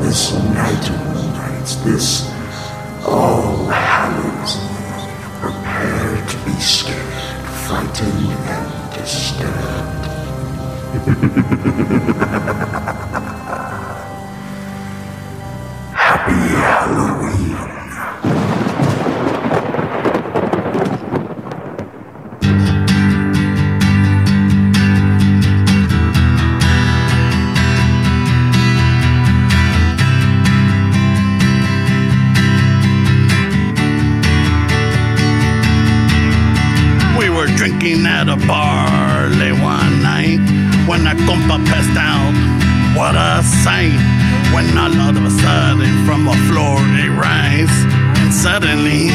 this night illuminates this. All hallows. Prepare to be scared, frightened, and disturbed. Happy Halloween. We were drinking at a bar late one night when a compa passed out. What a sight! When all of a sudden from a floor they rise, and suddenly,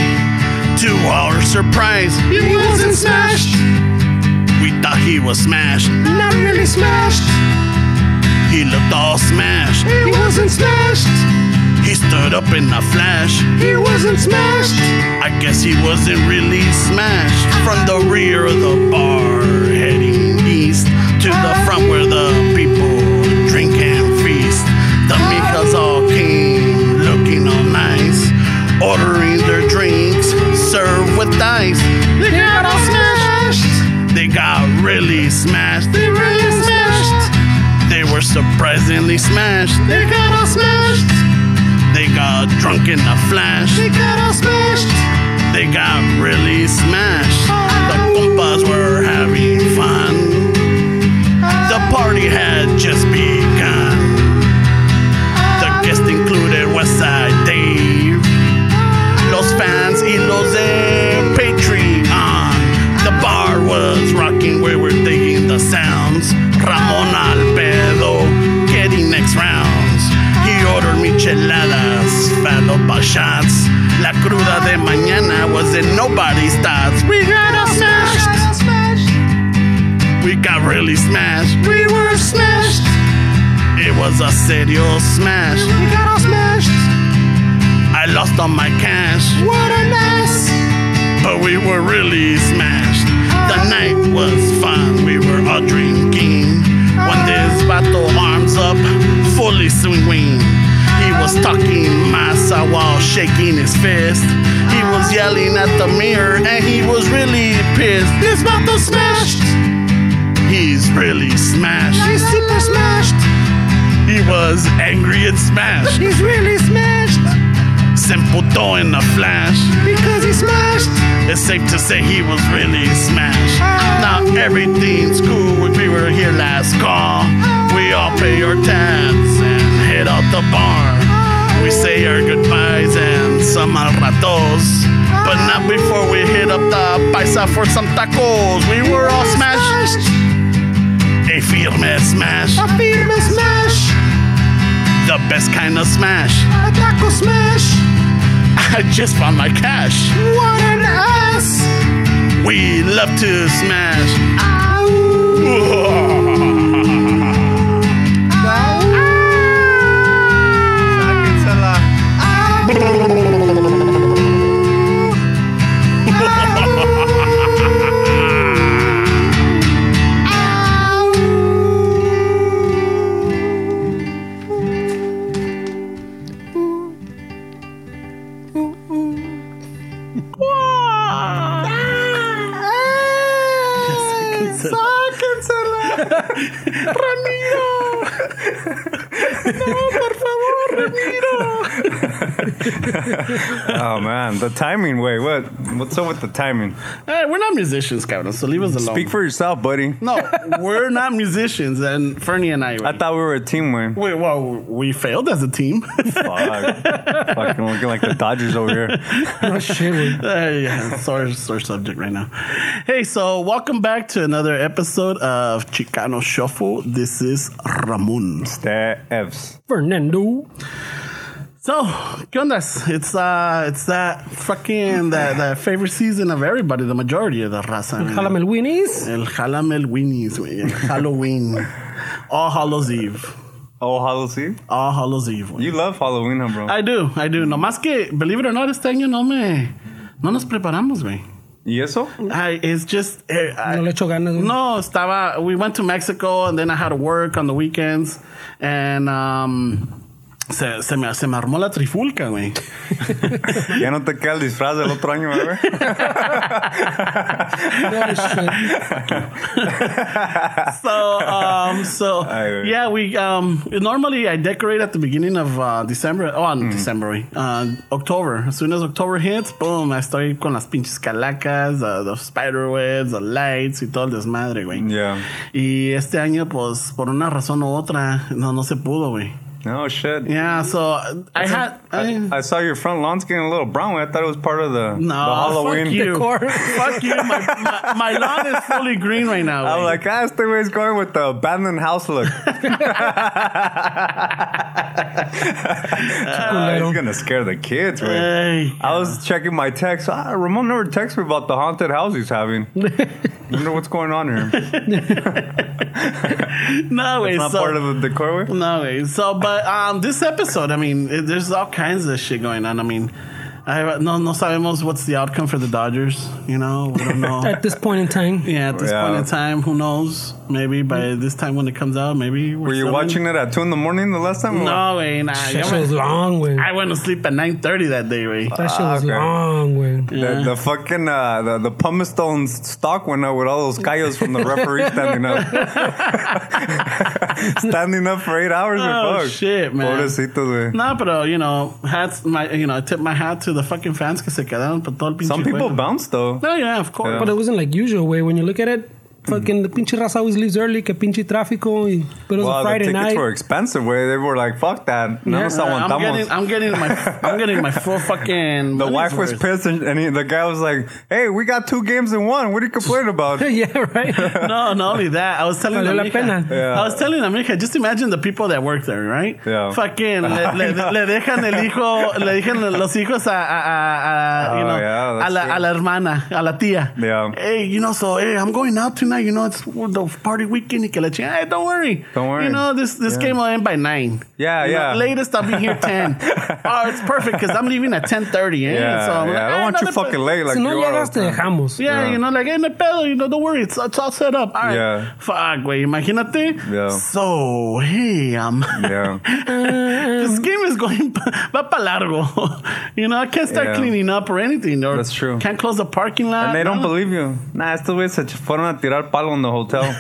to our surprise, he wasn't smashed. We thought he was smashed, not really smashed. He looked all smashed. He wasn't smashed. He stood up in a flash. He wasn't smashed. I guess he wasn't really smashed. From the rear of the bar, heading east to the front where the people drink and feast. The Mijas all came looking all nice, ordering their drinks served with dice. They got all smashed. They got really smashed. They really smashed. They were surprisingly smashed. They got all smashed. They got drunk in a flash. They got all smashed. They got really smashed. The compas were having fun. The party had just begun. The guests included Westside Dave, los fans y los de Patreon. The bar was rocking, we were digging the sounds. Ramon Albedo getting next rounds. He ordered micheladas, followed by shots. La cruda de mañana was in nobody's thoughts. We got all smashed. We got really smashed. We were smashed. It was a serious smash. We got all smashed. I lost all my cash. What a mess. But we were really smashed. The night was fun. We were all drinking. When this battle arms up, fully swinging. He was talking massa while shaking his fist. He was yelling at the mirror and he was really pissed. This battle smashed. He's really smashed. He's super smashed. He was angry and smashed. He's really smashed. Se emputó in a flash. Because he smashed. It's safe to say he was really smashed. Now everything's cool. We were here last call. We all pay our tabs and hit out the bar. We say our goodbyes and some al ratos. But not before we hit up the paisa for some tacos. We were all smashed. A firme smash. A firme smash, The best kind of smash. a taco smash. I just found my cash. What an ass! We love to smash. Ow! Sáquensela. ¡Sáquensela! Oh man, the timing. Wait, what? What's up with the timing? Hey, we're not musicians, Kevin, so leave us alone. Speak for yourself, buddy. no, we're not musicians, and Fernie and I. I thought we were a team, man. Wait, well, we failed as a team. Fuck. Fucking looking like the Dodgers over here. Oh, shit, we- Uh, yeah, sore, sore subject right now. Hey, so welcome back to another episode of Chicano Shuffle. This is Ramon. That F's. Fernando. So, ¿qué ondas? It's uh, it's that fucking that, that favorite season of everybody, the majority of the raza. man. Jálame el Winnie's. El Jalamel Winnies, güey. El Halloween. All Hallows Eve. Oh, Halloween. All Hallows Eve. güey. You love Halloween, huh, bro? I do, I Mm. do. Nomás que, believe it or not, este año no me. No nos preparamos, güey. ¿Y eso? I, it's just. eh, I- No le echo ganas. güey. No, estaba. We went to Mexico and then I had to work on the weekends, and um, se, se me, se me armó la trifulca, güey. Ya no te queda el disfraz del otro año, güey. No shit. so um so Ay, güey. yeah we um normally I decorate at the beginning of uh, December oh Mm. on December güey. uh, October as soon as October hits boom I start con las pinches calacas uh, the spider webs the lights y todo el desmadre güey Yeah. y este año pues por una razón u otra no no se pudo güey No shit. yeah so I had I- I saw your front lawn's getting a little brown. güey. I thought it was part of the, the no Halloween. fuck you decor. fuck you my, my, my lawn is fully green right now I'm güey. like, ah, this way is going with the abandoned house look. Ah, he's gonna scare the kids, man. Ay. I was checking my text. Ah, Ramon never texts me about the haunted house he's having. Wonder what's going on here. no way It's not so part of the decor. Way. No way. So, but um, this episode, I mean, it, there's all kinds of shit going on. I mean, I no no sabemos what's the outcome for the Dodgers. You know, we don't know. At this point in time, yeah, at this Yeah. point in time, who knows? Maybe by this time when it comes out, maybe we're Were you still watching in- it at two in the morning the last time? No way, nah. I that shit went, was long, güey. I went to sleep at nine thirty that day, way. That shit was okay. long, güey. The, the fucking uh, the, the pumice stone stock went up with all those coyotes from the referee standing up, standing up for eight hours. Oh, and fuck. shit, man. Pobrecitos, güey. Nah, pero you know, hats. My you know, I tip my hat to the fucking fans que se quedaron por todo el pinche Some people juego. bounce though. No, yeah, of course. But it wasn't like usual, way. When you look at it, fucking the pinche raza always leaves early, que pinche tráfico. Y, but it was Well, a the Friday tickets night. were expensive. Way they were like, "Fuck that." No Yeah. nos Uh, I'm aguantamos. getting, I'm getting my, I'm getting my full fucking. the money's wife was worth. pissed, and, and he, the guy was like, "Hey, we got two games in one. What are you complaining about?" yeah, right. No, not only that. I was telling Valió la la mija- pena. Yeah. I was telling la mija, just imagine the people that work there, right? Yeah. Fucking le, le, le dejan el hijo, le dejan los hijos a, a, a, a you Oh, know, yeah, that's a, la, true. a la hermana, a la tía. Yeah. Hey, you know, so hey, I'm going out tonight. You know, it's the party weekend. Y que la chinga. Hey, don't worry. Don't worry. You know, this this game will end by nine. Yeah, You know, yeah. latest I'll be here ten. oh, it's perfect because I'm leaving at ten thirty. Eh? yeah, so I'm like, yeah. I don't "Ah, want no you te- fucking late. Like si no you are all llegas, the te time. dejamos. Yeah, Yeah. you know, like, hey, no pedo, you know, don't worry, it's, it's all set up. All right. Yeah. Fuck, güey, imagínate. Yeah. So, hey, um, Yeah, this game is going, va pa largo. you know, I can't start Yeah. cleaning up or anything. Or That's true. Can't close the parking lot. and they don't No. believe you. Nah, estos güeyes se fueron a tirar palo in the hotel.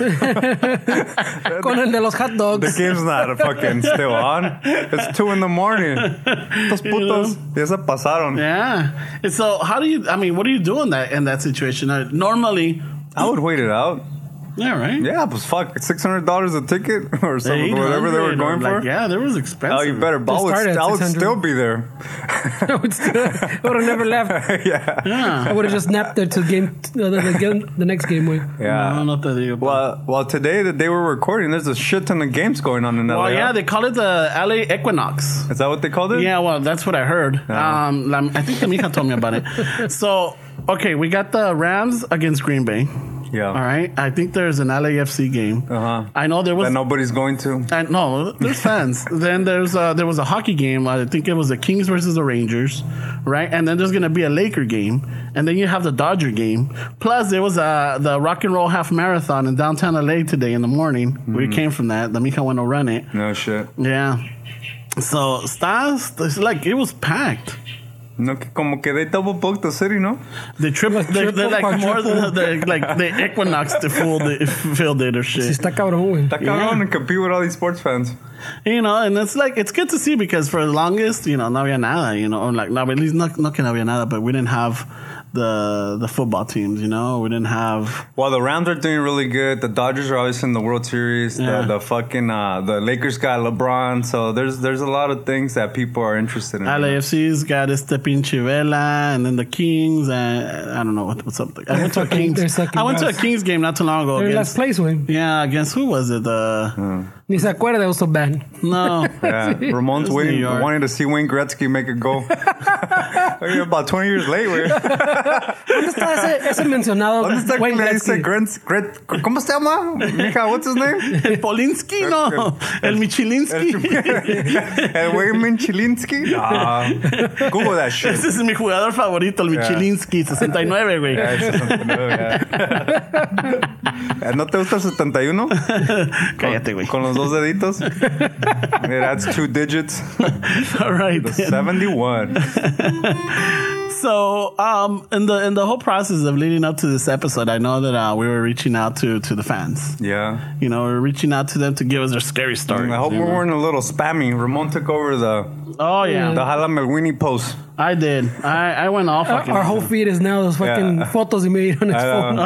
Con el de los hot The dogs. game's not fucking still on. It's two in the morning. Estos putos ya se pasaron. Yeah. And so, how do you, I mean, what do you do in that, in that situation? Uh, normally, I would wait it out. yeah, right? Yeah, but fuck, six hundred dollars a ticket or something, whatever 800 they were or going like, for. Yeah, there was expensive. Oh, you better. I would, start at I would 600. still be there. I would have never left. yeah, I would have just napped there till game, uh, the, the game, the next game, way. yeah. No, no te digo. pa. Well, well, today that they were recording, there's a shit ton of games going on in LA. well, Oh, yeah, huh? they call it the LA Equinox. is that what they called it? Yeah, well, that's what I heard. Um, la- I think the Mija told me about it. So, okay, we got the Rams against Green Bay. yeah. All right. I think there's an LAFC game. Oh. Uh-huh. I know there was. That nobody's going to. I, no, there's fans. then there's uh, there was a hockey game. I think it was the Kings versus the Rangers, right? And then there's gonna be a Laker game, and then you have the Dodger game. Plus, there was uh, the Rock and Roll Half Marathon in downtown LA today in the morning. We came from that. The Mija went to run it. No shit. Yeah. So Stas, it's like it was packed. No, que como que they double booked the city, no? The triple, Like they're, triple they're like more quadruple. than the, like the Equinox to fool the filled it or Si shit. está cabrón, güey. That got Yeah. on and compete with all these sports fans. You know, and it's like it's good to see because for the longest, you know, no había nada. You know, or like no, at least not not que no había nada, but we didn't have the the football teams. You know, we didn't have Well, the Rams are doing really good. The Dodgers are obviously in the World Series. Yeah. The, the fucking uh, the Lakers got LeBron. So there's there's a lot of things that people are interested in. LAFC's got este pinche vela, and then the Kings. And I don't know what, what's up. I went to a They're Kings. sucking I went to a ass. Kings game not too long ago. They're in last Against, place, güey. yeah, against who was it? Uh, Ni se acuerda, it was so bad. No. Yeah. It's Ramon's New waiting, York. wanting to see Wayne Gretzky make a goal. You're about 20 years late. We're ¿Dónde está ese, ese mencionado? ¿Dónde está Wayne que le Gretzky? dice Grant- Gret- ¿Cómo se llama? Mija, what's his name? El Polinsky, no. El Michilinsky. El güey Minchilinsky. Nah. Google that shit. Ese es mi jugador favorito, el Michilinsky, 69, güey. Ya, el 69, ya. ¿No te gusta el 71? Cállate, güey. Con los dos deditos. It adds two digits. All right. The 71. So, um, in the in the whole process of leading up to this episode, I know that uh, we were reaching out to to the fans. Yeah. You know, we are reaching out to them to give us their scary stories. And Mm, I hope we you know. weren't a little spammy. Ramon took over the Oh yeah, the Jalame Winnie post. I did. I, I went all Our, fucking. Oh our whole feed is now those fucking Yeah. photos he made on his phone.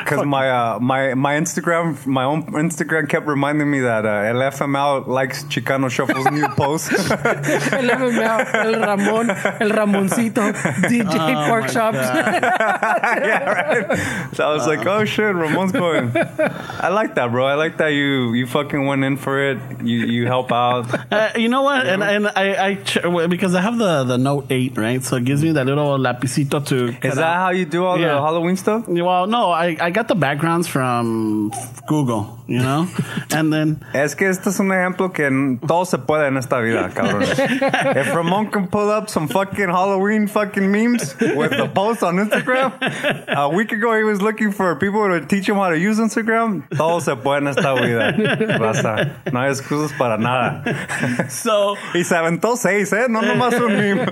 Because my uh, my my Instagram my own Instagram kept reminding me that uh, LFML likes Chicano Shuffle's new post. El MMA, el Ramón, el Ramoncito, DJ Oh, Pork my Chops. God. So I was like, oh shit, Ramon's going. I like that, bro. I like that you you fucking went in for it. You you help out. Uh, you know what? And and I, I ch- well, because I have the the Note Eight, right? So it gives me that little lapicito to. cut Is that out. how you do all Yeah. the Halloween stuff? Well, no, I, I got the backgrounds from Google, you know, and then Es que este es un ejemplo que n- todo se puede en esta vida, cabrón. If Ramon can pull up some fucking Halloween fucking memes with the post on Instagram, a week ago he was looking for people to teach him how to use Instagram. Todo se puede en esta vida, raza. No hay excusas para nada. so Y se aventó seis, ¿eh? No nomás un meme.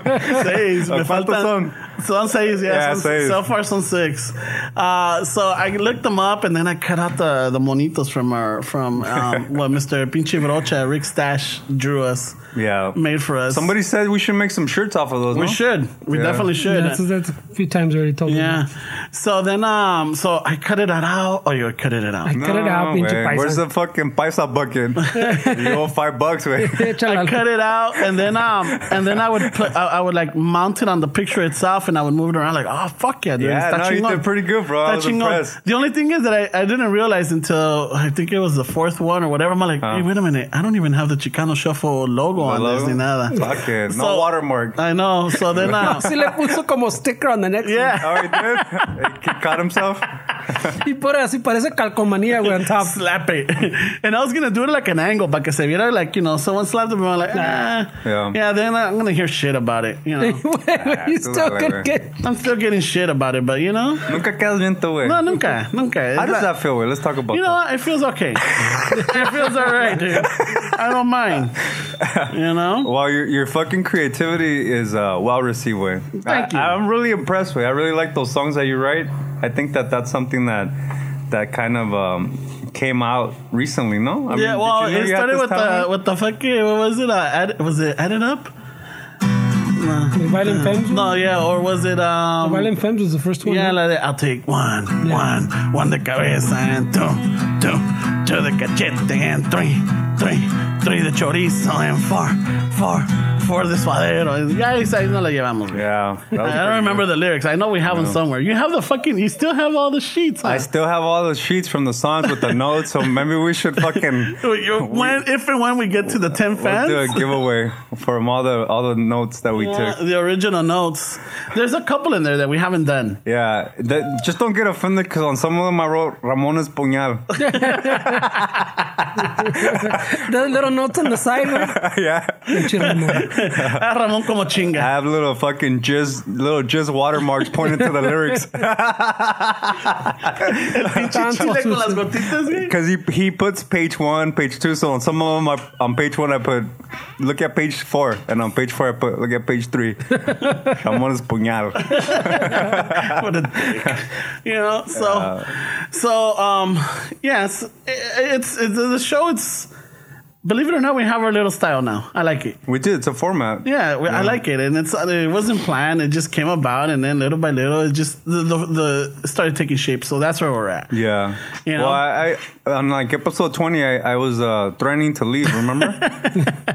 seis. Uh, Me ¿cuántos faltan, son? seis, yeah. Yeah, son- seis. So far, son six. Uh, so I looked them up and then I cut out the, the monitos from our from um, what Mr. Pinche Brocha, Rick Stash drew us, Yeah. made for us. Somebody said we should make some shirts off of those. we no? should. We Yeah. definitely Yeah, should. that's, that's a few times already told him. yeah. So then, um, so I cut it out. Oh, you cut it out. I cut it out, pinche Ah, güey. Where's paisa. the fucking paisa bucket? you owe five bucks, güey. Échale I al- cut it out, and then um, and then I would pl- I, I would like mount it on the picture itself, and I would move it around like, oh fuck yeah, dude, Yeah, está no, you chingón. did pretty good, bro. I Está was chingón. impressed. The only thing is that I, I didn't realize until I think it was the fourth one or whatever. I'm like, hey, wait a minute, I don't even have the Chicano Shuffle logo on logo? this ni nada. Fuck it. No So- watermark. I know. So then, uh, Sí le puso como sticker on the next yeah, Oh, he did? he caught himself? one. Y pone así, parece calcomanía, güey, on top. slap it. and I was gonna do it like an angle, but que se viera like you know someone slapped it, and I'm like, ah, Yeah. yeah. Then I'm gonna hear shit about it, you know. Güey, you Ah, tú still dale, could güey. get... I'm still getting shit about it, but you know. Nunca quedas bien tú, güey. No, nunca, nunca. It's How does like- that feel, güey? Let's talk about You know that. what? It feels okay. it feels all right, dude. I don't mind. You know? Well, your, your fucking creativity is uh, well received, way. Thank I, you. I'm really impressed, way. I really like those songs that you write. I think that that's something that that kind of um, came out recently, no? I mean, Yeah, did well, you know it you had started this with the talent? with the fucking what was it? Uh, add, was it added up? Violent Femmes? No, yeah, or was it um? Violent Femmes was the first one. yeah, no? like that. I'll take one, one, one de cabeza and two, two, two de cachete and three, three, three de chorizo and four, four, four de suadero. Ya esa ahí no la llevamos. güey. Yeah. that was I pretty don't remember good. the lyrics. I know we have them somewhere. You have the fucking. You still have all the sheets. Huh? I still have all the sheets from the songs with the notes, so maybe we should fucking You- when, if and when we get to the 10 we'll fans, do a giveaway from all the all the notes that we yeah, took. the original notes. There's a couple in there that we haven't done. Yeah, that, just don't get offended because on some of them I wrote Ramones Puñal. The little notes on the side, güey. yeah, Pinche Ramón. Ah, Ramon como I chinga. have little fucking jizz, little jizz watermarks pointing to the lyrics Pinche chile con las gotitas, güey. because he he puts page one, page two. So on some of them, I, on page one I put look at page four, and on page four I put look at page three. Ramones Puñal. What a dick. You know, so, so, um, yes, i- it's, it's the show. It's believe it or not, we have our little style now. I like it. We did. It's a format. Yeah, we, I like it, and it's uh, it wasn't planned. It just came about, and then little by little, it just the the, the it started taking shape. So that's where we're at. Yeah. You know? Well, I, I on like episode twenty, I, I was uh, threatening to leave. Remember?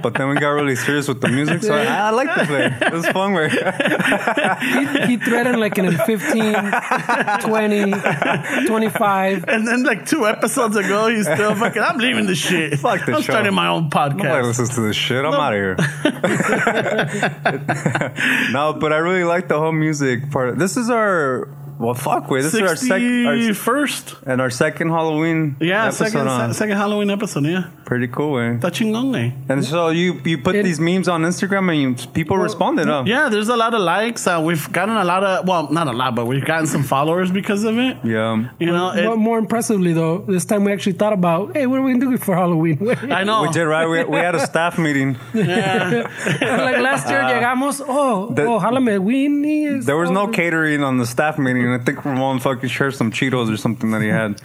but then we got really serious with the music, so I, I like the play. It was fun. Way. He, he threatened like in a 15, 20, 25. And then like two episodes ago, he's still fucking. I'm leaving this shit. Fuck the I'm show. starting my own Nobody podcast. listens to this shit. I'm out of here. no, but I really like the whole music part. This is our well, fuck wait. This is our second Sixty-first, and our second Halloween. yeah, episode second on. second Halloween episode, yeah. pretty cool. Eh? Está chingón, eh. And so you you put It- these memes on Instagram and you, people responded. Huh? Yeah, there's a lot of likes. Uh, we've gotten a lot of, well, not a lot, but we've gotten some followers because of it. yeah. You know, more, it, more impressively, though, this time we actually thought about, hey, what are we gonna do for Halloween? I know. We did right. We, we had a staff meeting. like last year, llegamos, oh, Uh, the- oh, Halloween is. There was no catering on the staff meeting. I think Ramon fucking shared some Cheetos or something that he had,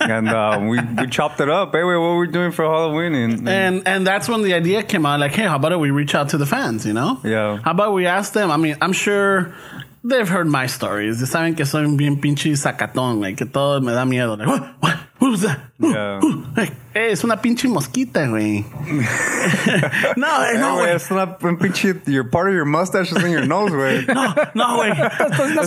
and uh, we we chopped it up. Hey, wait, what are we doing for Halloween? And, And and that's when the idea came out. Like, hey, how about we reach out to the fans? You know? Yeah. How about we ask them? I mean, I'm sure they've heard my stories. They saben que soy bien pinche sacatón, like que todo me da miedo. Like, what? What? What was that? Ooh, Yeah. ooh. Like, hey, es una pinche mosquita, güey. no, eh, no, Anyway, güey. it's not been pinche. Your part of your mustache is in your nose, güey. No, no, güey.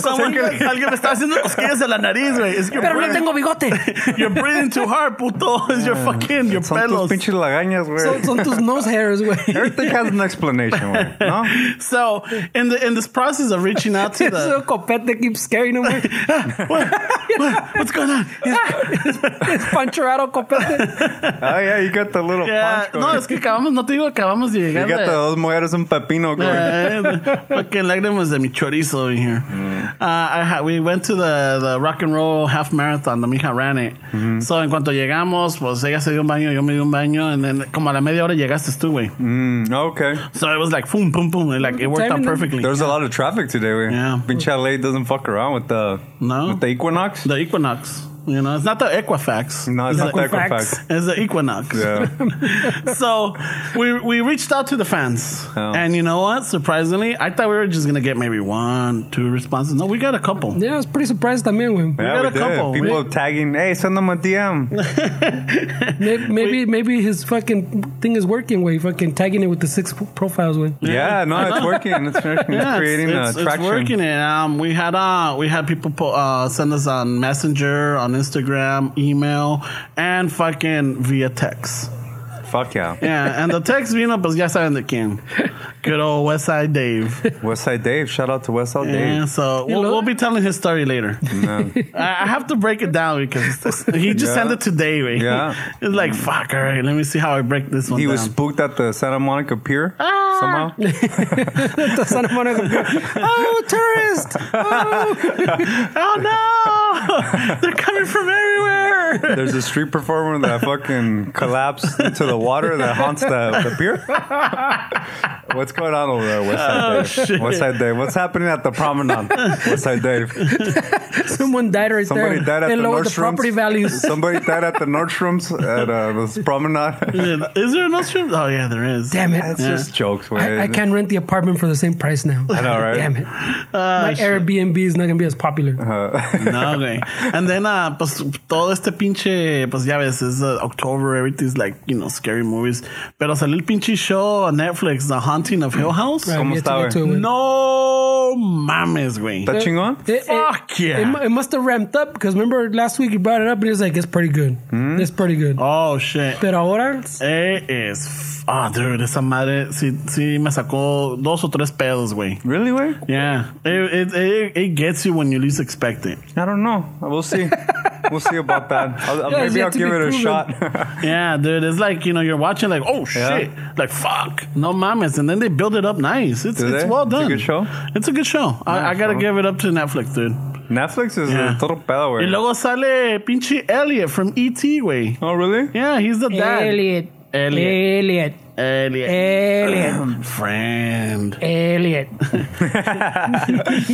Someone- Alguien me está haciendo cosquillas de la nariz, güey. Es que Pero no tengo bigote. You're breathing too hard, puto. It's your fucking, your Son tus pelos. pinches lagañas, son, güey. son tus nose hairs, güey. Everything has an explanation, güey. No? So, in the in this process of reaching out to the So Copete keeps scaring him. It's What's going on? Pancherado Copete. Oh, yeah, you got the little Yeah, punch no, going. es que acabamos, no te digo, acabamos de You llegar. got de- the dos mujeres un pepino, güey. Eh, the fucking lágrimas de mi chorizo in here. Mm. Uh, I ha- we went to the, the rock and roll half marathon, the mija ran it. Mm-hmm. So, en cuanto llegamos, pues ella se dio un baño, yo me di un baño, and then como a la media hora llegaste tú, güey. Mm, okay. So it was like, boom, boom, boom, and, like it worked out Timing. perfectly. There's a lot of traffic today, güey. Yeah. Pinche LA doesn't fuck around with the, No. with the equinox. the equinox, you know, it's not the Equifax. No, it's not the Equifax. Equifax. It's the equinox. Yeah. so we we reached out to the fans, Oh. and you know what? Surprisingly, I thought we were just gonna get maybe one, two responses. No, we got a couple. Yeah, I was pretty surprised también, güey. Yeah, got we a did. couple, People we- tagging, hey, send them a DM. Maybe, maybe, maybe his fucking thing is working, güey. Fucking tagging it with the six profiles, güey. yeah, no, it's working. It's working. Yeah, it's creating it's, uh, it's traction. working. And um, we had uh, we had people po- uh, send us on Messenger, on Instagram, email, and fucking via text. Fuck yeah. Yeah, and the text, you know, pues ya saben de quién. Good old Westside Dave. Westside Dave. Shout out to Westside Yeah, Dave. so we'll, Hello. we'll be telling his story later. I, I have to break it down because it's- he just Yeah. sent it today. Right? Yeah. it's like fuck. All right, let me see how I break this one. He down. was spooked at the Santa Monica Pier Ah. somehow. The son of Monica. Oh, tourist! Oh. oh no, they're coming from everywhere. There's a street performer that fucking collapsed into the water that haunts the, the pier. What's going on over there, West Side Oh, Dave? West Side Dave. What's happening at the promenade, West Side Dave? Someone died right Somebody there. died at they the lowered the Nordstrom's. property values. Somebody died at the Nordstroms at uh, this promenade. Is there no stream? Oh yeah, there is. Damn It's it. just jokes, man. I, I can't rent the apartment for the same price now. I know, right? Damn it. My Airbnb is not going to be as popular. Ah, No, güey. And then, uh, pues, todo este pinche, pues, ya ves, es uh, October, everything's like, you know, scary movies. Pero salió el pinche show on Netflix, The Haunting of Hill House. Right, ¿Cómo yeah, está, to- to- No mames, güey. That chingon? It- it- Fuck yeah. It, mu- it must have ramped up because remember last week you brought it up and it was like, it's pretty good. Hmm? It's pretty good. Oh, shit. Pero ahora, it's- Eh, es. Ah, dude, esa madre sí, sí me sacó dos o tres pedos, güey. Really, way? Yeah. It, it, it, it gets you when you least expect it. I don't know. We'll see. We'll see about that. I'll, I'll- Yeah, it's maybe yet I'll to give be it a proven. shot. Yeah, dude. It's like, you know, you're watching, like, oh, Yeah. shit. Like, fuck. No mames. And then they build it up nice. It's, Do it's they? well It's a done. good show? It's a good show. I, I got to bro. give it up to Netflix, dude. Netflix is Yeah. a total pedo, Y güey. luego sale pinche Elliot from E.T., güey. Oh, really? Yeah, he's the dad. Elliot. Eh. Elliot. Elliot. Elliot. Elliot. Friend. Elliot. y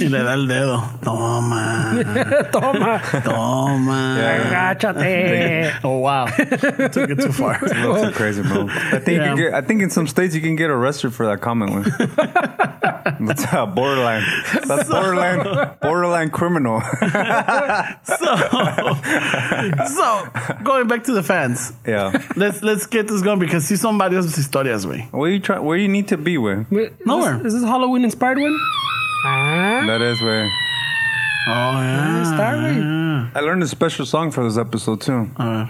le da el dedo. Toma. Toma. Toma. Agáchate. Oh wow, took it too far. That's so crazy, bro. I think you Yeah. can get, I think in some states you can get arrested for that comment. One. That's uh, borderline. That's borderline borderline criminal. So, so going back to the fans, yeah. let's let's get this going because see some varias historias, güey. Where you try? Where you need to be, with? Nowhere. Is this, is this Halloween inspired one? Ah, That is where. Oh yeah, está, güey. Ah. I learned a special song for this episode too. A ver.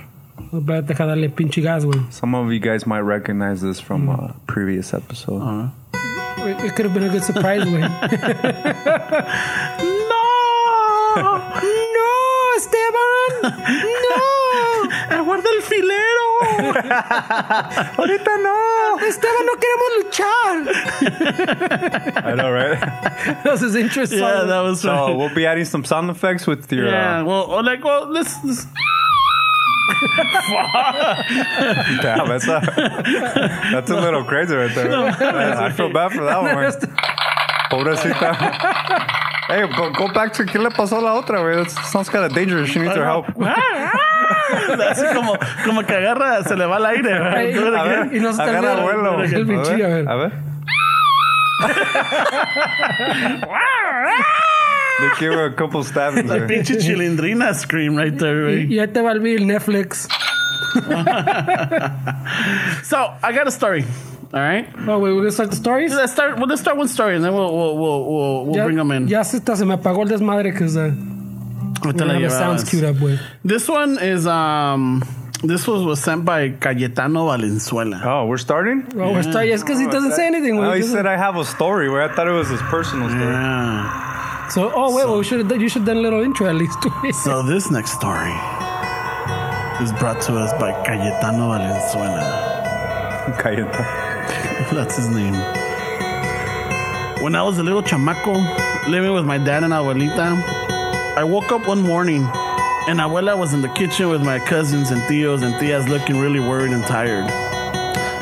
Pero deja darle pinche gas, güey. Some of you guys might recognize this from a previous episode. It, could have been a good surprise, güey. ¡No! ¡No, Esteban! ¡No! ¡Aguarda el filero! Ahorita no. ¡Esteban, no queremos luchar! I know, right? That was his intro song. yeah, that was so right. we'll be adding some sound effects with your. uh, yeah, Yeah. well, or like, well, let's. let's Uh, damn, that's a, that's a little crazy right there. I feel bad for that one. Pobrecita. hey, go, go back to que le pasó a la otra, güey. That sounds kind of dangerous. She needs our help. Así como, como que agarra, se le va el aire. Ay, right? Do it a again. ver. Y no se agarra tardaron, vuelo. pero que el bichillo, a ver. A ver. They gave her a couple stabbings. Like güey. pinche chilindrina scream right there. right? Y ahí te va el bill Netflix. So I got a story. All right, Oh, wait, we're gonna start the stories? let's start. Well, let's start one story, and then we'll we'll we'll we'll, we'll ya, bring them in. Ya se, está, se me apagó el desmadre que uh, Ahorita we la don't have the llevabas. sounds queued up, güey. This one is um. This was was sent by Cayetano Valenzuela. Oh, we're starting? Oh, we're starting. Es que he doesn't say anything, Oh, güey. he Doesn't- Mm. said I have a story where I thought it was his personal story. Yeah. So, oh, wait, well, we should have, you should have done a little intro at least. So this next story is brought to us by Cayetano Valenzuela. Cayeta. That's his name. When I was a little chamaco, living with my dad and abuelita, I woke up one morning and abuela was in the kitchen with my cousins and tios and tias looking really worried and tired.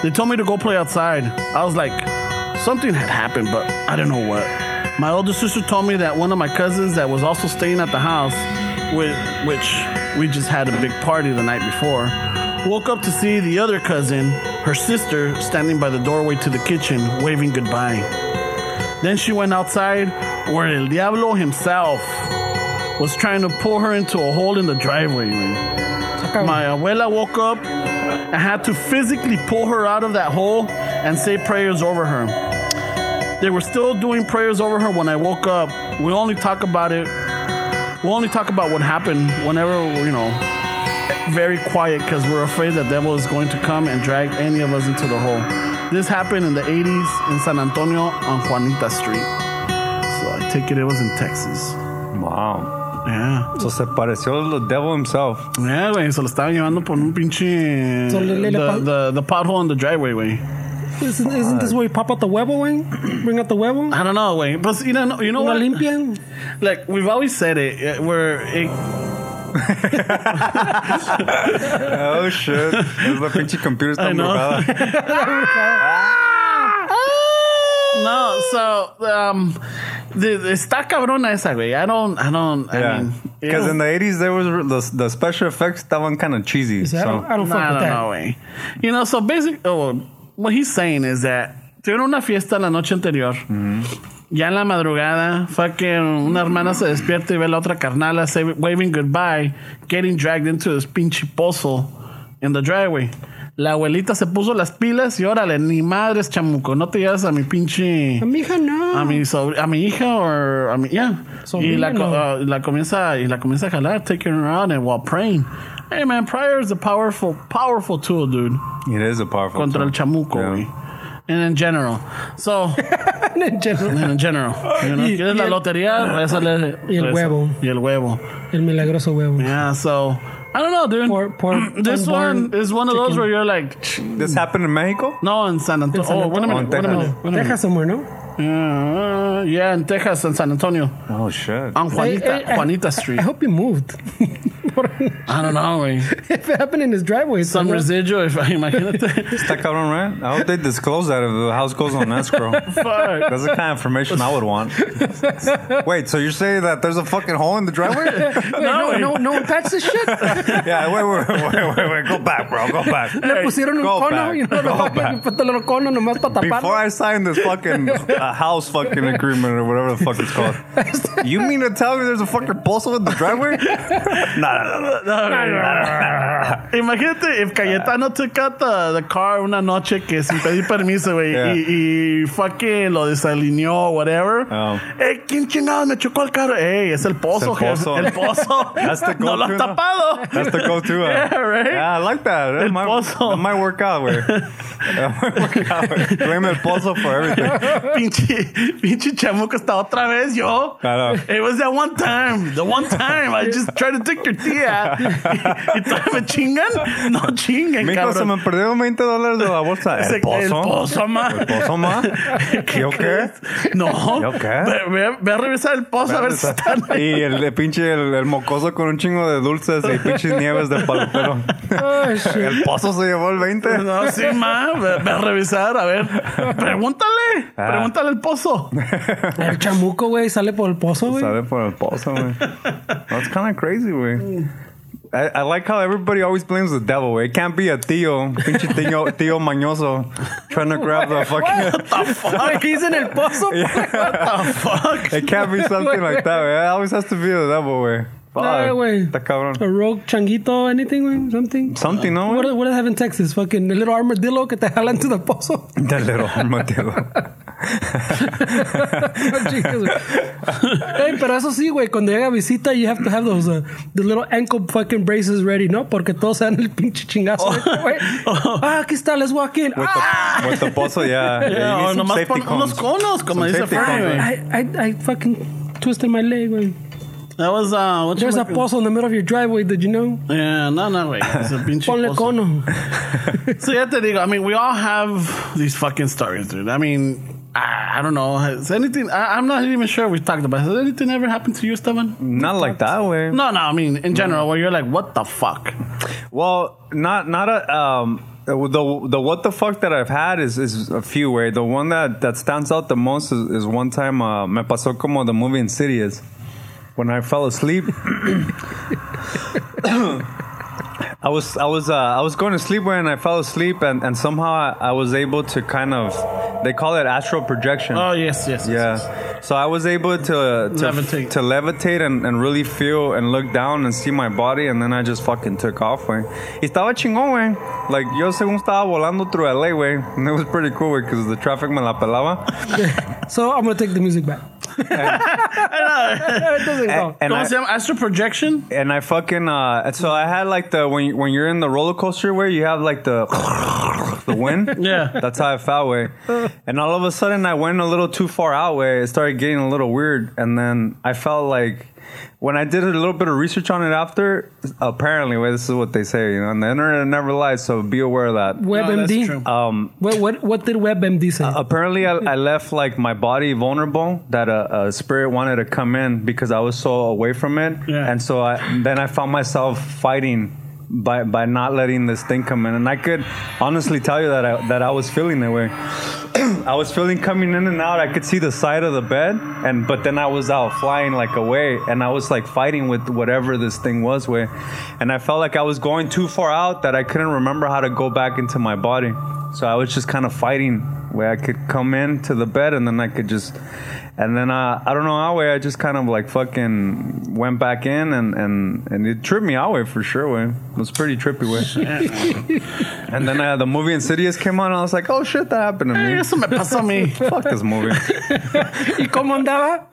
They told me to go play outside. I was like, something had happened, but I didn't know what. My older sister told me that one of my cousins that was also staying at the house, with which we just had a big party the night before, woke up to see the other cousin, her sister, standing by the doorway to the kitchen, waving goodbye. Then she went outside where El Diablo himself was trying to pull her into a hole in the driveway. My abuela woke up and had to physically pull her out of that hole and say prayers over her. They were still doing prayers over her when I woke up. We only talk about it. We only talk about what happened whenever, you know, very quiet because we're afraid the devil is going to come and drag any of us into the hole. This happened in the 80s in San Antonio on Juanita Street. So I take it it was in Texas. Wow. Yeah. So se pareció the devil himself. Yeah, güey, se lo estaban llevando por un pinche. So le- le- le the, pa- the, the pothole in the driveway, güey. isn't, isn't this where you pop out the huevo, güey? Bring out the huevo? I don't know, güey. But you know, you know Una what? limpian? like we've always said it, eh, where it, Oh shit. Es la pinche computer está I know. embrujada. no, so um, the, the está cabrona esa, güey. I don't, I don't. I Yeah. mean, it- Because in the 80s, there was the, the special effects estaban kind of cheesy. I don't, I So. don't No, I fuck with don't that. know, güey. You know, so basically, oh, well, what he's saying is that tuvieron una fiesta la noche anterior. Mm-hmm. Ya en la madrugada, fucking una hermana se despierta y ve a la otra carnala say- waving goodbye, getting dragged into this pinche pozo in the driveway. La abuelita se puso las pilas y órale, ni madres, chamuco, no te llevas a mi pinche. A mi hija no. A mi, sobr- a mi hija o a mi yeah. Sobrina, y la, co- no. ah, la comienza y la comienza a jalar, taking her out and while praying. Hey man, prayer is a powerful, powerful tool, dude. It is a powerful. Contra el song. chamuco, Yeah. güey. And in general. So, En general. and in general. You know, Y- quieres y la el- lotería, rézale- Y el rézale. huevo. Y el huevo. El milagroso huevo. Yeah, so, I don't know, dude. Por- por- this unborn one is one of those chicken. where you're like, "Ch-". This happened in Mexico? no, in San Antonio. San Oh, wait a Antonio. minute, wait a Texas. minute. wait a minute. Texas somewhere, ¿no? Yeah, uh, yeah, in Texas, in San Antonio. Oh shit. On Juanita, Hey, hey, I- Juanita Street. I hope he moved. I don't know, güey. if it happened in his driveway, it's Some somewhere- residual, if I imagínate. Está cabrón, right? I hope they disclose that if the house goes on escrow. Fuck. That's the kind of information I would want. Wait, so you're saying that there's a fucking hole in the driveway? Wait, no, no, no one touched this shit. yeah, wait, wait, wait, wait, wait, go back, bro, go back. Le pusieron un go cono back, y no go lo back. pantalón cono nomás para Before taparlo. I sign this fucking uh, house fucking agreement or whatever the fuck it's called, you mean to tell me there's a fucking postal in the driveway? nah, nah, Imagínate if Cayetano took out the, the car una noche que sin pedir permiso, güey, Yeah. y, y fue que lo desalineó, whatever. Oh. Hey, ¿quién chingado me chocó el carro? Ey, es el pozo, Es el jefe. El pozo. pozo. That's the no lo has go-to, no? tapado. That's the go-to. uh, Yeah, right? Yeah, I like that. That El might, pozo. that might work out. Where blame el pozo for everything. pinche, pinche chamuco está otra vez, yo. I know. It was that one time. The one time I just tried to take your tía. y todavía me chingan. No chingan, Mijo, se me cabrón. perdieron 20 dólares de la bolsa. Ese- El pozo. el pozo, ma. El pozo, ma. ¿Yo qué? No. ¿Yo qué? Ve, ve- ve a revisar el pozo a ver si están ahí. Y el, el pinche el, el mocoso con un chingo de dulces y pinches nieves de palotero. Oh, shit. El pozo se llevó el 20. No, sí, ma. Ve, ve a revisar. A ver. Pregúntale. Ah. Pregúntale el pozo. El chamuco, güey, sale por el pozo, güey. Sale por el pozo, güey. That's kind of crazy, güey. I, I like how everybody always blames the devil, güey. It can't be a tío, pinche tío, tío mañoso, trying to grab the fucking. Like, he's en el pozo. Ah, It can't be something like that, güey. It always has to be the devil, güey. Nah, Fuck, güey. Está cabrón. A rogue changuito, anything, güey, something. Something, ¿no? What, güey? do- what do they have in Texas? Fucking a little armadillo que te jalan to the pozo. Del aroma, tío. Chicas, güey. Ey, pero eso sí, güey, cuando llega visita, you have to have those uh, the little ankle fucking braces ready, ¿no? Porque todos se dan el pinche chingazo, güey. Ah, aquí está, let's walk in. Oh. Ah, With the, with the pozo, yeah. Yeah, you need o some nomás safety pon unos cones. conos, como Some dice safety Fernie, cones, güey. I, I, I fucking twisted my leg, güey. That was, uh, what you There's a like- pozo in the middle of your driveway, did you know? Yeah, no, no, güey. Es el pinche Ponle pozo. cono. So ya te digo, I mean, we all have these fucking stories, dude. I mean, I, I don't know. Has anything, I, I'm not even sure we've talked about it. Has anything ever happened to you, Steven? Not like that, way. No, no, I mean, in general, where you're like, what the fuck? Well, not not a um the the what the fuck that I've had is is a few way. The one that that stands out the most is, is one time uh, me pasó como the movie Insidious when I fell asleep. I was I was uh, I was going to sleep when I fell asleep and, and somehow I, I was able to kind of they call it astral projection. Oh, yes, yes, yes. yes. Yeah. So I was able to to Levitate. levitate, to levitate and, and really feel and look down and see my body, and then I just fucking took off, güey. Y estaba chingón, güey. Like, yo según estaba volando through LA, güey. And it was pretty cool, güey, because the traffic me la pelaba. So I'm gonna take the music back. it doesn't go. And Don't I, say I'm astral projection? and I fucking, uh, and so I had like the, when, you- when you're in the roller coaster, where you have like the, the wind. Yeah. That's how I felt, way. And all of a sudden, I went a little too far out, way. It started getting a little weird, and then I felt like when I did a little bit of research on it after, apparently, way this is what they say, you know, and the internet never lies, so be aware of that. WebMD? true. Uh, Um, Uh, What, what, what did WebMD say? apparently, I, I left like my body vulnerable that a, a spirit wanted to come in because I was so away from it, Yeah. and so I, then I found myself fighting. By, by not letting this thing come in, and I could honestly tell you that I, that I was feeling that way. I was feeling coming in and out. I could see the side of the bed, and but then I was out flying like away, and I was like fighting with whatever this thing was with, and I felt like I was going too far out that I couldn't remember how to go back into my body. So I was just kind of fighting where I could come into the bed, and then I could just, and then uh, I I don't know how way I just kind of like fucking went back in, and and and it tripped me out way for sure way. It was pretty trippy way. and then uh, the movie Insidious came on, and I was like, oh shit, that happened to me. Hey, Eso me pasó a mí. Fuck this movie. ¿Y cómo andaba?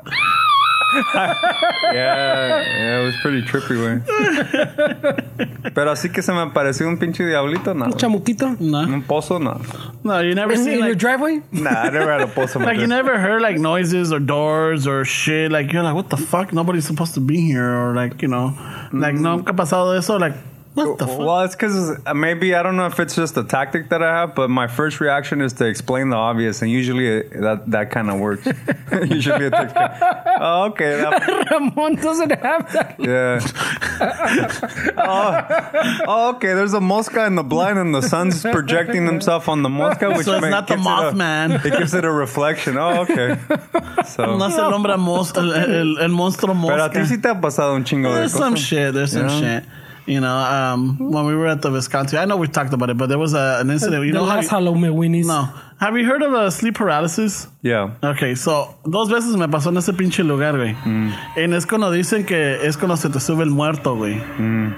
Yeah, yeah, it was pretty trippy, güey. Pero así que se me apareció un pinche diablito, no. Un chamuquito? No, Un pozo, no. no, you never In, in see your like, driveway? Nah, I never had a pozo. like Like, you you never heard like noises or doors or shit. Like you're like, what the fuck? Nobody's supposed to be here, or like you know, like no, ¿qué ha pasado eso? Like what the fuck? well, it's because maybe I don't know if it's just a tactic that I have, but my first reaction is to explain the obvious, and usually it, that that kind of works. usually it takes. care- Oh, okay. That, Ramon doesn't have that. yeah. Oh, oh, okay. There's a mosca in the blind, and the sun's projecting himself on the mosca, which So it's ma- not the gives it a- Mothman. It gives it a reflection. Oh, okay. So, No es el hombre mos- el, el, el monstruo pero mosca. a ti sí te ha pasado un chingo de There's some cosas. shit. There's some Yeah. shit. You know, um, when we were at the Visconti, I know we talked about it, but there was a, an incident. You the know how last you- Halloween, Winnie's. no, Have you heard of uh, sleep paralysis? Yeah. Ok, so, dos veces me pasó en ese pinche lugar, güey. En es cuando dicen que es cuando se te sube el muerto, güey.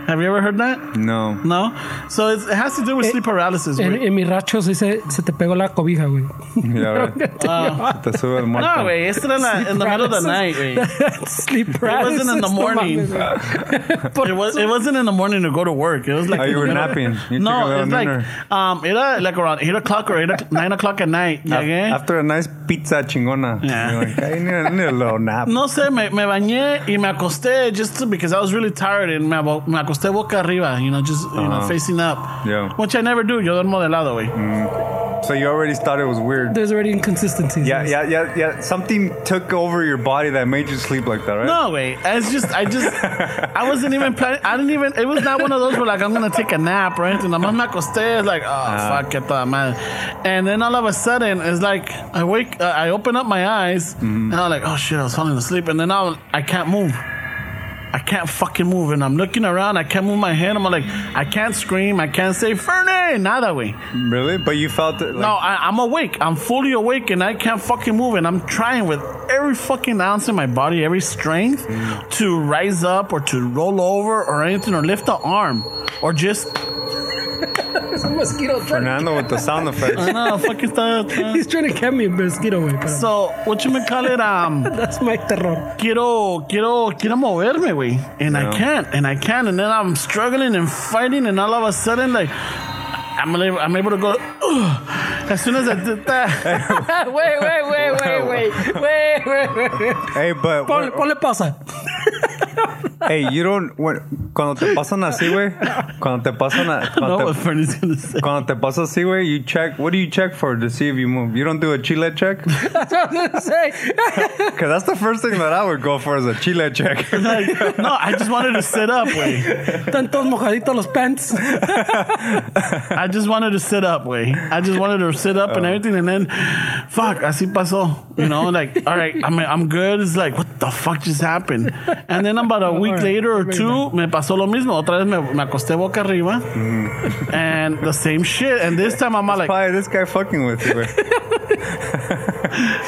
Have you ever heard that? No. No? So, it's, it has to do with Eh, sleep paralysis, En, güey. en mi racho se, dice, se te pegó la cobija, güey. Ya ves. Te sube el eh, muerto. Ah. No, güey, esto era en la- in the middle of the night, güey. Sleep wasn't paralysis. in the no morning. mames, güey. Por It, was, eso- it wasn't in the morning to go to work. It was like Oh, you were napping. You took a no, little it's like nap. um, it was like around eight o'clock or eight o- nine o'clock at night. Llegué. After a nice pizza chingona. Yeah. You're like, I need, I need a little nap. No sé, me, me bañé y me acosté just to- because I was really tired and me, abo- me acosté boca arriba, you know, just you know facing up, Uh-huh. Yeah. which I never do. Yo duermo de lado, güey. So you already thought it was weird. There's already inconsistencies. Yeah, yeah, yeah, yeah. Something took over your body that made you sleep like that, right? No, way. It's just, I just, I wasn't even planning. I didn't even, it was not one of those where like I'm going to take a nap or anything. I'm me acosté. It's like, oh, fuck, get that man. And then all of a sudden, it's like, I wake, uh, I open up my eyes and I'm like, oh shit, I was falling asleep. And then now I can't move. I can't fucking move. And I'm looking around. I can't move my head. I'm like, I can't scream. I can't say, Fernie, not that way. Really? But you felt it like, No, I, I'm awake. I'm fully awake, and I can't fucking move. And I'm trying with every fucking ounce in my body, every strength, to rise up or to roll over or anything or lift an arm or just. There's a mosquito. trying- Fernando with the sound effects. No, fucking stuff. He's trying to catch me a mosquito, güey. pero- So what you call it? Um, That's my terror. quiero, quiero, quiero moverme, güey, and I Yeah. can't, and I can't, and then I'm struggling and fighting, and all of a sudden, like. I'm able, I'm able to go. "Ugh." As soon as I did that, wait, wait, wait, wait, wait, wait, wait, wait. hey, but Ponle, ponle pausa. hey, you don't when, cuando te pasan así, güey. Cuando te pasan a, I know cuando, what te, Fernie's gonna say. cuando te pasa así, güey, you check. What do you check for to see if you move? You don't do a chile check? Cuz That's what I was gonna say. that's the first thing that I would go for is a chile check. Like, no, I just wanted to sit up, wait. Están todos mojaditos los pants. I just wanted to sit up, way. I just wanted to sit up and Oh. everything, and then, fuck, así pasó. You know, like, all right, I'm I'm good. It's like, what the fuck just happened? And then about a week Alright, later or bring it two, me pasó lo mismo. Otra vez me, me acosté boca arriba, Mm. and the same shit. And this time I'm like, Probably this guy fucking with you, güey.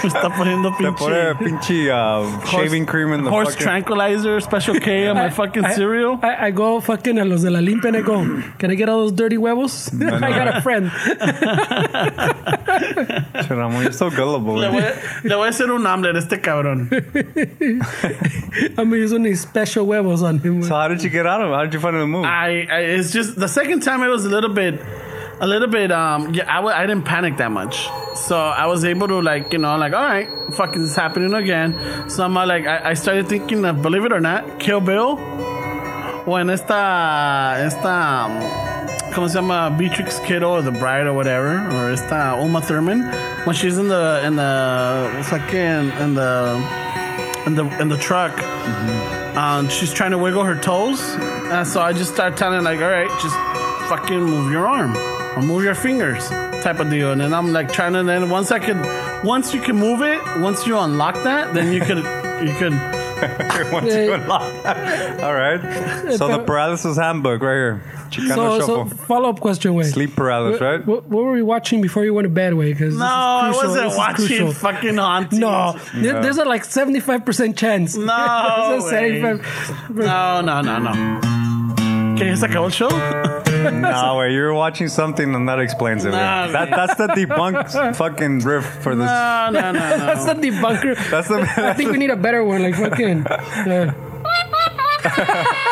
me está poniendo Te pone pinche pinche uh, shaving cream in the horse fucking tranquilizer, special K on my fucking I- cereal. I, I go fucking a los de la limpia and I go, can I get all those dirty huevos? I got a friend. Ramon, you're so gullible. Le güey. voy, a- le voy a hacer un omelet a este cabrón. I'm gonna use these special huevos on him. So how did you get out of it? How did you find the move? I, I it's just the second time it was a little bit a little bit um yeah I w- I didn't panic that much so I was able to like you know like all right fuck is this happening again so I'm uh, like I, I started thinking of believe it or not Kill Bill when esta esta um, como se llama Beatrix Kiddo or the Bride or whatever or esta Uma Thurman when she's in the in the fucking in the in the in the truck um, she's trying to wiggle her toes. And so I just start telling her, like, all right, just fucking move your arm or move your fingers type of deal. And then I'm like trying to then once I could once you can move it, once you unlock that, then you could you could Once you unlock that. All right. So the pero- paralysis handbook right here. Chicano Eh, So, so shuffle. follow up question, way. Sleep paralysis, right? What, what were we watching before you went to bed, way? Because No, I wasn't watching Crucial. fucking aunties. No, there- there's a like 75% chance. No There's a way. 75 No, no, no, no. Okay, it's like a whole show? Nah, wait, you were watching something and that explains it. Nah, man. that, that's the debunked fucking riff for this. No, no, no, no. That's the debunker. That's the. I think we need a better one, like fucking. Uh,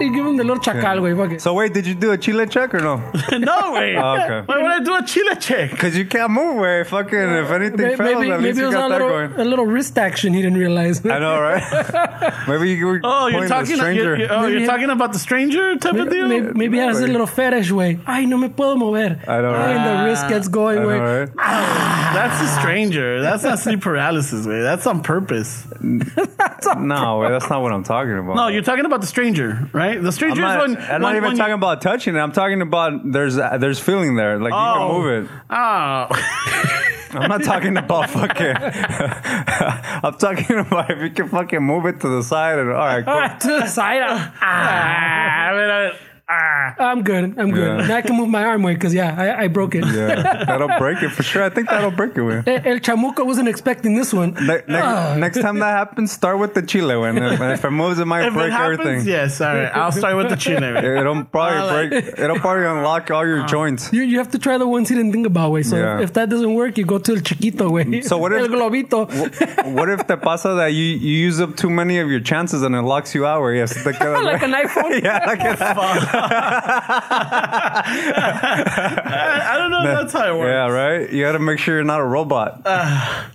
you give him the little chacal, güey. Fuck it. so wait, did you do a chile check or no? No way. Oh, Okay. Why would I do a chile check? Because you can't move, way. Fucking, if anything May- fails, maybe at least maybe it you was got a that little, going. a little wrist action he didn't realize. I know, right? maybe you were Oh, you're pointing at a talking. You're, stranger. you're, oh, you're Maybe- talking about the stranger type of deal. Maybe, maybe has a Like- little fetish way. Ay, no me puedo mover. I know, Ay, right? the wrist gets I going, know, güey. right? That's a stranger. That's not sleep paralysis, man. That's on purpose. No, wait, that's not what I'm talking about. No, you're talking about the stranger, right? The I'm stranger not, is when. I'm when- not even when talking you- about touching it. I'm talking about there's uh, there's feeling there. Like you Oh. can move it. Oh, I'm not talking about fucking. I'm talking about if you Ah, can fucking move it to the side and all right, cool. To the side. ah. Ah, I mean, I- ah. I'm good. I'm good. Yeah. Now I can move my arm away because yeah, I, I broke it. Yeah, that'll break it for sure. I think that'll break it. Will. Eh, El chamuco wasn't expecting this one. Ne- ne- Oh. Next time that happens, start with the chile. When if, if it moves, it might If break it happens, everything. yes. All right, I'll start with the chile. It'll probably Well, break. It'll probably unlock all Ah. your joints. You, you have to try the ones he didn't think about way. So Yeah. if that doesn't work, you go to el chiquito way. So what if- el globito? Wh- what if te pasa that you, you use up too many of your chances and it locks you out? Where yes, te quedas- like an iPhone. yeah, like an I, I don't know if that's how it works. Uh. Yeah, right. You got to make sure you're not a robot.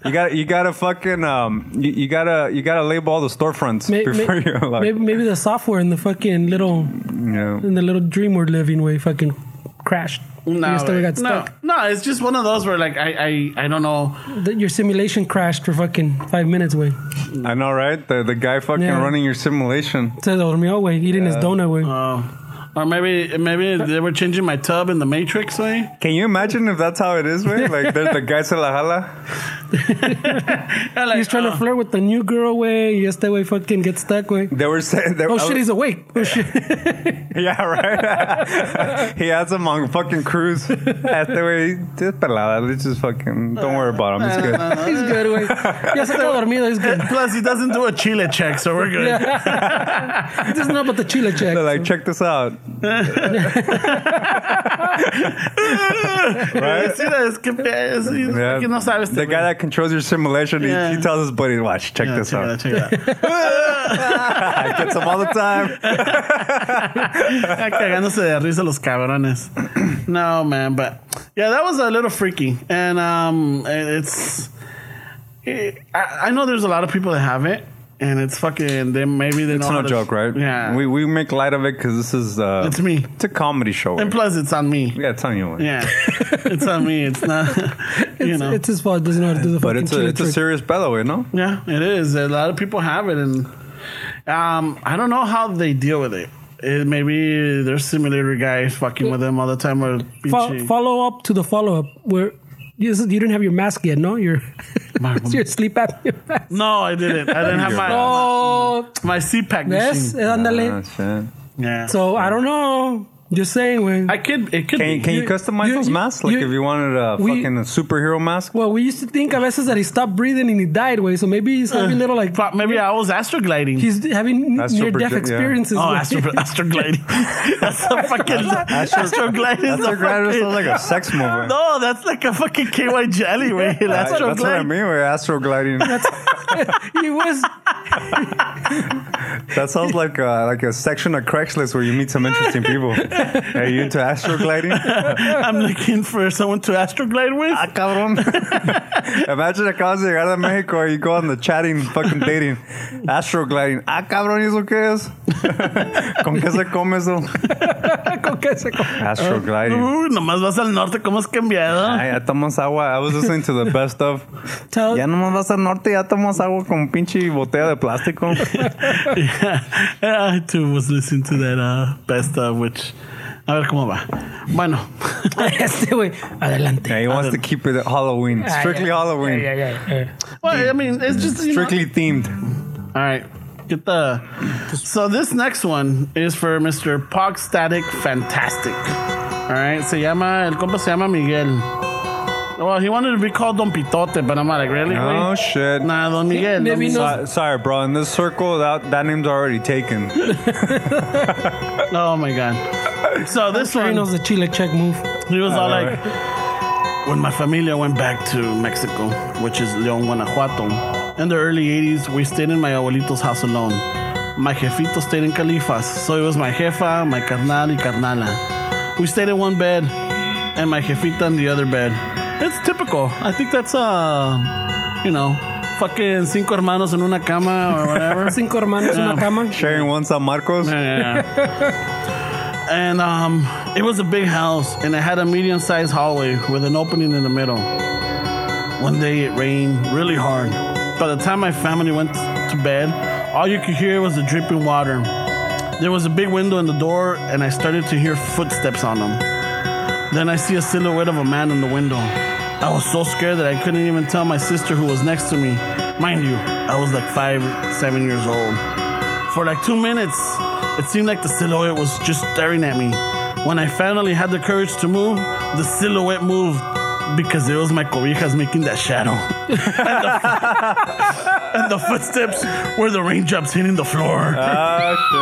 you got to you got to fucking um you, you gotta you gotta label all the storefronts May- may- before you unlock. maybe maybe the software in the fucking little Yeah. in the little dream we're living way fucking crashed. No, you still like- got no, stuck. no, it's just one of those where like I, I, I don't know. The- your simulation crashed for fucking five minutes way. I know, right? The the guy fucking Yeah. running your simulation. Se dormió way, eating his donut way. Uh, or maybe maybe they were changing my tub in the Matrix way. Can you imagine if that's how it is, man? Like there's the guy se la jala. And, like, He's trying uh, to flirt with the new girl way. Yes, that way fucking get stuck way. They were saying, they- Oh shit, he's awake. Oh shit. yeah, right. he has him on fucking cruise. That's the way. Just pelada. Let's just fucking. Don't worry about him. It's good. He's good, güey. Ya se quedó dormido. He's good. Plus, he doesn't do a chile check, so we're good. This is not about the chile check. They're like, check this out. right? See that? It's compared. Yeah. No sabes. the guy that controls your simulation, Yeah. he, he tells his buddy, watch, check Yeah, this check it out. out, check it out. I get some all the time. Ah, cagándose de risa los cabrones. No, man, but yeah, that was a little freaky, and um, it's. I, I know there's a lot of people that have it, and it's fucking. They maybe they It's know how no to- joke, right? Yeah, We, we make light of it because this is. Uh, It's me. It's a comedy show. and plus it's on me. yeah, it's on you. man. Yeah, it's on me. It's not. You it's, know. it's his fault. Doesn't know how to do the But fucking it's chile a, it's a trick. serious bellow, you know? yeah, it is. A lot of people have it, and um, I don't know how they deal with it. It maybe their simulator guy fucking with them all the time, or Fo- bitchy. follow up to the follow up where you, you didn't have your mask yet. No, your your sleep apnea mask. no, I didn't. I didn't have my Oh, my CPAC yes, machine. Ah, ándale. shit. Yeah. So So I don't know. Just saying, when I could. It could. Can, you- be. can you, customize you- those you- masks? Like you- if you wanted a we- fucking superhero mask? well, we used to think a veces that he stopped breathing and he died, way. So maybe he's having little like Pro- Maybe I was astrogliding. he's having Eh. That's near super death gen- yeah. experiences. oh, güey. astro, astrogliding. That's a fucking Astro- astrogliding. is That's a a grad- fucking- sounds like a sex movie. No, that's like a fucking KY jelly way. That's what I Astrogliding. mean. We're astrogliding. he was That sounds like a, like a section of Craigslist where you meet some interesting people. Are you into astrogliding? I'm looking for someone to astroglide with. Ah, cabrón. Imagine acabas de llegar a México y you go on the chatting, fucking dating, astrogliding. Ah, cabrón, ¿y eso qué es? ¿Con qué se come eso? con que se co- Astrogliding. Uy, nomás vas al norte, ¿cómo has cambiado? Ay, ya tomas agua. I was listening to the best of. Tell, Ya nomás vas al norte, ya tomas agua con pinche botella de plástico. Yeah. I too was listening to that uh, best of, which. A ver cómo va. Bueno. este güey, adelante. Yeah, he wants to keep it Halloween, Ah, strictly yeah. Halloween, Yeah, yeah, yeah. well, I mean, it's just. You know, strictly themed. All right. Get the. So this next one is for Mr. Pogstatic Fantastic. All right. Se llama el compa se llama Miguel. Well, he wanted to be called Don Pitote, but I'm like, really? Oh güey? shit. Nah, Don Miguel. Don Maybe Miguel. no. So- sorry, bro. In this circle, that that name's already taken. Oh my god. So this He one, knows the Chile check move. he was all All like, Uh, when my familia went back to Mexico, which is León, Guanajuato, in the early 80s, we stayed in my abuelito's house alone. My jefito stayed in Califas, so it was my jefa, my carnal, y carnala. We stayed in one bed, and my jefita in the other bed. It's typical. I think that's, uh, you know, fucking cinco hermanos en una cama or whatever. Cinco hermanos, Ah. una cama. Sharing one San Marcos. Yeah. and um, it was a big house, and it had a medium-sized hallway with an opening in the middle. One day it rained really hard. By the time my family went to bed, all you could hear was the dripping water. There was a big window in the door, and I started to hear footsteps on them. Then I see a silhouette of a man in the window. I was so scared that I couldn't even tell my sister who was next to me. Mind you, I was like five, seven years old. For like two minutes, It seemed like the silhouette was just staring at me. When I finally had the courage to move, the silhouette moved because it was my cobijas making that shadow. and, the, and the footsteps were the raindrops hitting the floor. Uh. Oh,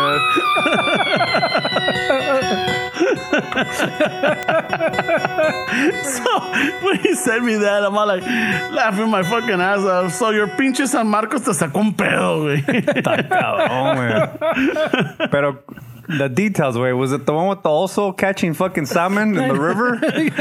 shit. So when he sent me that, I'm all like laughing my fucking ass off. So your pinche San Marcos te sacó un pedo, güey. Oh, man. Pero the details, wait, was it the one with the also catching fucking salmon in the river? it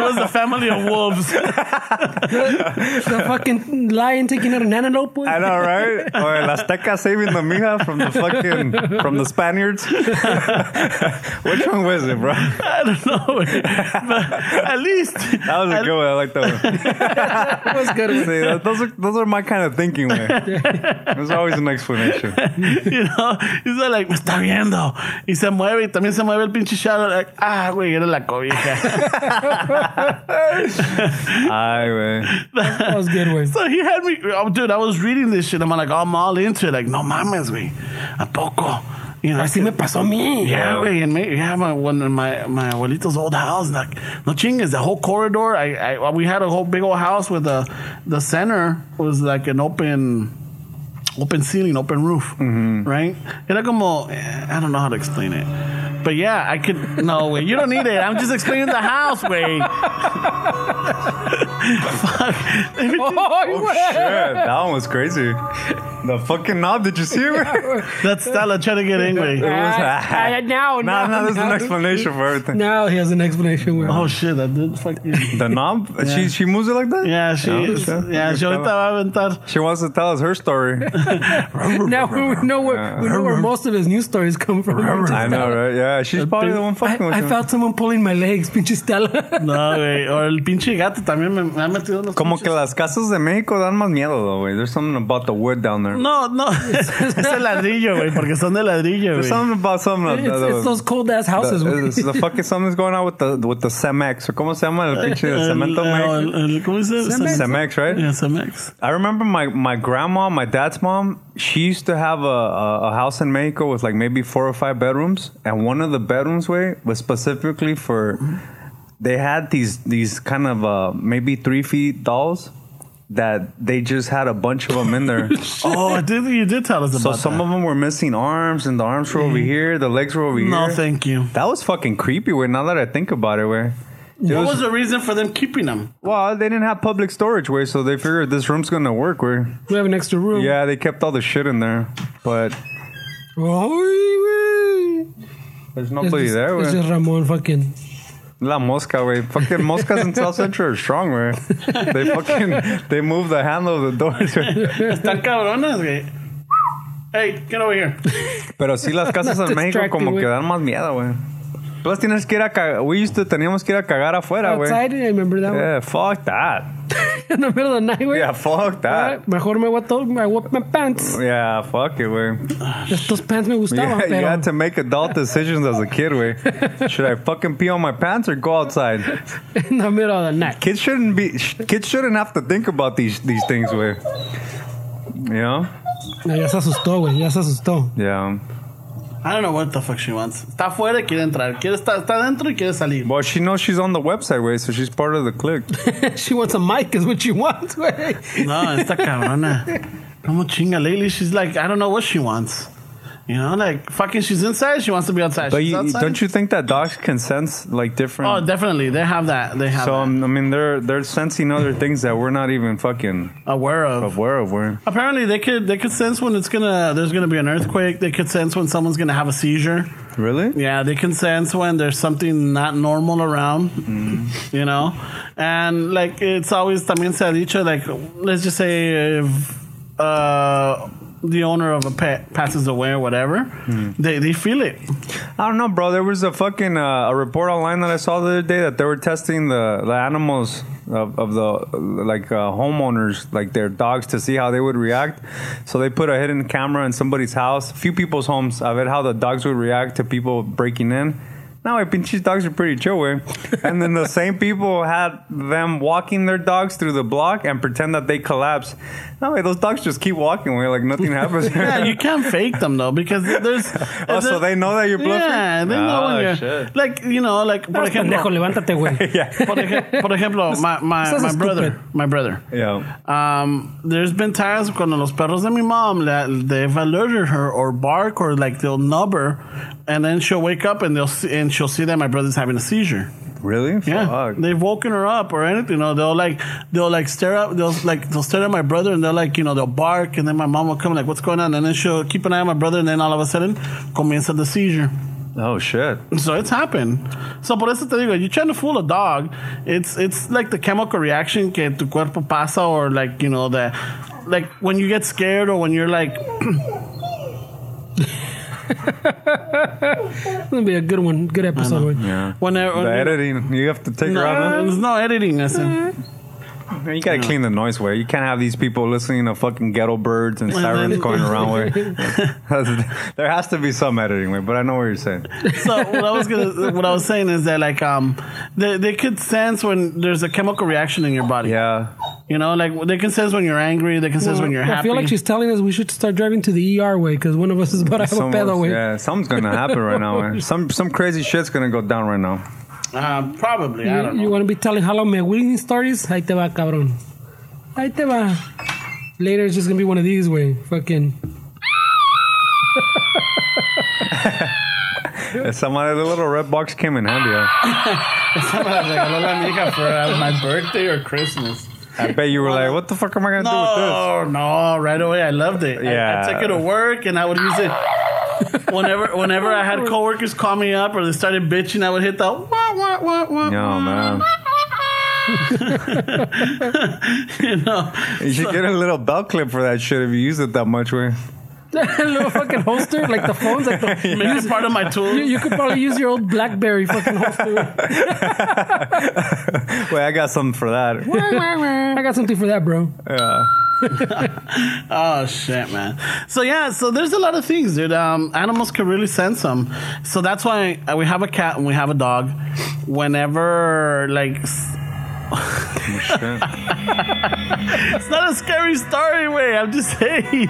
was the family of wolves. the fucking lion taking out an antelope. güey. I know, right? Or El Azteca saving the mija from the fucking, from the Spaniards? Which one was it, bro? I don't know. güey. But at least That was a good one. I like that one. That was good. güey. See, that- those, are, those are my kind of thinking, man. There's always an explanation. you know, he's all like, me está viendo. Y se mueve, y también se mueve el pinche shadow. Like, ah, güey, era la cobija. Ay, man. That was good, güey. so he had me, oh, dude, I was reading this shit. I'm like, I'm all into it. Like, no mames, güey. ¿A poco? You know, Así me pasó a mí. Yeah, güey, and me, yeah, my one in my my abuelito's old house. Like, no chingas, the whole corridor. I, I we had a whole big old house with the the center was like an open open ceiling, open roof, Mm-hmm. right? Era como eh, I don't know how to explain it, but yeah, I could. No, way, you don't need it. I'm just explaining the house, way. Oh, güey. Shit, that one was crazy. The fucking knob, did you see it? it That's Stella trying to get angry. Ah, ah, Nah, now, now, nah, there's an now. explanation for everything. Now he has an explanation. güey. Oh shit, that did fucking. The knob? She she moves it like that? Yeah, she. No, is- okay. yeah, she ahorita va a aventar. She wants to tell us her story. now we know where we know where most of his news stories come from. I know, right? Yeah, she's probably the one fucking with I, I him. felt someone pulling my legs, pinche Stella. No, güey. O el pinche gato también me, me ha metido unos. Como pinches- que las casas de México dan más miedo, though, güey. There's something about the wood down there. No, no. Es, es el ladrillo, güey. Porque son de ladrillo, There's güey. something about something. it's, it's those cold ass houses. the, güey. it's the fucking something's going on with the with the Cemex. Or ¿Cómo se llama el pinche de cemento, El- México? el- el- ¿Cómo dice? Cemex, right? Yeah, Cemex. I remember my, my grandma, my dad's mom, she used to have a, a, a house in Mexico with like maybe four or five bedrooms. And one of the bedrooms, way was specifically for, they had these, these kind of uh, maybe three feet dolls that they just had a bunch of them in there. Oh, I did, you did tell us about so that. Mm-hmm. some of them were missing arms and the arms were over here, the legs were over No, here. thank you. that was fucking creepy, way. Now that I think about it, way. It What was- was the reason for them keeping them? well, they didn't have public storage, way, so they figured this room's gonna work, where. we have an extra room. Yeah, they kept all the shit in there, but Oh, güey. there's It's nobody just, there. it's Wey. just Ramon fucking. La mosca, way. Fucking moscas in South Central are strong, way. They fucking they move the handle of the doors. Wey. Están cabronas, güey. Hey, get over here. Pero sí, las casas en México como distracting, que wey. dan más miedo, wey. Plus tienes que ir a cagar. We used to teníamos que ir a cagar afuera, wey. Outside, I remember that Yeah, fuck that. one. In the middle of the night, güey. Yeah, fuck Ah, that. Mejor me guato, I whip my pants. Yeah, fuck it, way. Estos pants me gustaban, Oh, Yeah, you pero. had to make adult decisions as a kid, way. Should I fucking pee on my pants or go outside? in the middle of the night. kids shouldn't be sh- kids shouldn't have to think about these these things where you know No, ya se asustó, güey. Ya se asustó. yeah I don't know what the fuck she wants. Está afuera y quiere entrar. Quiere estar, está dentro y quiere salir. well she knows she's on the website way so she's part of the clique she wants a mic, is what she wants, güey. No, esta cabrona. Como chinga lately. She's like, I don't know what she wants. You know, like fucking she's inside, she wants to be outside. but she's you, outside. don't you think that dogs can sense like Oh, different definitely. They have that. They have so that. um, i mean they're they're sensing other things that we're not even fucking aware of. aware of where Apparently, they could they could sense when it's gonna there's gonna be an earthquake. They could sense when someone's gonna have a seizure. really Yeah, they can sense when there's something not normal around. Mm-hmm. You know, and like it's always también se ha dicho like let's just say if, uh, the owner of a pet passes away or whatever, Mm-hmm. they they feel it. I don't know, bro. There was a fucking uh, a report online that I saw the other day that they were testing the, the animals of, of the uh, like uh, homeowners, like their dogs, to see how they would react. So they put a hidden camera in somebody's house, a few people's homes, I read how the dogs would react to people breaking in. No, my pinches dogs are pretty chill, way. And then the same people had them walking their dogs through the block and pretend that they collapse. No, way, those dogs just keep walking, way, like nothing happens. Yeah, you can't fake them though because there's. oh, so they know that you're bluffing? Yeah, they know when Oh, you're shit. like you know like por Pendejo, ejemplo, levántate, güey. por ejemplo, por ejemplo my my, Estás my estúpido. brother my brother. Yeah. Um, there's been times when los perros de mi mom, la- they've alerted her or bark or like they'll nub her, and then she'll wake up and they'll see, and she'll see that my brother's having a seizure. Really? Yeah, Fuck. they've woken her up or anything. You know, they'll like they'll like stare up. They'll like they'll stare at my brother and they'll like you know they'll bark and then my mom will come like what's going on and then she'll keep an eye on my brother and then all of a sudden comienza the seizure. Oh, shit. So it's happened. So por eso te digo, you're trying to fool a dog. It's it's like the chemical reaction que tu cuerpo pasa or like you know the like when you get scared or when you're like It's gonna be a good one, good Ah, episode, güey. Yeah. whenever. The editing, you have to take her out. no, there's no editing. I said. Man, you gotta clean the noise way. You can't have these people listening to fucking ghetto birds and sirens going around way. there has to be some editing way, but I know what you're saying. So what I was gonna, what I was saying is that like um, they, they could sense when there's a chemical reaction in your body. Yeah. You know, like they can sense when you're angry. They can sense when you're I happy. feel like she's telling us we should start driving to the ER way because one of us is about to have a Some- pedo way. yeah, something's gonna happen right now. Man. Some some crazy shit's gonna go down right now. uh, probably. I don't You, know. you want to be telling hello me winning stories? Ahí te va, cabrón. Ahí te va. Later, it's just gonna be one of these way. Fucking. If somebody the little red box came in handy, I, for uh, my birthday or Christmas. I bet you were like, "What the fuck am I gonna do with this?" No, no, right away. I loved it. I, Yeah. I took it to work and I would use it. Whenever, whenever I had coworkers call me up or they started bitching, I would hit "Oh, that. Wah, wah, wah, wah, No, wah." man. You know, You should get a little belt clip for that shit if you use it that much. Way. little fucking holster, like the phones, like the. maybe it's part of my tool. You, you could probably use your old BlackBerry fucking holster. Wait, I got something for that. I got something for that, bro. Oh shit, man. So yeah, so there's a lot of things, dude. Um, animals can really sense them. So that's why uh, we have a cat and we have a dog. Whenever like s- Oh, Shit. it's not a scary story, way. I'm just saying. you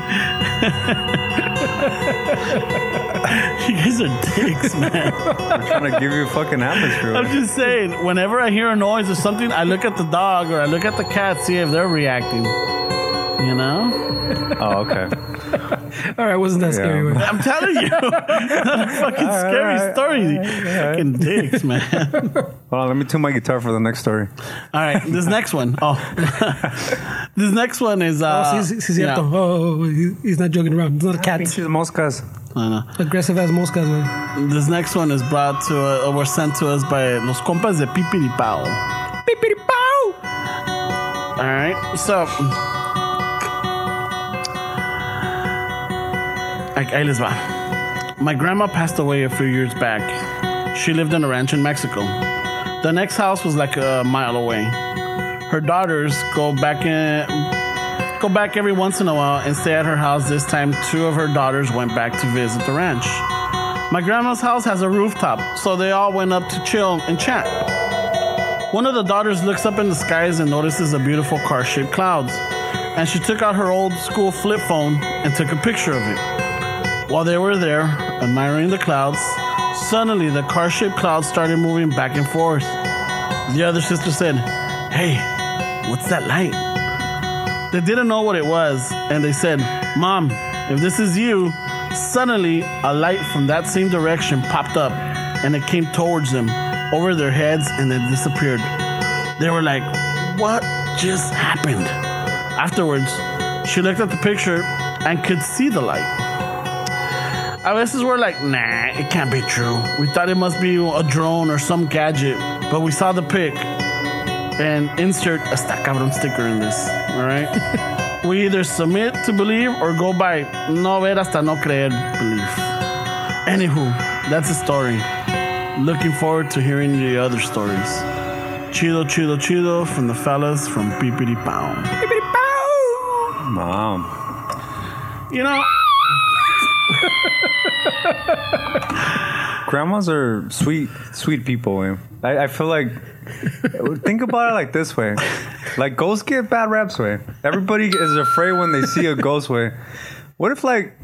guys are dicks, man. trying to give you a fucking atmosphere. I'm Way. just saying. Whenever I hear a noise or something, I look at the dog or I look at the cat, see if they're reacting. You know, Oh, okay. All right, wasn't that scary? Yeah. way? I'm telling you, not a fucking scary right, story. Fucking dicks, man. Hold on, let me tune my guitar for the next story. All right, this next one. Oh, this next one is. Uh, oh, sí, sí, sí, yeah. cierto. Oh, he- he's not joking around. It's not a cat. Pinches moscas. Aggressive as moscas, güey. This next one is brought to uh, or sent to us by Los Compas de Pipiripao. Pipiripao. All right, so. Ahí ahí les va. My grandma passed away a few years back. She lived on a ranch in Mexico. The next house was like a mile away. Her daughters go back in, go back every once in a while and stay at her house. This time, two of her daughters went back to visit the ranch. My grandma's house has a rooftop, so they all went up to chill and chat. One of the daughters looks up in the skies and notices the beautiful car shaped clouds, and she took out her old school flip phone and took a picture of it. While they were there, admiring the clouds, suddenly the car shaped clouds started moving back and forth. The other sister said, Hey, what's that light? They didn't know what it was, and they said, Mom, if this is you, suddenly a light from that same direction popped up and it came towards them, over their heads, and then disappeared. They were like, What just happened? Afterwards, she looked at the picture and could see the light. A veces we're like, nah, it can't be true. We thought it must be a drone or some gadget, but we saw the pic and insert a stack cabrón sticker in this. All right. we either submit to believe or go by no ver hasta no creer belief. Anywho, that's the story. Looking forward to hearing the other stories. Chido, chido, chido from the fellas from Pipiri Pound. Mom. You know, grandmas are sweet, sweet people. Man. I, I feel like think about it like this way: like ghosts get bad raps. Way everybody is afraid when they see a ghost. Way what if like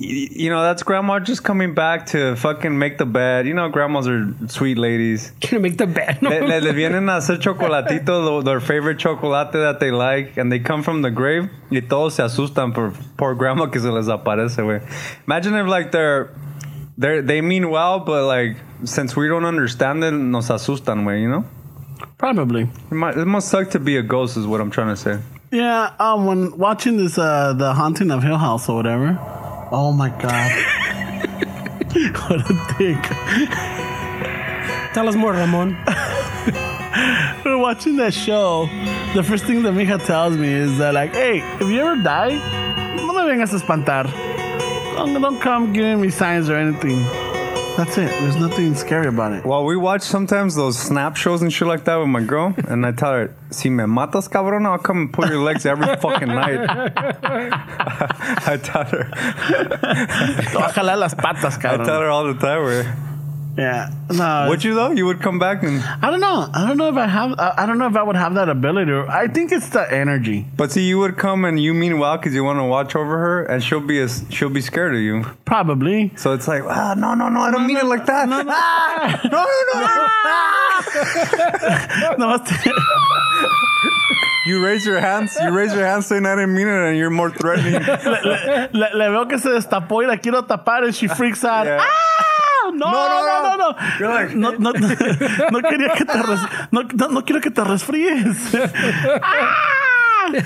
y- you know that's grandma just coming back to fucking make the bed? You know, grandmas are sweet ladies. Can make the bed? Le, le, le vienen a hacer chocolatito, lo- their favorite chocolate that they like, and they come from the grave, y todos se asustan por poor grandma que se les aparece, güey. Imagine if, like, they're, they're, they mean well, but, like, since we don't understand it, nos asustan, güey, you know? Probably. It, might, it must suck to be a ghost, is what I'm trying to say. Yeah, um, when watching this, uh, the haunting of Hill House or whatever. Oh my god. what a dick. Tell us more, Ramon. We're watching that show. The first thing that Mija tells me is that, like, hey, if you ever die, no me vengas a espantar. Don't, don't come giving me signs or anything. That's it. There's nothing scary about it. Well, we watch sometimes those snap shows and shit like that with my girl, and I tell her, si me matas, cabrón, I'll come and pull your legs every fucking night. I tell her, Ojalá las patas, I tell cabrón. her all the time, güey. Yeah. No. Would you though? You would come back and. I don't know. I don't know if I have. I I don't know if I would have that ability. I think it's the energy. But see, you would come and you mean well because you want to watch over her, and she'll be a, she'll be scared of you. Probably. So it's like, ah, no, no, no, I don't mean it like that. No, no, ah, no, no, No, it's- You raise your hands. You raise your hands saying I didn't mean it, and you're more threatening. le, le veo que se destapó y la quiero tapar and she freaks out. Yeah. Ah, No, no, no, no, no. You're like- no, no, no quería que te res, no, no, no quiero que te resfríes. ¡Ah!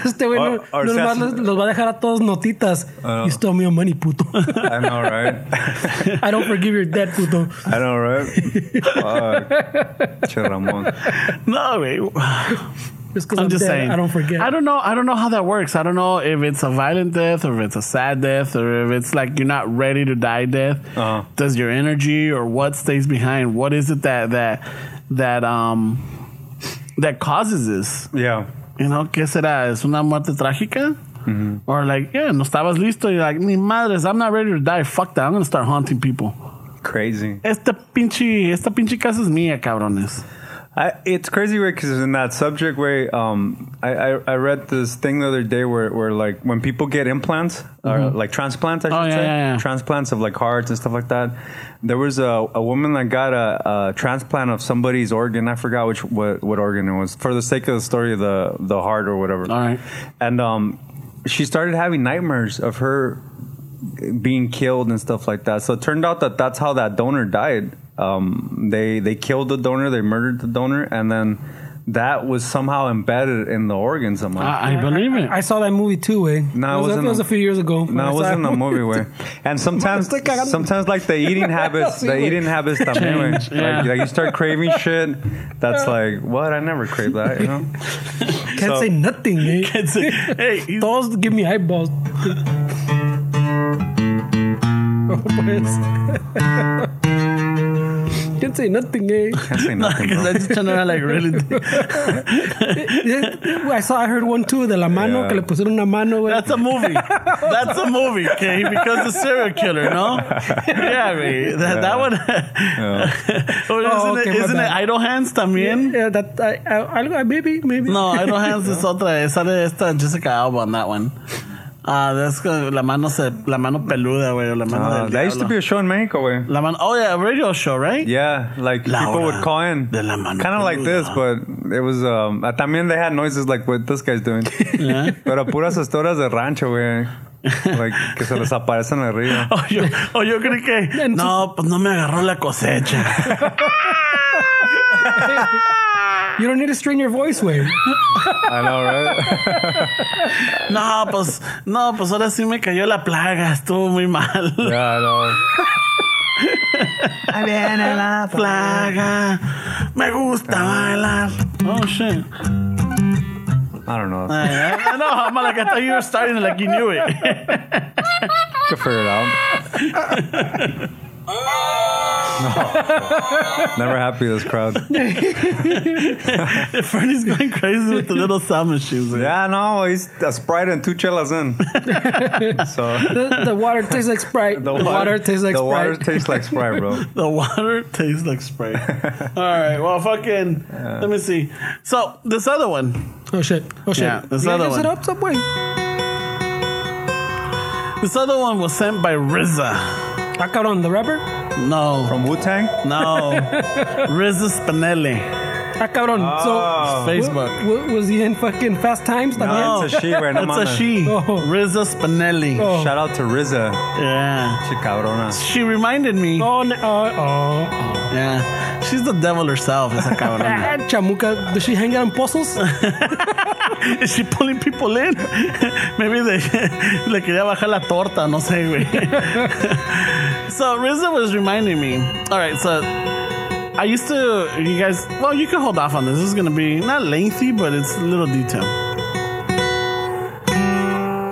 Este güey Or- no- or Ah. no nomás seas- los, los va a dejar a todos notitas. You stole me your money, puto. I know, right? I don't forgive your dead, puto. I know, right? Fuck, Che Ramon. No, güey. Just because I'm just dead, saying. I don't forget. I don't know. I don't know how that works. I don't know if it's a violent death or if it's a sad death or if it's like you're not ready to die death. Uh-huh. Does your energy or what stays behind? What is it that that that um that causes this? Yeah. you know, ¿qué será? ¿Es una muerte trágica? Or like, yeah, no estabas listo. You're like, ni madres, I'm not ready to die. Fuck that. I'm going to start haunting people. Crazy. Esta pinche, esta pinche casa es mía, cabrones. I, it's crazy way because in that subject way, um, I, I I read this thing the other day where, where like when people get implants or like transplants, I should Oh, yeah, say, yeah, yeah. transplants of like hearts and stuff like that. There was a, a woman that got a, a transplant of somebody's organ. I forgot which what, what organ it was. For the sake of the story, the the heart or whatever. All right. And um, she started having nightmares of her being killed and stuff like that. So it turned out that that's how that donor died. Um, they they killed the donor, they murdered the donor, and then that was somehow embedded in the organ Ah. somehow. I, I believe it. I saw that movie too, way. No, it wasn't That was a- a few years ago. no, it wasn't a movie way. And sometimes, estoy cagando. sometimes like the eating habits, Sí, the güey. eating habits también, güey. Change, yeah. Like, like you start craving shit. That's like what I never crave that, you know. Can't So- say nothing, eh? It's- hey, he's- Todos give me eyeballs. Oh, pues. Can't say nothing, eh? Can't say nothing. because bro. I just turned around like really. Yeah, I saw. I heard one too de la mano Yeah. que le pusieron una mano, eh. güey. That's a movie. That's a movie, okay? Because the serial killer, no? Yeah, I mean, that, that one. Or isn't Oh, okay, it, my isn't it bad. Idle Hands también? Yeah, that I, I, I, maybe, maybe. No, I don't have this otra. Sale esta Jessica Alba on that one. Ah, that's good. la mano se, la mano peluda, güey, o la mano Uh, del that used to diablo. be a show in Mexico, way. La mano. Oh yeah, a radio show, right? Yeah, like La people hora would call in, de la mano kind of like this, but it was. Um, uh, también they had noises like what this guy's doing. Pero puras historias de rancho, güey. Like que se les aparecen en el río. Oh, yo, oh, yo creí que no, pues no me agarró la cosecha. You don't need to strain your voice, way. I know, right? No, pues no, pues ahora sí me cayó la plaga. Estuvo muy mal. Yeah, I know. Plaga. Me gusta Ah. bailar. Oh shit. I don't know. I, I, I know. I'm like I thought you were starting it like you knew it. Could figure it out. Never happy with this crowd. Fernie's going crazy with the little sound machines. man. Yeah, no, he's a Sprite and two chelas in. so The, the water tastes like Sprite. The water, tastes like the Sprite. water tastes like Sprite, bro. The water tastes like Sprite. All right, well, fucking. Let me see. So this other one, oh shit. Oh shit. Yeah, there's You another guys one. It up Subway. this other one was sent by Rizza. Ah, cabrón, the rapper? No, From Wu Tang? no, Rizza Spinelli. Ah, cabrón. Oh. So, wa- Facebook. wa- was he in fucking Fast Times? también? No, it's a she right now. That's a she. Oh. Rizza Spinelli. Oh. Shout out to Riza. Yeah. She cabrona. She reminded me. Oh, no, oh, oh. Yeah. She's the devil herself. Esa cabrona. Ah, chamuca, does she hang out in pozos? Is she pulling people in? Maybe they, le quería bajar la torta, no sé, güey. so Rizzo was reminding me. All right, so I used to, you guys, well, you can hold off on this. This is going to be not lengthy, but it's a little detail.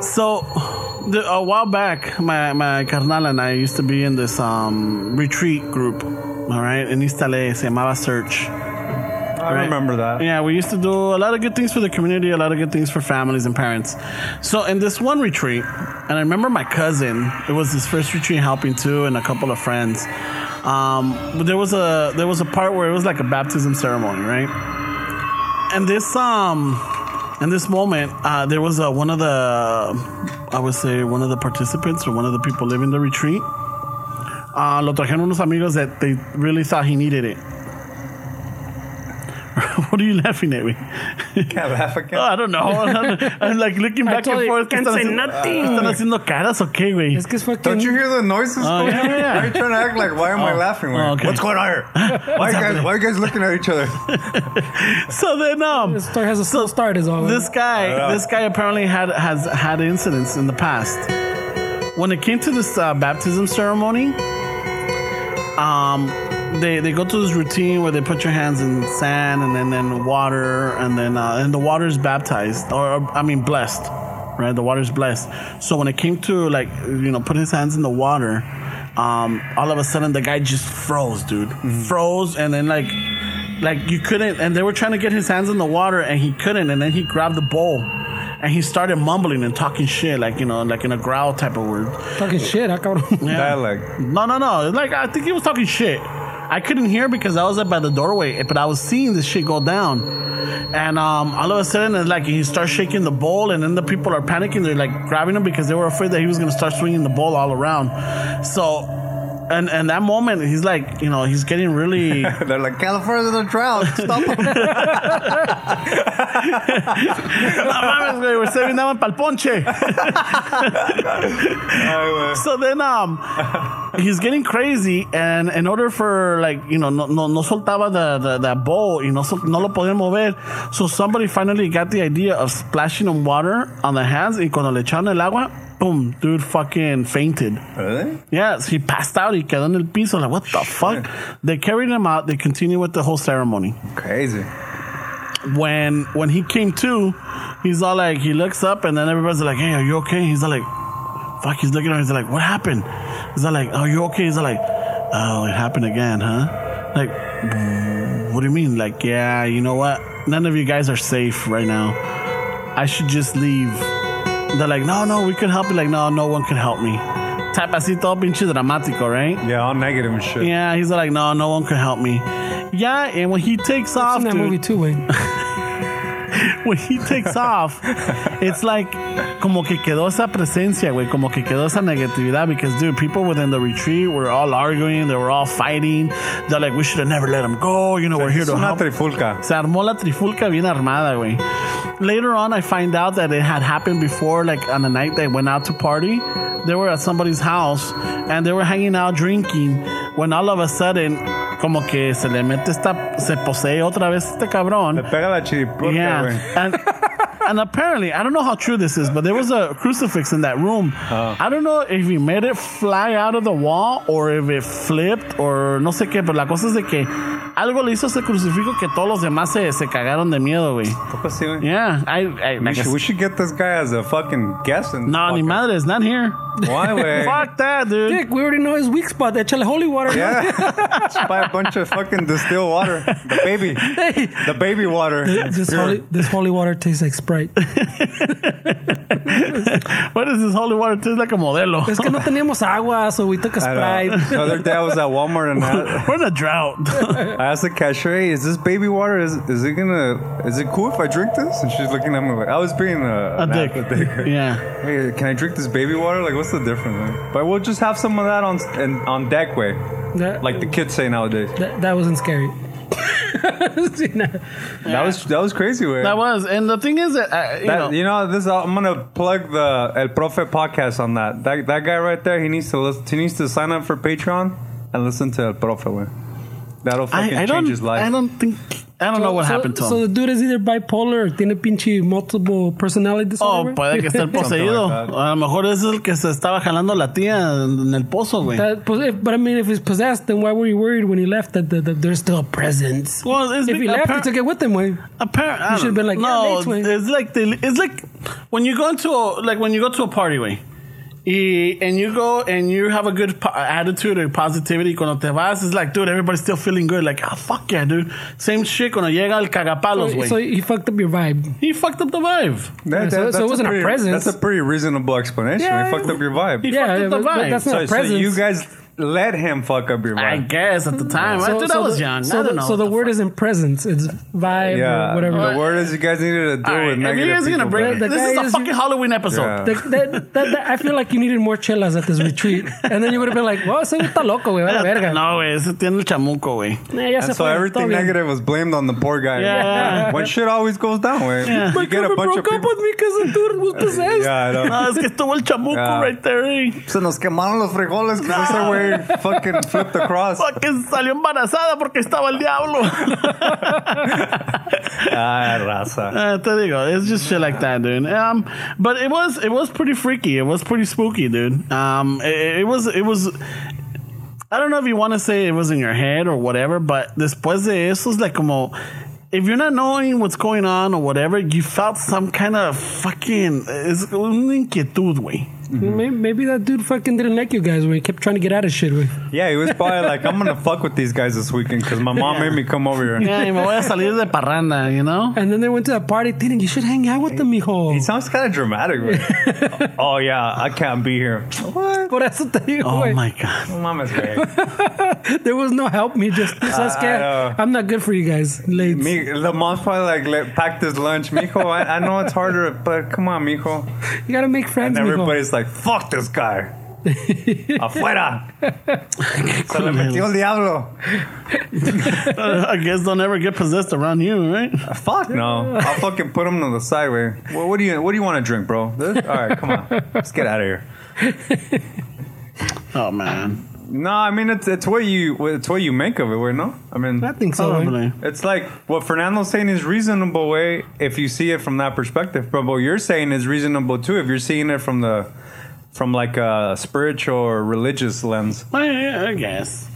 So the, a while back, my, my carnal and I used to be in this um, retreat group, all right, in East LA, se llamaba Search. I remember that. Yeah, we used to do a lot of good things for the community, a lot of good things for families and parents. So in this one retreat, and I remember my cousin, it was his first retreat helping too, and a couple of friends. Um, but there was a there was a part where it was like a baptism ceremony, right? And this um in this moment, uh, there was uh, one of the I would say one of the participants or one of the people living the retreat. Uh, lo trajeron unos amigos that they really thought he needed it. what are you laughing at me? Can't laugh again. Oh, I don't know. I'm like looking back told and you, forth. can't Están say haci- nothing. Están haciendo caras, okay, güey. es que es fucking. Don't you hear the noises? Oh, going yeah, on? yeah, yeah. Why are you trying to act like, why am I laughing? oh, okay. What's going on here? Why are, you guys, why are you guys looking at each other? So then, um, This story has a slow start, is all. this guy, Yeah. this guy apparently had has had incidents in the past. When it came to this uh, baptism ceremony, um, they they go through this routine where they put your hands in sand and then then water and then uh, and the water is baptized or, or I mean blessed, right? The water is blessed. So when it came to like you know putting his hands in the water, um, all of a sudden the guy just froze, dude, froze, and then like like you couldn't, and they were trying to get his hands in the water and he couldn't, and then he grabbed the bowl. And he started mumbling and talking shit, like you know, like in a growl type of word. Fucking shit, ah, cabrón. Yeah. Dialect. No, no, no. Like I think he was talking shit. I couldn't hear because I was up by the doorway, but I was seeing this shit go down. And um, all of a sudden, it's like he starts shaking the bowl, and then the people are panicking. They're like grabbing him because they were afraid that he was gonna start swinging the bowl all around. So, and and that moment, he's like, you know, he's getting really They're like, California's on a drought. Stop them. No mames, güey, we're saving that one pa'l ponche. so then um he's getting crazy and in order for like you know no no, no soltaba the, the that bowl y no, sol- no lo podía mover so somebody finally got the idea of splashing him water on the hands y cuando le echaron el agua boom dude fucking fainted really? Yes, he passed out. He quedó en el piso. Like, what the fuck? They carried him out. They continued with the whole ceremony Crazy. when when he came to, he's all like, he looks up and then everybody's like, hey, are you okay? He's all like, fuck, he's looking at him. He's like, what happened? He's all like, are you okay? He's all like, oh, it happened again, huh? Like, what do you mean? Like, yeah, you know what? None of you guys are safe right now. I should just leave. They're like, no, no, we can help you. Like, no, no one can help me. Type así todo pinche dramático, right? Yeah, all negative and shit. Yeah, he's all like, no, no one can help me. Yeah, and when he takes I've off, seen that dude, movie too, Wayne. when he takes off, it's like como que quedó esa presencia, güey, como que quedó esa negatividad because dude, people within the retreat were all arguing, they were all fighting. They're like, we should have never let him go. You know, we're here It's to una help. trifulca. Se armó la trifulca bien armada, güey. Later on, I find out that it had happened before, like on the night they went out to party. They were at somebody's house and they were hanging out drinking when all of a sudden, como que se le mete esta, se posee otra vez este cabrón. Le pega la chiripuca, güey. Yeah, and and apparently, I don't know how true this is, but there was a crucifix in that room. Oh. I don't know if he made it fly out of the wall or if it flipped or no sé qué, but la cosa es de que algo le hizo ese crucifijo que todos los demás se, se cagaron de miedo, güey. Poco sí, güey. Yeah, I, I, We like I should, we s- should get this guy as a fucking guest. And no, ni fucking- madre, it's not here. Why, way? Fuck that, dude. Dick, we already know his weak spot. Échale holy water. Yeah. Just buy a bunch of fucking distilled water. The baby. Hey, The baby water. this Pure. holy, this holy water tastes like Sprite. What is this holy water? It tastes like a modelo. es que no teníamos agua, so we took I a know. Sprite. The other day I was at Walmart and I, We're in a drought. I asked the cashier, hey, is this baby water, is, is it gonna, is it cool if I drink this? And she's looking at me like, I was being a, a an dick. apple dick. Yeah. Hey, can I drink this baby water? Like, what's the difference? man? But we'll just have some of that on and, on deck way, That- like the kids say nowadays. That, that wasn't scary. Sí, no. That was that was crazy way. That was, and the thing is that uh, you That- know, you know, this I'm gonna plug the El Profe podcast on that. That that guy right there, he needs to listen, he needs to sign up for Patreon and listen to El Profe. Way. That'll fucking I, I change don't, his life. I don't think, I don't know what so, happened to him. So the dude is either bipolar, or tiene pinche multiple personality Oh, disorder. güey. puede que esté el poseído. Something like that. a lo mejor es el que se estaba jalando la tía en el pozo, güey. That- pues, if- but I mean, if he's possessed, then why were you worried when he left that, that, that there's still a presence? Well, it's if he be- left, he apparent- took it with him. Way. Apparent, I You should've don't- been like, yeah, no, mates, güey. it's like the, it's like when you go into a, like when you go to a party, güey. Y, and you go and you have a good po- attitude or positivity. Cuando te vas, it's like, dude, everybody's still feeling good. Like, ah, fuck yeah, dude. Same shit cuando llega el cagapalos, So, güey. so he fucked up your vibe. he fucked up the vibe. That- so- so it that's wasn't a pretty, presence. That's a pretty reasonable explanation. Yeah. He fucked up your vibe. He yeah, fucked up the but, but vibe. that's not so, a so presence. you guys let him fuck up your I vibe. guess at the time. I, so, dude, so I was the, young. So I don't the, know. so the what word isn't presence; it's vibe yeah, or whatever. The word is you guys needed to deal All right, with if negative. you guys are gonna people bring better. The this is guy a is- fucking Halloween episode. Yeah. The- that- that- that- I feel like you needed more chelas at this retreat, and then you would have been like, "Well, ese güey está loco, güey, vale verga." No, güey, ese tiene el chamuco, güey. Eh, ya se And so fue, everything todo bien. negative was blamed on the poor guy. Yeah. When shit always goes down, way. My You get a girlfriend bunch of broke up people. with me because the dude was possessed. Yeah, I know. No, es que estuvo el chamuco Yeah. right there, güey. Se nos quemaron los frijoles because ese güey fucking flipped the cross. Fucking salió embarazada porque estaba el diablo. Ah, raza. Uh, te digo, it's just shit like that, dude. Um, but it was it was pretty freaky. It was pretty spooky, dude. Um, it, it was it was. I don't know if you want to say it was in your head or whatever, but después de eso es like como. If you're not knowing what's going on or whatever, you felt some kind of fucking es una inquietud, güey. Maybe, maybe that dude fucking didn't like you guys when he kept trying to get out of shit. Wey. Yeah, he was probably like, I'm gonna fuck with these guys this weekend because my mom made me come over here. Yeah, y me voy a salir de parranda, you know? And then they went to that party. Didn't you should hang out with them, mijo? He sounds kind of dramatic. güey. oh yeah, I can't be here. What? Por eso te digo, Oh güey. my god. Mama's great. There was no help. Me just, ¿sabes qué? know. I'm not good for you guys. Late. Me, the mom's probably like, Let, packed his lunch, mijo. I, I know it's harder, but come on, mijo. You gotta make friends, And mijo. everybody's like, fuck this guy. Afuera. Se le metió el diablo. I guess they'll never get possessed around you, right? Fuck no. I'll fucking put him on the side way. Well, what do you What do you want to drink, bro? This? All right, come on. Let's get out of here. Oh man. No, I mean it's it's what you it's what you make of it, where no? I mean I think so. güey. Probably. It's like what Fernando's saying is reasonable way if you see it from that perspective, but what you're saying is reasonable too if you're seeing it from the from like a spiritual or religious lens. I, I guess.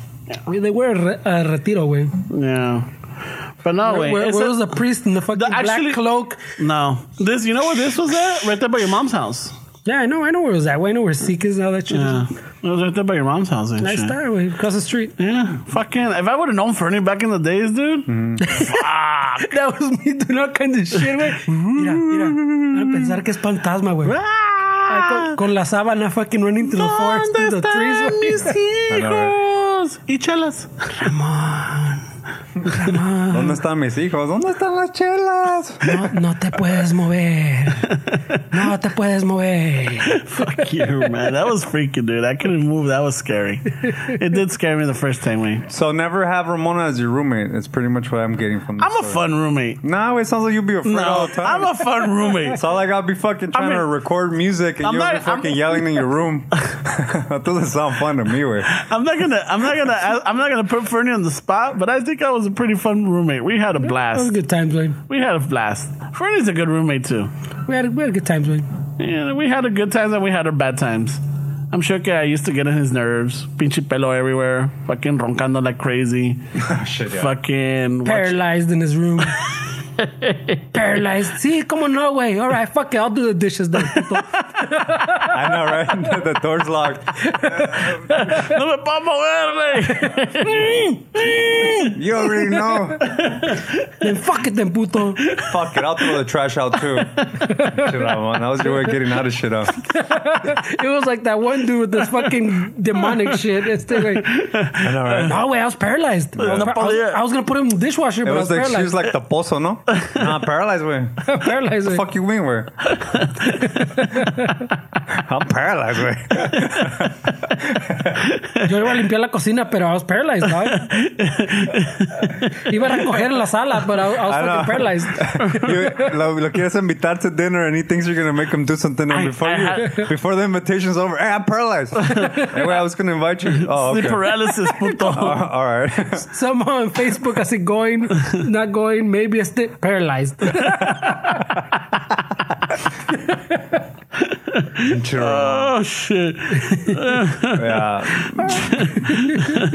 They were a re- a retiro, güey. Yeah. But no, wait. Where, where it's a- was the priest in the fucking actually- black cloak? no. This, you know where this was at? Right there by your mom's house. Yeah, I know, I know where it was at. Well, I know where Sikh is, all that shit. Yeah. It was right there by your mom's house. And Nice shit. style, way across the street. Yeah. Fucking, if I would have known Fernie back in the days, dude. Mm-hmm. Fuck. That was me doing all kinds of shit, güey. Mira, mira, al pensar que es fantasma, güey. Ah! Ay, Con, con la sábana fucking running through the forest, ¿Dónde through the trees, están güey. mis hijos? Y chelas. ¿Dónde están mis hijos? ¿Dónde están las chelas? No, no te puedes mover. No te puedes mover. Fuck you, man. That was freaking, dude. I couldn't move. That was scary. It did scare me the first time we. So never have Ramona as your roommate. It's pretty much what I'm getting from this. I'm a story. fun roommate. No, it sounds like you'd be afraid No, all the time. I'm a fun roommate. It's all like I'll be fucking trying mean- to record music and I'm you'll not- be fucking I'm- yelling in your room. that doesn't sound fun to me, way. I'm not gonna. I'm not gonna. I'm not gonna put Fernie on the spot. But I think I was a pretty fun roommate. We had a That was blast. good times, güey. We had a blast. Fernie's a good roommate too. We had, we had good times, güey. Yeah, we had a good times and we had our bad times. I'm sure que I used to get on his nerves. Pinche pelo everywhere. Fucking roncando like crazy. Shit, yeah. Fucking. watch- Paralyzed in his room. Paralyzed. See, come on, no way. All right, fuck it. I'll do the dishes then. I know, right? the door's locked. No me puedo moverle. You already know. then fuck it, then puto. Fuck it, I'll throw the trash out too. Shit, man, that was your way of getting out of shit out. It was like that one dude with this fucking demonic shit. It's still like, I know, right? no way. I was paralyzed. I, was, No I was- podía. I was gonna put him in the dishwasher, It but I was was like she was paralyzed. like the pozo, no? Nah, paralyzed way. paralyzed. The fuck you mean where? I'm paralyzed way. Yo iba a limpiar la cocina, pero I was paralyzed, dog. iba a recoger la sala, but I, I was I know. fucking paralyzed. You, lo, lo quieres invitar to dinner and he thinks you're gonna make him do something and I- before I you had- before the invitation's over. Hey, I'm paralyzed. anyway, I was gonna invite you. Oh, Sleep okay. Uh, paralysis, puto. All right. Somehow on Facebook, I see going, not going, maybe I still paralyzed. Oh, shit. Yeah.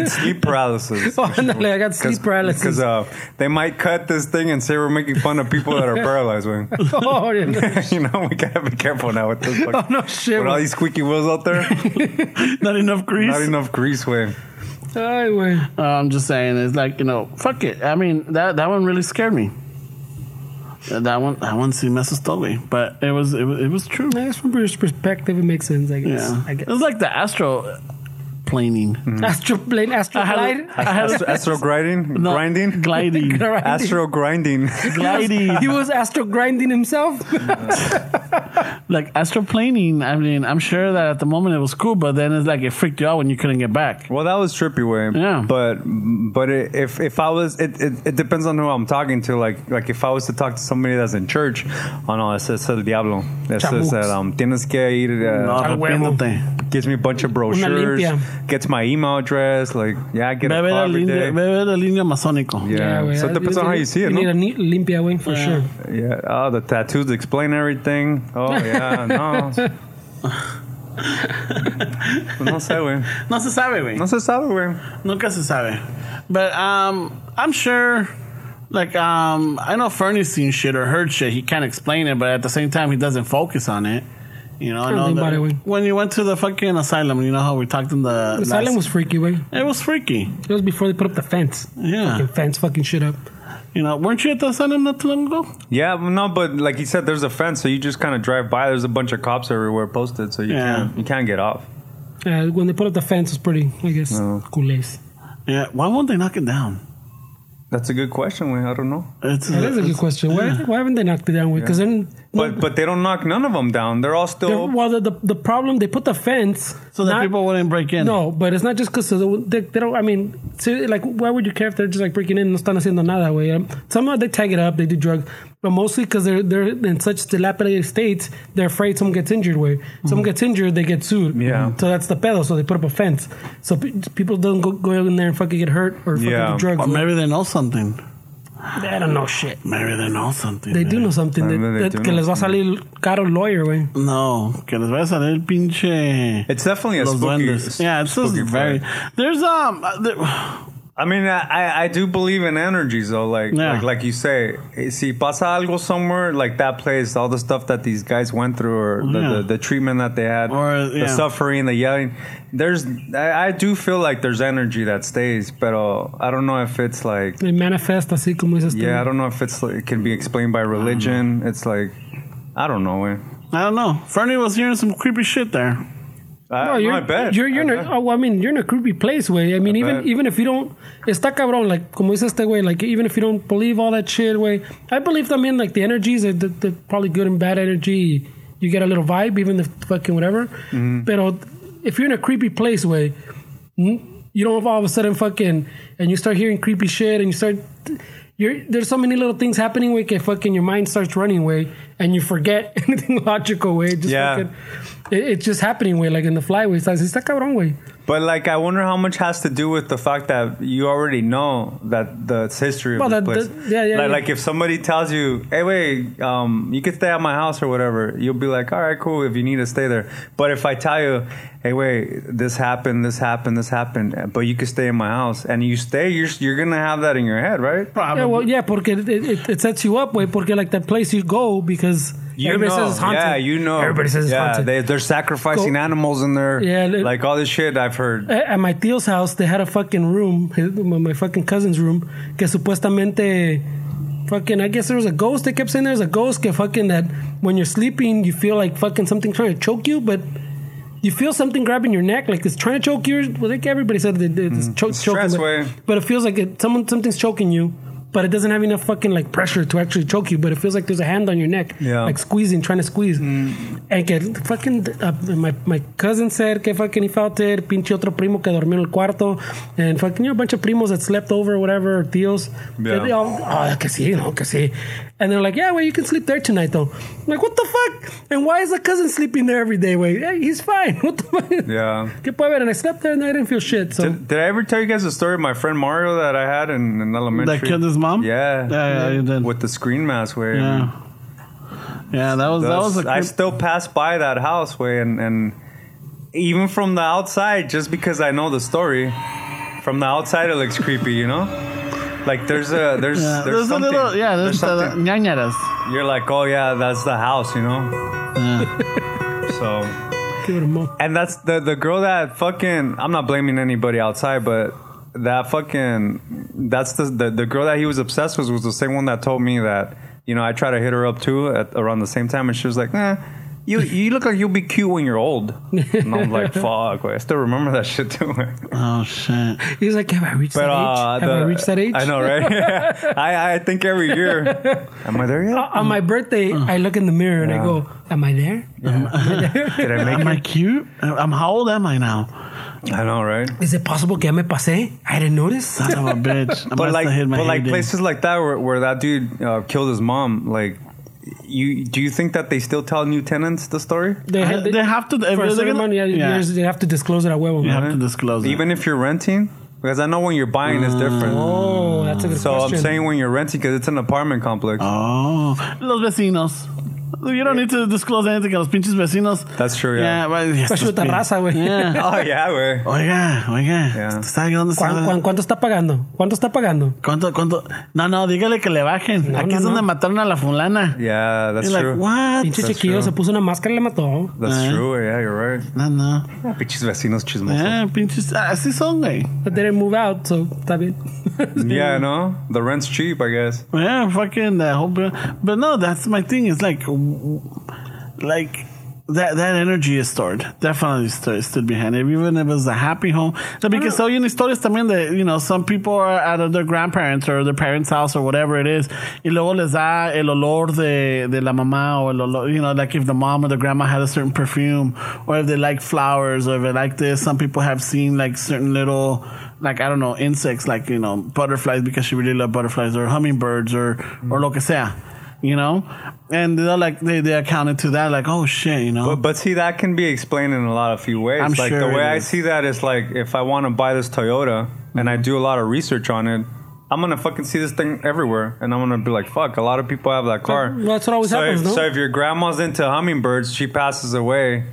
sleep paralysis. Oh, ándale, I got sleep paralysis. Because uh, they might cut this thing and say we're making fun of people that are paralyzed. Man. oh, yeah. you know, we gotta be careful now with this. Oh, Fucking, no shit. with all güey. these squeaky wheels out there, Not enough grease. not enough grease way. Ay, güey. Uh, I'm just saying, it's like you know, fuck it. I mean, that that one really scared me. Uh, That one, that one, see, messes totally, but it was, it was, it was true. I guess from British perspective, it makes sense, I guess. Yeah, I it guess. Mm. was like the astro uh, planing. Mm-hmm. Astroplane, astroglide. I had Astro, astro grinding, no, grinding, gliding, Grinding. astro grinding. gliding, He was astro grinding himself. like astroplaning. I mean, I'm sure that at the moment it was cool, but then it's like it freaked you out when you couldn't get back. Well, that was trippy way. Yeah. But but it, if if I was it, it, it depends on who I'm talking to. Like like if I was to talk to somebody that's in church, oh no, eso es el diablo. Eso es el, Chamucos. um, tienes que ir. Uh, a huevo. arrepiéntate. Gives me a bunch of brochures. limpia. Gets my email address. Like yeah, I get Bebe a la call every línea, day. bebe la línea masónico. Yeah. güey. so it depends on how you see it. You No? need a neat limpia wing for sure. Yeah. Oh, the tattoos explain everything. Oh yeah. No. no sé, güey. No se sabe, güey. No se sabe, güey. Nunca se sabe. But um, I'm sure, like, um, I know Fernie's seen shit or heard shit. He can't explain it, but at the same time, he doesn't focus on it. You know, I don't know think about that- it, we- when you went to the fucking asylum, you know how we talked in the, The asylum was freaky, way. it was freaky. It was before they put up the fence. Yeah, Fucking fence fucking shit up. you know, weren't you at the asylum not too long ago? Yeah, no, but like he said, there's a fence, so you just kind of drive by. There's a bunch of cops everywhere posted, so you Yeah. can't you can't get off. Uh, when they put up the fence, it was pretty, I guess, No. culés. Yeah. Why won't they knock it down? That's a good question. Wayne. I don't know, Uh, It's That is a good question. Why, why haven't they knocked it down? Because then, but but they don't knock none of them down. They're all they're- still. well, the, the, the problem they put the fence So that not- people wouldn't break in. No, but it's not just because they, they don't. I mean, seriously, like, why would you care if they're just like breaking in? No están haciendo nada, way. Um, somehow they tag it up, they do drugs, but mostly because they're they're in such dilapidated states, they're afraid someone gets injured. Way someone gets injured, they get sued. Yeah. So that's the pedo. So they put up a fence, so pe- people don't go, go in there and fucking get hurt or fucking Yeah. do drugs. Or maybe they know something. they don't know shit. Maybe they know something. They do know something I that, know they that do que know les va a salir caro lawyer, way. No, que les vaya a salir el pinche. It's definitely a Los spooky. duendes. Yeah, it's just spooky very. play. There's um. uh, there- I mean, I- I I do believe in energies though. Like Yeah. like like you say, eh, si pasa algo somewhere, like that place, all the stuff that these guys went through, or the, Yeah. the, the treatment that they had, Or, the yeah. suffering, the yelling. There's I, I do feel like there's energy that stays, but uh, I don't know if it's like. They manifest así como dices tú. Yeah, I don't know if it's like, it can be explained by religion. It's like I don't know. eh. I don't know. Fernie was hearing some creepy shit there. I, No, you're, I bet. you're, you're I in bet. a, oh, well, I mean, you're in a creepy place, way. I mean, even bet. even if you don't, está cabrón, like, como dice este way, like, even if you don't believe all that shit, way, I believe, I mean, like, the energies, are, the, the probably good and bad energy, you get a little vibe, even if fucking whatever. Mm-hmm. But if you're in a creepy place, way, n- Mm-hmm. you don't all of a sudden fucking, and you start hearing creepy shit, and you start, you're, there's so many little things happening, way, que fucking your mind starts running, way, and you forget anything logical, way. Just Yeah. fucking, It, it's just happening, way like in the flyweight size. Está cabrón, way. But like, I wonder how much has to do with the fact that you already know that the it's history of Well, the that- place. that- yeah, yeah, like, yeah. like if somebody tells you, "Hey, wait, um, you could stay at my house or whatever," you'll be like, "All right, cool. If you need to stay there." But if I tell you, "Hey, wait, this happened, this happened, this happened," but you could stay in my house, and you stay, you're you're gonna have that in your head, right? Probably. Yeah, well, yeah, porque it, it, it sets you up, way. Porque like that place you go because You everybody know. says it's haunted. Yeah, you know. Everybody says it's yeah, haunted. They, they're sacrificing Go- animals in there. Yeah, they- like all this shit I've heard. A- eh, At my tío's house, they had a fucking room, his- my my fucking cousin's room, que supuestamente, fucking, I guess there was a ghost. They kept saying there's a ghost, que fucking that when you're sleeping, you feel like fucking something trying to choke you, but you feel something grabbing your neck, like it's trying to choke you. Well, like everybody said, that it's cho- choking, Mm, Stress way. but, but it feels like it, someone something's choking you. But it doesn't have enough fucking like pressure to actually choke you. But it feels like there's a hand on your neck, Yeah. Mm. like squeezing, trying to squeeze. And que fucking uh, my my cousin said que fucking he felt it. Pinche otro primo que dormió en el cuarto, and fucking you know, a bunch of primos that slept over, or whatever, or tíos. Yeah. They all, oh, que sí, no, que sí. And they're like, yeah, well, you can sleep there tonight, though. I'm like, what the fuck? And why is the cousin sleeping there every day? Wait, hey, he's fine. What the fuck? Yeah. Que puede haber? And I slept there and I didn't feel shit. So Did, did I ever tell you guys the story of my friend Mario that I had in, in elementary? That killed his mom. Yeah. yeah, yeah you did. With the screen mask where yeah, yeah, that was that was a. I creep- still pass by that house way and, and even from the outside, just because I know the story, from the outside it looks creepy, you know? Like there's a there's yeah, uh, there's, there's, a something, little yeah. There's, uh, the there's something. ñañaras. You're like, oh yeah, that's the house, you know? Yeah. So give it a mo. And that's the the girl that fucking. I'm not blaming anybody outside, but that fucking. That's the the, the girl that he was obsessed with was the same one that told me that you know I tried to hit her up too at around the same time, and she was like, eh. You, you look like you'll be cute when you're old. And I'm like, fuck, wait, I still remember that shit too. oh shit. He's like, have I reached But, that uh, age? Have I the- reached that age? I know, right? I, I think every year. Am I there yet? Uh, On my birthday, I look in the mirror and I Yeah. go, am I there? Did I Am make I cute? I'm how old am I now? it? I know, right? Is it possible que ya me pasé? I didn't notice. Son of a bitch. I but must like, have hit my but like heyday. places like that where, where that dude uh, killed his mom, like. You do you think that they still tell new tenants the story, They, Uh, they have to- if for a they're certain gonna- amount of yeah. years, they have to disclose it at huevo. You man. have to disclose it. even if you're renting? Because I know when you're buying it's different. Mm. Oh, that's a good so question. I'm saying when you're renting because it's an apartment complex. Oh, los vecinos. You don't need to disclose anything a los pinches vecinos. That's true, yeah. Yeah, well, yes, Especially with the pin- raza, güey. Yeah. Oh yeah, way. Oiga, oiga. Yeah. ¿Usted sabe dónde está? ¿Cuán- cuán- ¿Cuánto está pagando? ¿Cuánto está pagando? ¿Cuánto, cuánto? No, no, dígale que le bajen. Aquí no, es donde no. mataron a la fulana. Yeah, that's You're like, true. what? Pinche That's true. chiquillo se puso una máscara y le mató. That's Eh? true. way. Yeah, you're right. No, no. Bitches vecinos chismosos. Eh, pinches, así son, güey. But they didn't move out, so está bien. Yeah, no, the rent's cheap, I guess. Yeah, Eh, fucking. I hope. But no, that's my thing. It's like, w- like that that energy is stored. Definitely stood, stood behind it. Even if it was a happy home, no, because so you know stories. I mean, that you know some people are out of their grandparents or their parents' house or whatever it is. Y luego les da el olor de, de la mamá or el olor. You know, like if the mom or the grandma had a certain perfume or if they like flowers or if they like this. Some people have seen like certain little like I don't know insects, like you know butterflies because she really loved butterflies or hummingbirds or or lo que sea, you know. And they're like they they accounted to that like oh shit, you know. But, but see, that can be explained in a lot of few ways. I'm like sure the way it I is. see that is like if I want to buy this Toyota and Mm-hmm. I do a lot of research on it, I'm gonna fucking see this thing everywhere, and I'm gonna be like, fuck. A lot of people have that car. Well, that's what always so happens, If, no? So if your grandma's into hummingbirds, she passes away.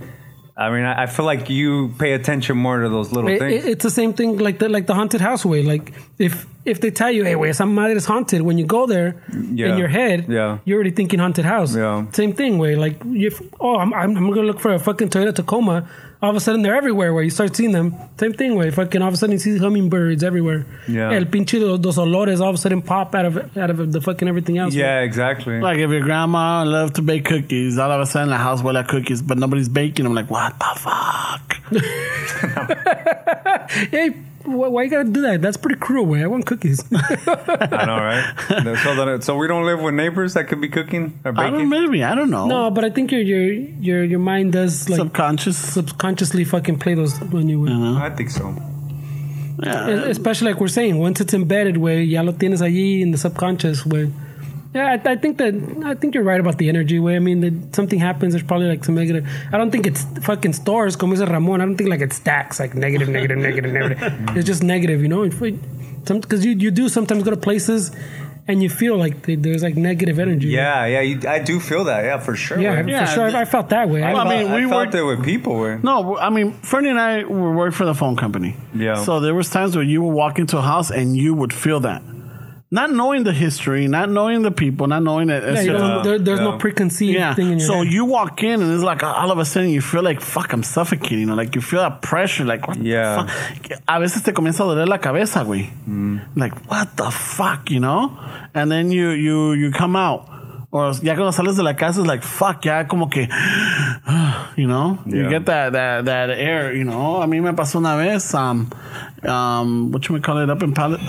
I mean, I, I feel like you pay attention more to those little It- things. it- it's the same thing like the like the haunted house way. Like if if they tell you, hey, wait, some madre is haunted, when you go there Yeah. in your head, Yeah. you're already thinking haunted house. Yeah. Same thing way. Like if oh, I'm I'm, I'm gonna look for a fucking Toyota Tacoma. All of a sudden they're everywhere. Where you start seeing them, same thing way. Fucking all of a sudden you see hummingbirds everywhere. Yeah. El pinche los, los olores all of a sudden pop out of out of the fucking everything else. yeah, exactly. like if your grandma loved to bake cookies, all of a sudden the house will of cookies, but nobody's baking. I'm like what the fuck. Hey, why, why you gotta do that? That's pretty cruel. Way I want cookies. I know, right? so, that, so we don't live with neighbors that could be cooking or I don't baking. maybe I don't know. no, but I think your your your your mind does like Subconscious, subconsciously fucking play those when you. I think so. yeah. Especially like we're saying, once it's embedded way, ya lo tienes allí in the subconscious way. Yeah, I, I think that I think you're right about the energy way. I mean, that something happens. There's probably like some negative. I don't think it's fucking stores. Como dice Ramon, I don't think like it stacks like negative, negative, negative, negative. It's just negative, you know. Because you you do sometimes go to places and you feel like th- there's like negative energy. Yeah, yeah, you, I do feel that. Yeah, for sure. yeah, man. Yeah, for sure. I, I felt that way. I- Well, I, mean, we felt worked- it with people. Man. No, I mean, Fernie and I were work for the phone company. Yeah. So there was times where you would walk into a house and you would feel that, not knowing the history, not knowing the people, not knowing that. yeah, you don't- there- there's no yeah. preconceived uh, Yeah. thing in your So head. you walk in and it's like all of a sudden you feel like fuck, I'm suffocating. Like you feel that pressure. Like what? Yeah. The fuck? A veces te comienza a doler la cabeza, güey. Like what the fuck, you know? And then you you you come out. Or ya cuando sales de la casa it's like fuck, ya como que, you know, you Yeah. get that that that air, you know. A mí me pasó una vez, um, um, what you call it up in Pal-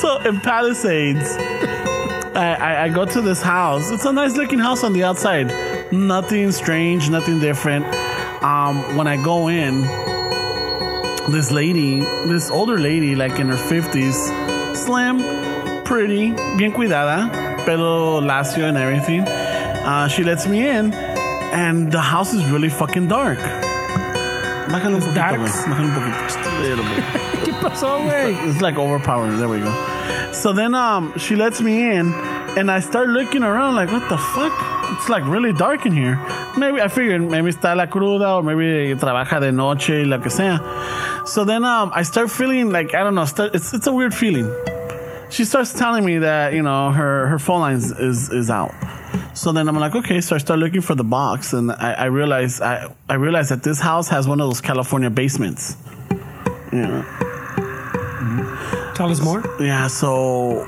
so in Palisades, I, I, I go to this house. It's a nice looking house on the outside. Nothing strange, nothing different. Um, when I go in, this lady, this older lady, like in her 50s, slim, pretty, bien cuidada, pelo lacio and everything. Uh, she lets me in, and the house is really fucking dark. Bájale un poquito, dark. güey. Bájale un poquito, just a little bit. ¿Qué pasó, güey? It's like overpowered. There we go. So then um she lets me in and I start looking around like what the fuck? It's like really dark in here. Maybe I figured maybe está la cruda or maybe trabaja de noche lo que sea. So then um I start feeling like I don't know, start, it's it's a weird feeling. She starts telling me that, you know, her her phone lines is is out. So then I'm like, okay, so I start looking for the box and I, I realize I, I realize that this house has one of those California basements. Yeah. Tell us more. Yeah, so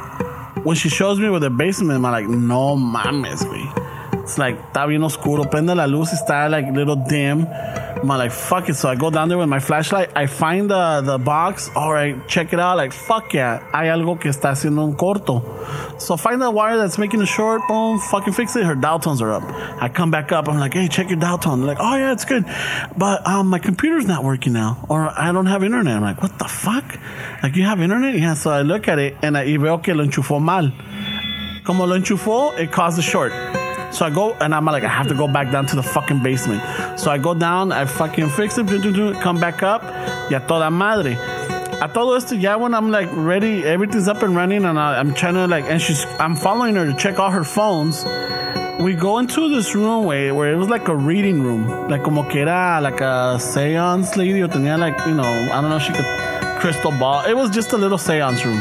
when she shows me with the basement, I'm like, no mames, güey. It's like, está bien oscuro, prende la luz, está like little dim. I'm like, fuck it. So I go down there with my flashlight, I find the, the box, all right, check it out. Like, fuck yeah, hay algo que está haciendo un corto. So find the wire that's making a short, boom, fucking fix it. Her dial tones are up. I come back up, I'm like, hey, check your dial tone. They're like, oh yeah, it's good. But um, my computer's not working now, or I don't have internet. I'm like, what the fuck? Like, you have internet? Yeah, so I look at it and I y veo que lo enchufó mal. Como lo enchufó, it caused a short. So I go and I'm like, I have to go back down to the fucking basement. So I go down, I fucking fix it, do, do, do, come back up, ya toda madre. A todo esto, ya when I'm like ready, everything's up and running, and I, I'm trying to like, and she's, I'm following her to check all her phones. We go into this room where, where it was like a reading room, like como que era like a seance lady, or tenía like, you know, I don't know, she could crystal ball. It was just a little seance room.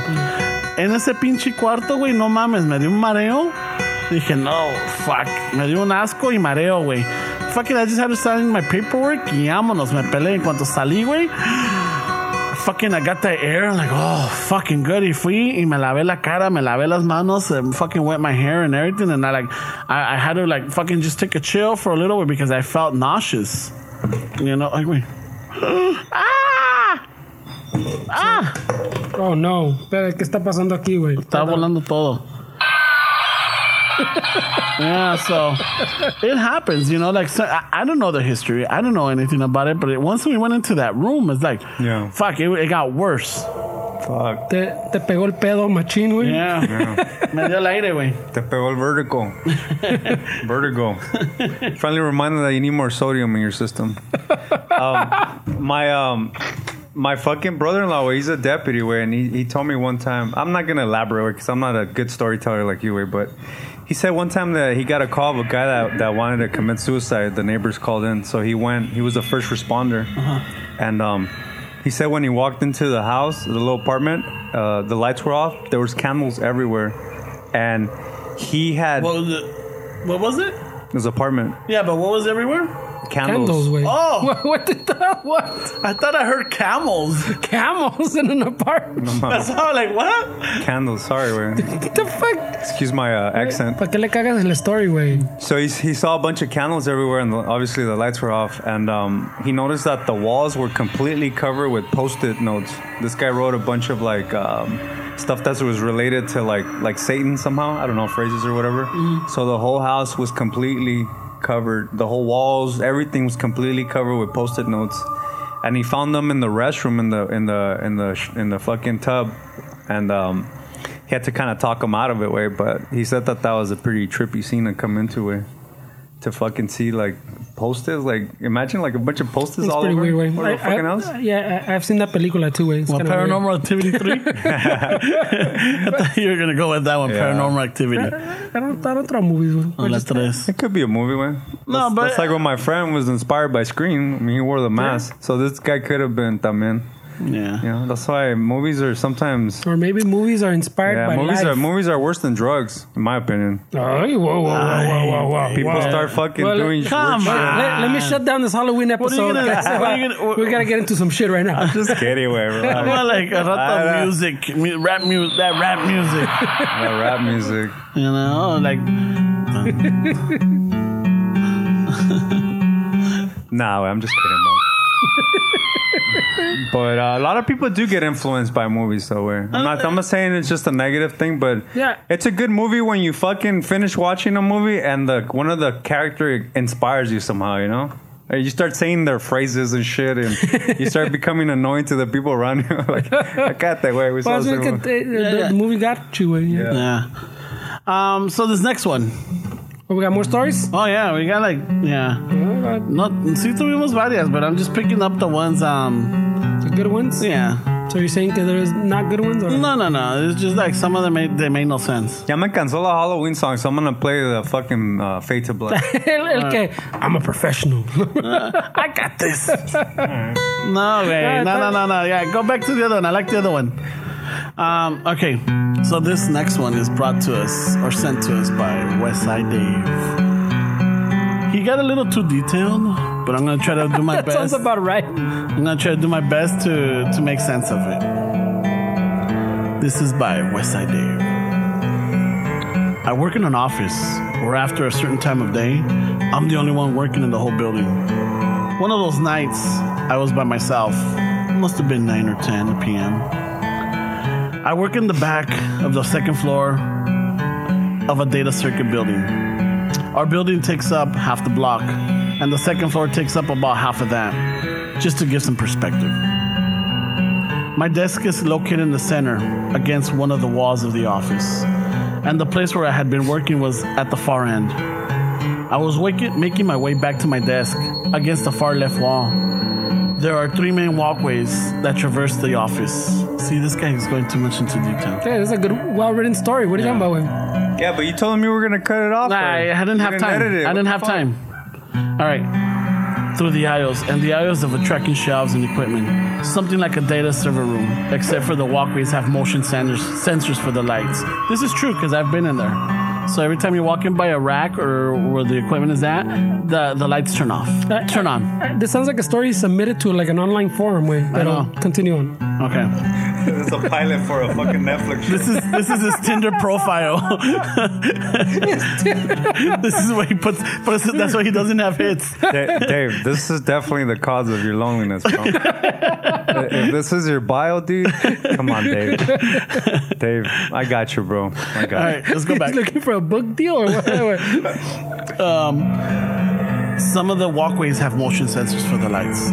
En ese pinche cuarto, güey, no mames, me dio un mareo. Dije, no, fuck. Me dio un asco y mareo, güey. Fuck it, I just had to sign my paperwork y vámonos. Me peleé en cuanto salí, güey. Fucking, I got that air. Like, oh, fucking good. Y fui y me lavé la cara, me lavé las manos, and fucking wet my hair and everything. And I, like, I, I had to, like, fucking just take a chill for a little bit because I felt nauseous. You know, like, wait. ah! Oh no, Espera, ¿qué está pasando aquí, güey? Estaba volando todo. yeah, so it happens, you know. Like, so, I, I don't know the history. I don't know anything about it. But it, once we went into that room, it's like, Yeah. fuck, it, it got worse. Fuck. Te, te pegó el pedo machín, güey. Yeah. Me dio el aire, güey. Te pegó el vertigo. vertigo. Friendly reminder that you need more sodium in your system. Um, my um, my fucking brother-in-law, wey, he's a deputy, way, and he, he told me one time. I'm not gonna elaborate because I'm not a good storyteller like you, way, but he said one time that he got a call of a guy that, that wanted to commit suicide. The neighbors called in, so he went. He was the first responder, and um. He said when he walked into the house, the little apartment, uh, the lights were off. There was candles everywhere, and he had What was it? What was it? his apartment Yeah, but what was everywhere? Candles, candles. güey. Oh. What, what the hell? What? I thought I heard camels. Camels in an apartment? Uh-huh. That's how, like, what? Candles. Sorry, wey. What the fuck? excuse my uh, accent. ¿Para qué le cagas el story, güey? So he, he saw a bunch of candles everywhere, and the, obviously the lights were off. And um, he noticed that the walls were completely covered with post-it notes. This guy wrote a bunch of like um, stuff that was related to like like Satan somehow. I don't know phrases or whatever. So the whole house was completely covered. The whole walls, everything was completely covered with post-it notes. and he found them in the restroom in the in the in the sh- in the fucking tub, and um, he had to kind of talk him out of it, way. But he said that that was a pretty trippy scene to come into, way. To fucking see like posters, like imagine like a bunch of posters It's all pretty over. weird way. What the fucking else? yeah, I, I've seen that película too. Way. It's Well, kinda weird. Paranormal Activity 3? I thought you were going to go with that one, Yeah. Paranormal Activity. I don't, I don't throw movies. Way. Oh, las tres. It could be a movie, man. No, that's, but- that's like when my friend was inspired by Scream. I mean, he wore the mask, so this guy could have been también. Yeah. You know, that's why movies are sometimes. Or maybe movies are inspired Yeah, by movies life. are movies are worse than drugs, in my opinion. Ay, whoa, whoa, whoa, whoa, whoa, whoa. People whoa. start fucking Well, doing. Come weird on. Let, let me shut down this Halloween are you episode. gonna- guys. what are you gonna- we gotta get into some shit right now. shit. Just kidding, way, I relax. want like a I rap know. music, mu- rap music, that rap music. That rap music. You know, like Nah, I'm just kidding, bro. but uh, a lot of people do get influenced by movies, so we're. I'm not. I'm not saying it's just a negative thing, but Yeah. it's a good movie when you fucking finish watching a movie and the one of the character inspires you somehow. You know. Uh, You start saying their phrases and shit, and you start becoming annoying to the people around you. like, I got that way. We saw Well, the so same you could- one. eh, the, yeah. the movie got you. eh, Yeah. Yeah. Yeah. Um, so this next one. Oh, we got more stories. Oh yeah, we got like Mm-hmm. yeah. Uh, Not sí tuvimos varias, but I'm just picking up the ones um the good ones. yeah. So you're saying that there's not good ones? Or? No no no. It's just like some of them made they made no sense. Ya me cansó la Halloween song, so I'm gonna play the fucking uh, Fade to Black. El, el que, Uh. I'm a professional. I got this. no way. Yeah, No no that- no no. Yeah, go back to the other one. I like the other one. Um, okay. So this next one is brought to us or sent to us by Westside Dave. He got a little too detailed, but I'm gonna try to do my that best. sounds about right. I'm gonna try to do my best to, to make sense of it. This is by Westside Dave. I work in an office where, after a certain time of day, I'm the only one working in the whole building. One of those nights, I was by myself. Must have been 9 or 10 p.m. I work in the back of the second floor of a data circuit building. Our building takes up half the block, and the second floor takes up about half of that just to give some perspective. My desk is located in the center against one of the walls of the office, and the place where I had been working was at the far end. I was wak- making my way back to my desk against the far left wall. There are three main walkways that traverse the office. See, this guy is going too much into detail. Hey, this is a good, well written story. What are you talking about? yeah, but you told me we were gonna cut it off. I, right? I didn't You have time. edit it. I What didn't the have fuck? time. All right. Through the aisles and the aisles of a tracking shelves and equipment, something like a data server room, except for the walkways have motion sensors, sensors for the lights. This is true because I've been in there. So every time you walk in by a rack or where the equipment is at, the, the lights turn off. Uh, Turn on. Uh, This sounds like a story submitted to like an online forum. Way, that'll know. continue on. Okay. It's a pilot for a fucking Netflix show. This is this is his Tinder profile. this is where he puts. puts that's why he doesn't have hits. Da- Dave, this is definitely the cause of your loneliness, bro. if this is your bio, dude, come on, Dave. Dave, I got you, bro. I got All right, let's go back. He's looking for a book deal or whatever. Some of the walkways have motion sensors for the lights.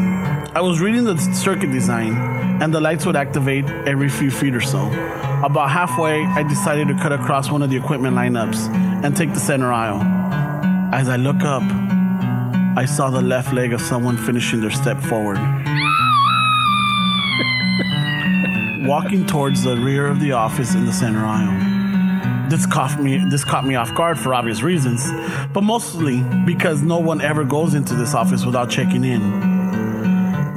I was reading the circuit design, and the lights would activate every few feet or so. About halfway, I decided to cut across one of the equipment lineups and take the center aisle. As I look up, I saw the left leg of someone finishing their step forward. Walking towards the rear of the office in the center aisle. This caught me. This caught me off guard for obvious reasons, but mostly because no one ever goes into this office without checking in.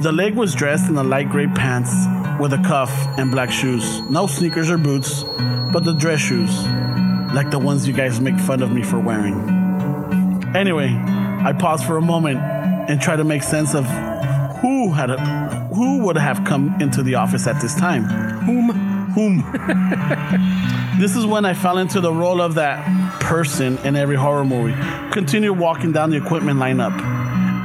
The leg was dressed in a light gray pants with a cuff and black shoes. No sneakers or boots, but the dress shoes, like the ones you guys make fun of me for wearing. Anyway, I paused for a moment and tried to make sense of who had a, who would have come into the office at this time. Whom? Whom? This is when I fell into the role of that person in every horror movie. Continued walking down the equipment lineup,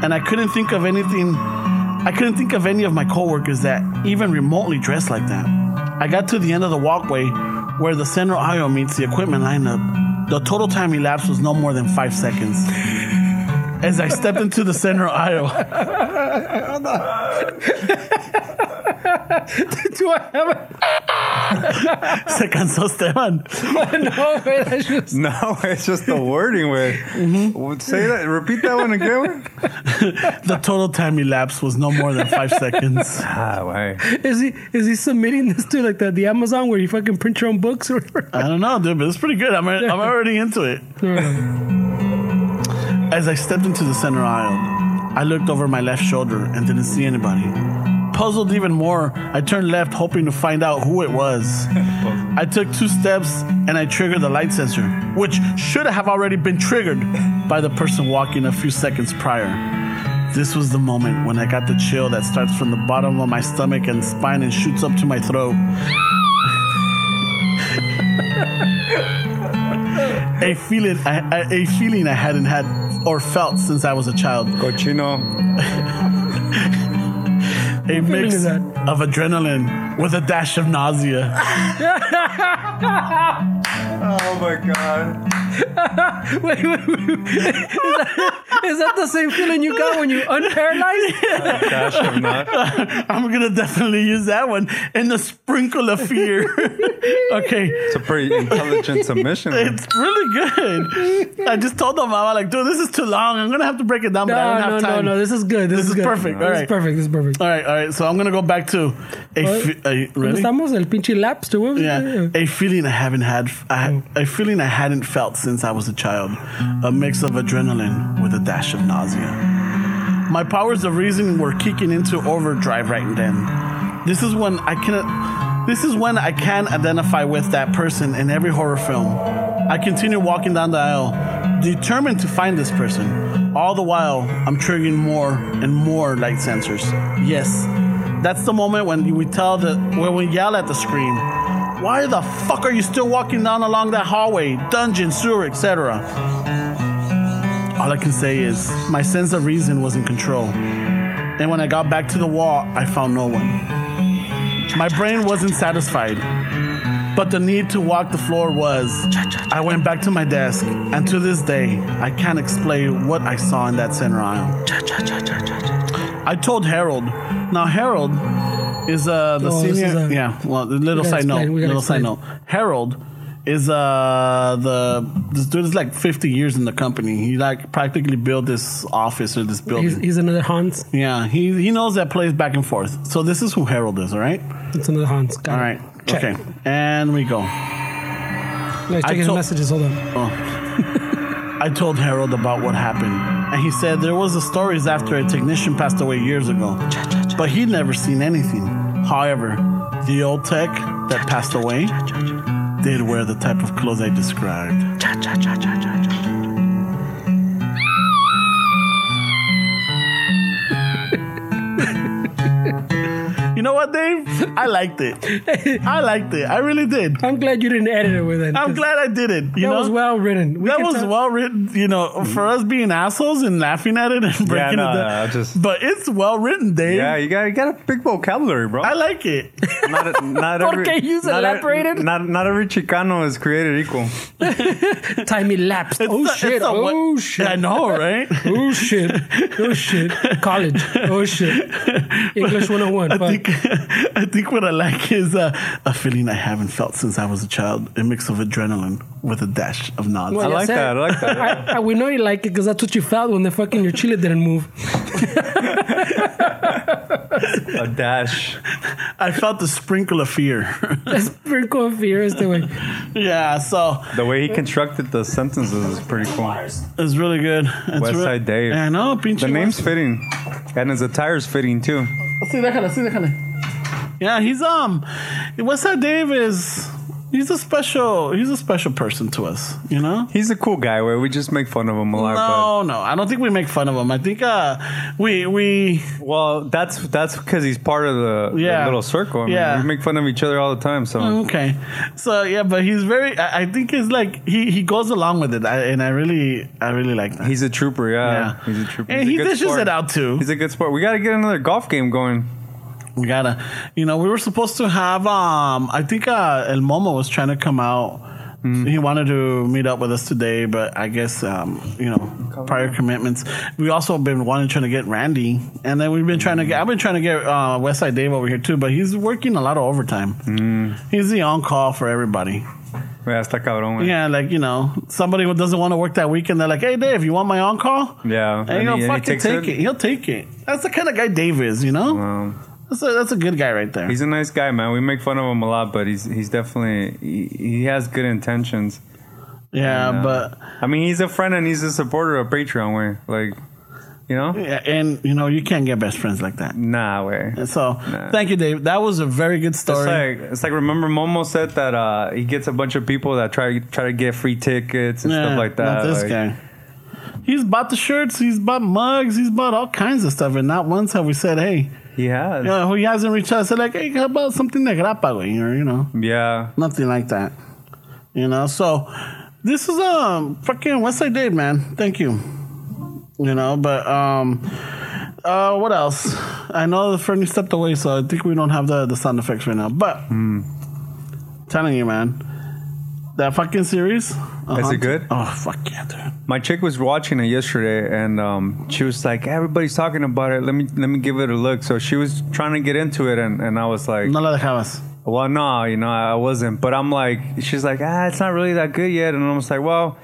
and I couldn't think of anything. I couldn't think of any of my coworkers that even remotely dressed like that. I got to the end of the walkway where the center aisle meets the equipment lineup. The total time elapsed was no more than five seconds. as I stepped into the center aisle. Do I have a Se cansó Esteban. no? Wait, that's just No, it's just the wording way. Would Say that. Repeat that one again. güey. The total time elapsed was no more than five seconds. Ah, way. is he is he submitting this to like the, the Amazon where you fucking print your own books or whatever? I don't know, dude, but it's pretty good. I'm, I'm already into it. As I stepped into the center aisle, I looked over my left shoulder and didn't see anybody. Puzzled even more, I turned left hoping to find out who it was. I took two steps and I triggered the light sensor, which should have already been triggered by the person walking a few seconds prior. This was the moment when I got the chill that starts from the bottom of my stomach and spine and shoots up to my throat. a feeling I, I- a feeling I hadn't had or felt since I was a child. Cochino. A mix is that? of adrenaline with a dash of nausea. Oh my god. Wait, wait, wait. Is, that, is that the same feeling you got when you unparalyzed? Dash of not. I'm gonna definitely use that one and the sprinkle of fear. okay. It's a pretty intelligent submission. güey. It's really good. I just told them I was like, dude, this is too long. I'm gonna have to break it down, but I don't No, no, have no, time. no. This is good. This, This is, is good. perfect. This All is right. perfect. This is perfect. All right, all right. So I'm gonna go back to a, fe- a ¿Dónde really? Estamos el pinche laps, dude. Yeah, a feeling I haven't had, I, Oh. a feeling I hadn't felt since I was a child, a mix of adrenaline with a dash of nausea. My powers of reasoning were kicking into overdrive right then. This is when I can, this is when I can identify with that person in every horror film. I continue walking down the aisle, determined to find this person. All the while, I'm triggering more and more light sensors. Yes, that's the moment when we tell the when we yell at the screen, "Why the fuck are you still walking down along that hallway, dungeon, sewer, etc." All I can say is my sense of reason was in control, and when I got back to the wall, I found no one. My brain wasn't satisfied, but the need to walk the floor was. I went back to my desk, and to this day, I can't explain what I saw in that center aisle. I told Harold. Now Harold is uh, the Oh, this senior. is a- yeah. Well, the little We gotta side note. explain, we gotta Little side note. explain. Harold is uh the this dude is like 50 years in the company. He like practically built this office or this building. He's, he's another Hans. yeah, he he knows that plays back and forth. So this is who Harold is. All right. It's another Hans. Got All it. right. Check. Okay. And we go. Let's I check his told- messages. Hold on. Oh. I told Harold about what happened, and he said there was a stories after a technician passed away years ago, but he'd never seen anything. However, the old tech that passed away did wear the type of clothes I described. You know what, Dave? I liked it. I liked it. I really did. I'm glad you didn't edit it with it. I'm glad I did it. You That know? was well written. We that can was tell- well written, you know, for us being assholes and laughing at it and breaking no, it no, down. I just- but it's well written, Dave. Yeah, you got you got a big vocabulary, bro. I like it. Not not Porque every he's not every- elaborated. Not not everry Chicano is created equal. Time elapsed. Oh, It's a- shit. it's a what- oh shit. I know, right? Oh shit. Oh shit. College. Oh shit. English 101. I Fuck. think I think what I like is uh, a feeling I haven't felt since I was a child. A mix of adrenaline with a dash of nods. Well, I yeah, like say it. that. I like that. I, I, we know you like it because that's what you felt when the fucking your chili didn't move. A dash. I felt the sprinkle of fear. Sprinkle of fear is the way. yeah, so The way he constructed the sentences is pretty cool. it's really good. It's West real- Side Dave. Yeah, I know, pinche The name's West- fitting, and his attire's fitting too. Sí, déjala, sí, déjala. Yeah, he's um, West Side Dave is he's a special he's a special person to us, you know. He's a cool guy. Where we just make fun of him a lot. No, no, I don't think we make fun of him. I think uh, we we But, well, that's that's because he's part of the, the Yeah. little circle. I mean, Yeah. Mm. we make fun of each other all the time. So Oh, okay. So yeah, but he's very. I, I think he's like he he goes along with it, I, and I really I really like that. he's a trooper. Yeah, yeah, uh, he's a trooper. and He's a he good dishes sport. it out too. He's a good sport. We got to get another golf game going. We gotta, you know, we were supposed to have. Um, I think uh, El Momo was trying to come out Mm-hmm. He wanted to meet up with us today, but I guess um, you know prior commitments. We also been wanting trying to get Randy, and then we've been trying to get. I've been trying to get uh, Westside Dave over here too, but he's working a lot of overtime. Mm. He's the on call for everybody. Yeah, está cabrón, güey. Yeah, like you know, somebody who doesn't want to work that weekend, they're like, "Hey, Dave, you want my on call?" Yeah, and, and he- he'll and he fucking takes take it. it? He'll take it. That's the kind of guy Dave is, you know. Um, That's a that's a good guy right there. He's a nice guy, man. We make fun of him a lot, but he's he's definitely he, he has good intentions. yeah, Yeah. but I mean, he's a friend and he's a supporter of Patreon, way. Like, you know, yeah, and you know you can't get best friends like that. nah, way. And So thank you, Dave. That was a very good It's story. like it's like remember Momo said that uh, he gets a bunch of people that try try to get free tickets and Yeah, stuff like that. Not this like, guy. He's bought the shirts. He's bought mugs. He's bought all kinds of stuff, and not once have we said, "Hey, He has, you know, he hasn't reached out." Said like, "Hey, how about something de grapa, güey?" Or you know, yeah. nothing like that. You know, so this is um fucking West Side Dave, man. Thank you. You know, but um, uh, what else? I know the Fernie stepped away, so I think we don't have the the sound effects right now. But Hmm. telling you, man, that fucking series. uh, Is it Haunted- good? Oh fuck yeah, dude. My chick was watching it yesterday, and um, she was like, "Everybody's talking about it. Let me let me give it a look." So she was trying to get into it, and, and I was like, No la dejabas. Well, no, you know, I wasn't. But I'm like, she's like, ah, it's not really that good yet. And I was like, well,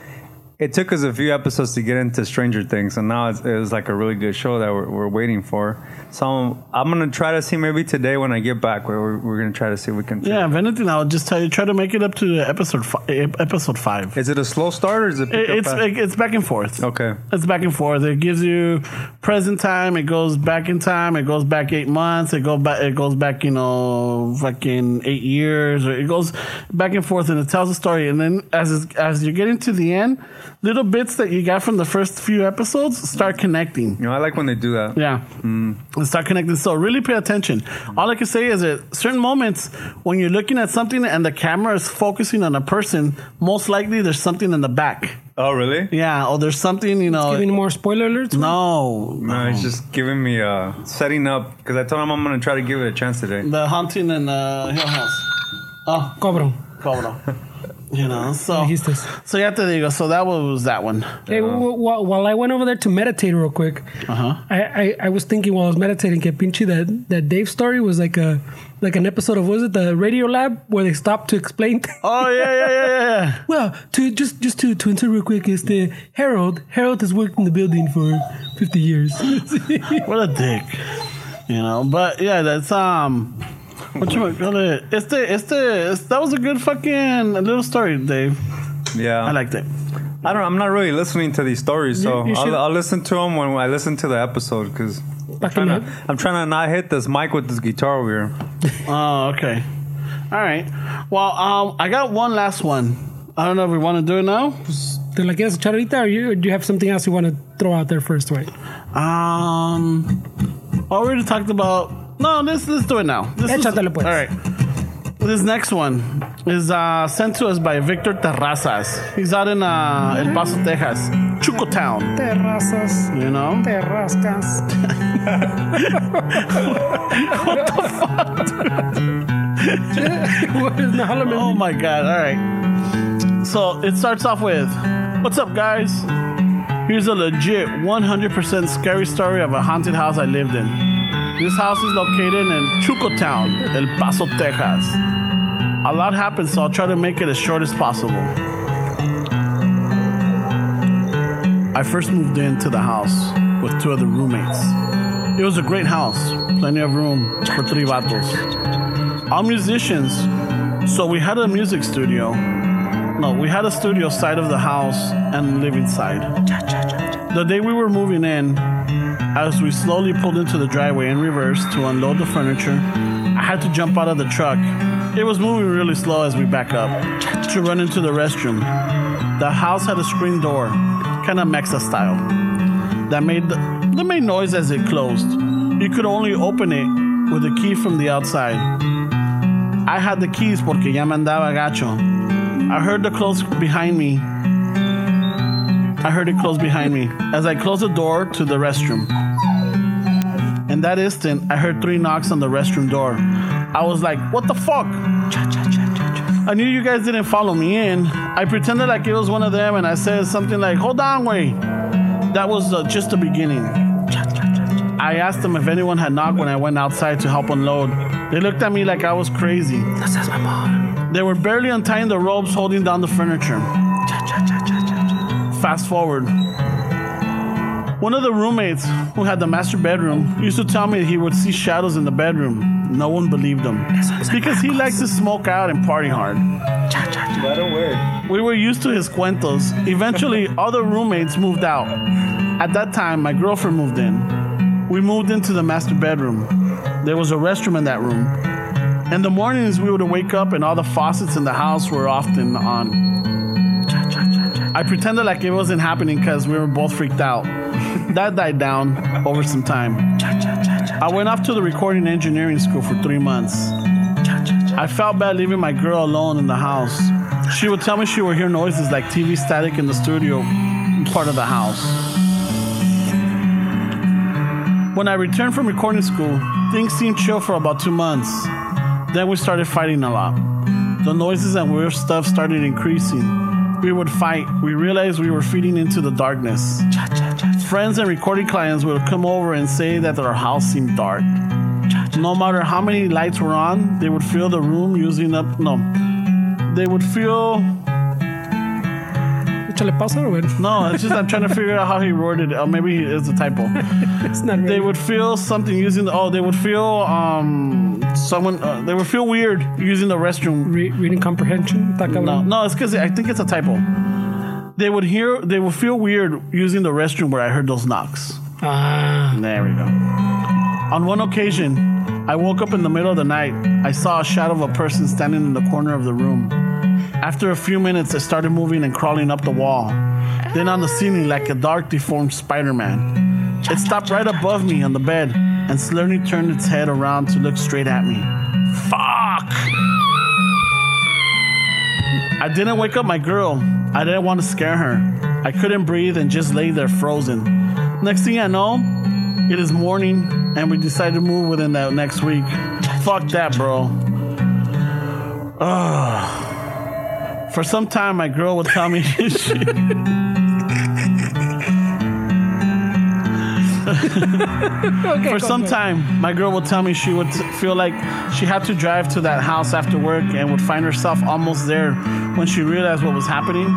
it took us a few episodes to get into Stranger Things, and now it's, it was like a really good show that we're, we're waiting for. So I'm, I'm gonna try to see maybe today when I get back. We're, we're, we're gonna try to see if we can. Yeah, if anything, I'll just tell you try to make it up to episode fi- episode five. Is it a slow start or is it? It, Pick up it's fast? it's back and forth. okay. It's back and forth. It gives you present time. It goes back in time. It goes back eight months. It go back. It goes back. You know, fucking eight years. Or it goes back and forth, and it tells a story. And then as it's- as you're getting to the end, little bits that you got from the first few episodes start connecting. You know, I like when they do that. Yeah. And start connecting. So really pay attention. All I can say is that certain moments when you're looking at something and the camera is focusing on a person, most likely there's something in the back. Oh, really? Yeah, or there's something, you know. Giving more spoiler alerts? no. No, it's just giving me uh setting up because I told him I'm gonna try to give it a chance today. The haunting in uh, Hill House. Oh, Cabrón. cobra. You know, so Dijiste. so ya te digo. So that was that one. Hey, wh- wh- while I went over there to meditate real quick, Uh-huh. I, I, I was thinking while I was meditating, que pinche that, that Dave story was like a like an episode of what was it the Radio Lab where they stopped to explain. things. Oh yeah, yeah, yeah, yeah, yeah. well, to just just to to answer real quick is the Harold Harold has worked in the building for fifty years. What a dick. You know, but yeah, that's um. What you call it? It's the it's the it's, that was a good fucking little story, Dave. Yeah, I liked it. I don't. I'm not really listening to these stories, so You- you should- I'll, I'll listen to them when I listen to the episode because I'm Fucking trying up. to. I'm trying to not hit this mic with this guitar over here. Oh, okay. All right. Well, um, I got one last one. I don't know if we want to do it now. They're like, yes, Charita, or you or do you have something else you want to throw out there first, right? Um, I already talked about. No, let's let's do it now. This is- Échatele, pues. All right. This next one is uh, sent to us by Victor Terrazas. He's out in uh, El Paso, Texas, Chuco Town. Terrazas, You know. terrascas. what the fuck? Dude? what is the Oh my god! All right. So it starts off with, "What's up, guys? Here's a legit 100% scary story of a haunted house I lived in. This house is located in Chuco Town, El Paso, Texas. A lot happened, so I'll try to make it as short as possible. I first moved into the house with two other roommates. It was a great house, plenty of room for three vatos. All musicians, so we had a music studio. No, we had a studio side of the house and living side. The day we were moving in, as we slowly pulled into the driveway in reverse to unload the furniture, I had to jump out of the truck. It was moving really slow as we back up to run into the restroom. The house had a screen door, kind of Mexa style, that made that made noise as it closed. You could only open it with a key from the outside. I had the keys porque ya me andaba gacho. I heard the close behind me. I heard it close behind me as I closed the door to the restroom. In that instant, I heard three knocks on the restroom door. I was like, what the fuck? I I knew you guys didn't follow me in. I pretended like it was one of them, and I said something like, "Hold on, wait." That was uh, just the beginning. I asked them if anyone had knocked when I went outside to help unload. They looked at me like I was crazy. They were barely untying the ropes holding down the furniture. Fast forward. One of the roommates who had the master bedroom used to tell me he would see shadows in the bedroom. No one believed him because he likes to smoke out and party hard. Right away. We were used to his cuentos. Eventually, other roommates moved out. At that time, my girlfriend moved in. We moved into the master bedroom. There was a restroom in that room. In the mornings, we would wake up and all the faucets in the house were often on. I pretended like it wasn't happening because we were both freaked out. That died down over some time. I went off to the recording engineering school for three months. I felt bad leaving my girl alone in the house. She would tell me she would hear noises like TV static in the studio part of the house. When I returned from recording school, things seemed chill for about two months. Then we started fighting a lot. The noises and weird stuff started increasing. We would fight. We realized we were feeding into the darkness. Friends and recording clients would come over and say that our house seemed dark. No matter how many lights were on, they would fill the room using up. No. They would feel. Échale pausa, güey. No, it's just I'm trying to figure out how he worded it. Or maybe he- it's a typo. It's not They ready. would feel something using the. Oh, they would feel. um Someone. Uh, they would feel weird using the restroom. Re- reading comprehension. Está No, cabrón. no, it's because I think it's a typo. They would hear, they would feel weird using the restroom where I heard those knocks. Ah. There we go. On one occasion, I woke up in the middle of the night. I saw a shadow of a person standing in the corner of the room. After a few minutes, I started moving and crawling up the wall. Then on the ceiling, like a dark, deformed Spider Man. It stopped right above me on the bed and slowly turned its head around to look straight at me. Fuck! I didn't wake up my girl. I didn't want to scare her. I couldn't breathe and just lay there frozen. Next thing I know, it is morning and we decide to move within that next week. Fuck that, bro. Ugh. For some time, my girl would tell me she- Okay, for go, some go. time, my girl would tell me she would feel like she had to drive to that house after work and would find herself almost there when she realized what was happening.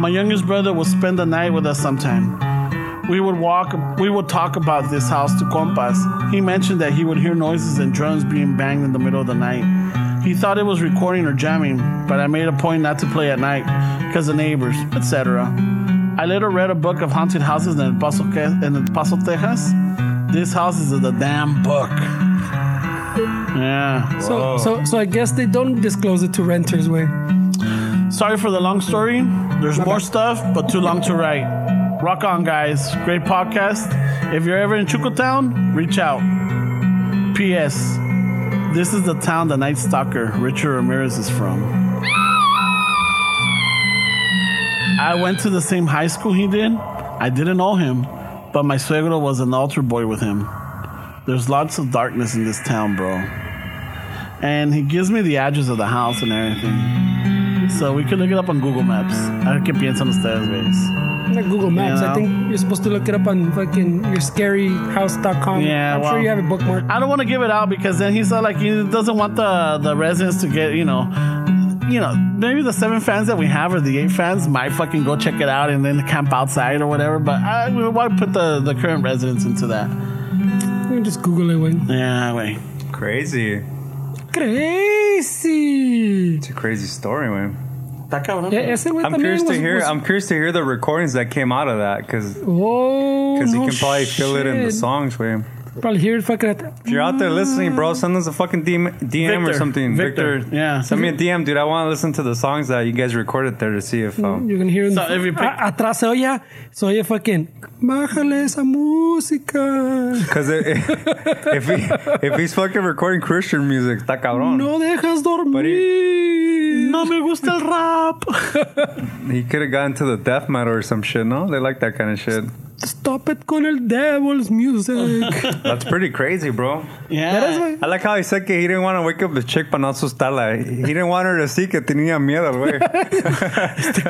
My youngest brother would spend the night with us sometime. We would walk, we would talk about this house to compas. He mentioned that he would hear noises and drums being banged in the middle of the night. He thought it was recording or jamming, but I made a point not to play at night because of neighbors, etc. I later read a book of haunted houses in El Paso, Ke- in El Paso Texas. This house is the damn book. Yeah. So, so, so I guess they don't disclose it to renters, way. Sorry for the long story. There's more stuff, but too long to write. Rock on, guys. Great podcast. If you're ever in Chucotown, reach out. P.S. This is the town the Night Stalker Richard Ramirez is from. I went to the same high school he did. I didn't know him, but my suegro was an altar boy with him. There's lots of darkness in this town, bro. And he gives me the address of the house and everything. So we can look it up on Google Maps. A ver qué piensan ustedes, güey. Like Google Maps. Yeah. I think you're supposed to look it up on fucking your scaryhouse.com. Yeah, I'm well- sure you have a bookmark. I don't want to give it out because then he's like he doesn't want the the residents to get you know, you know maybe the seven fans that we have or the eight fans might fucking go check it out and then camp outside or whatever. But I, we why put the the current residents into that? You can just Google it, way. Yeah, wait. Crazy. Crazy. It's a crazy story, man. Está cabrón. Yeah, ese güey I'm también curious to was- hear. was- I'm curious to hear the recordings that came out of that because Whoa. because Oh, no you can probably feel it in the shit. Mm. songs, man. Probably hear it fucking at the If you're out there listening, bro, send us a fucking DM, DM or Victor. something. Victor. Victor. Yeah. Send me a DM, dude. I want to listen to the songs that you guys recorded there to see if. Um, You can hear it. So if you pick- a- atrás se oye, se oye fucking. Bájale esa música. Because if, he, if he's fucking recording Christian music, está cabrón. No dejas dormir. No me gusta el rap. He could have gotten to the death metal or some shit, no? They like that kind of shit. Stop it con el devil's music. That's pretty crazy, bro. Yeah. I like how he said que he didn't want to wake up the chick para no asustarla. He didn't want her to see que tenía miedo, güey. that's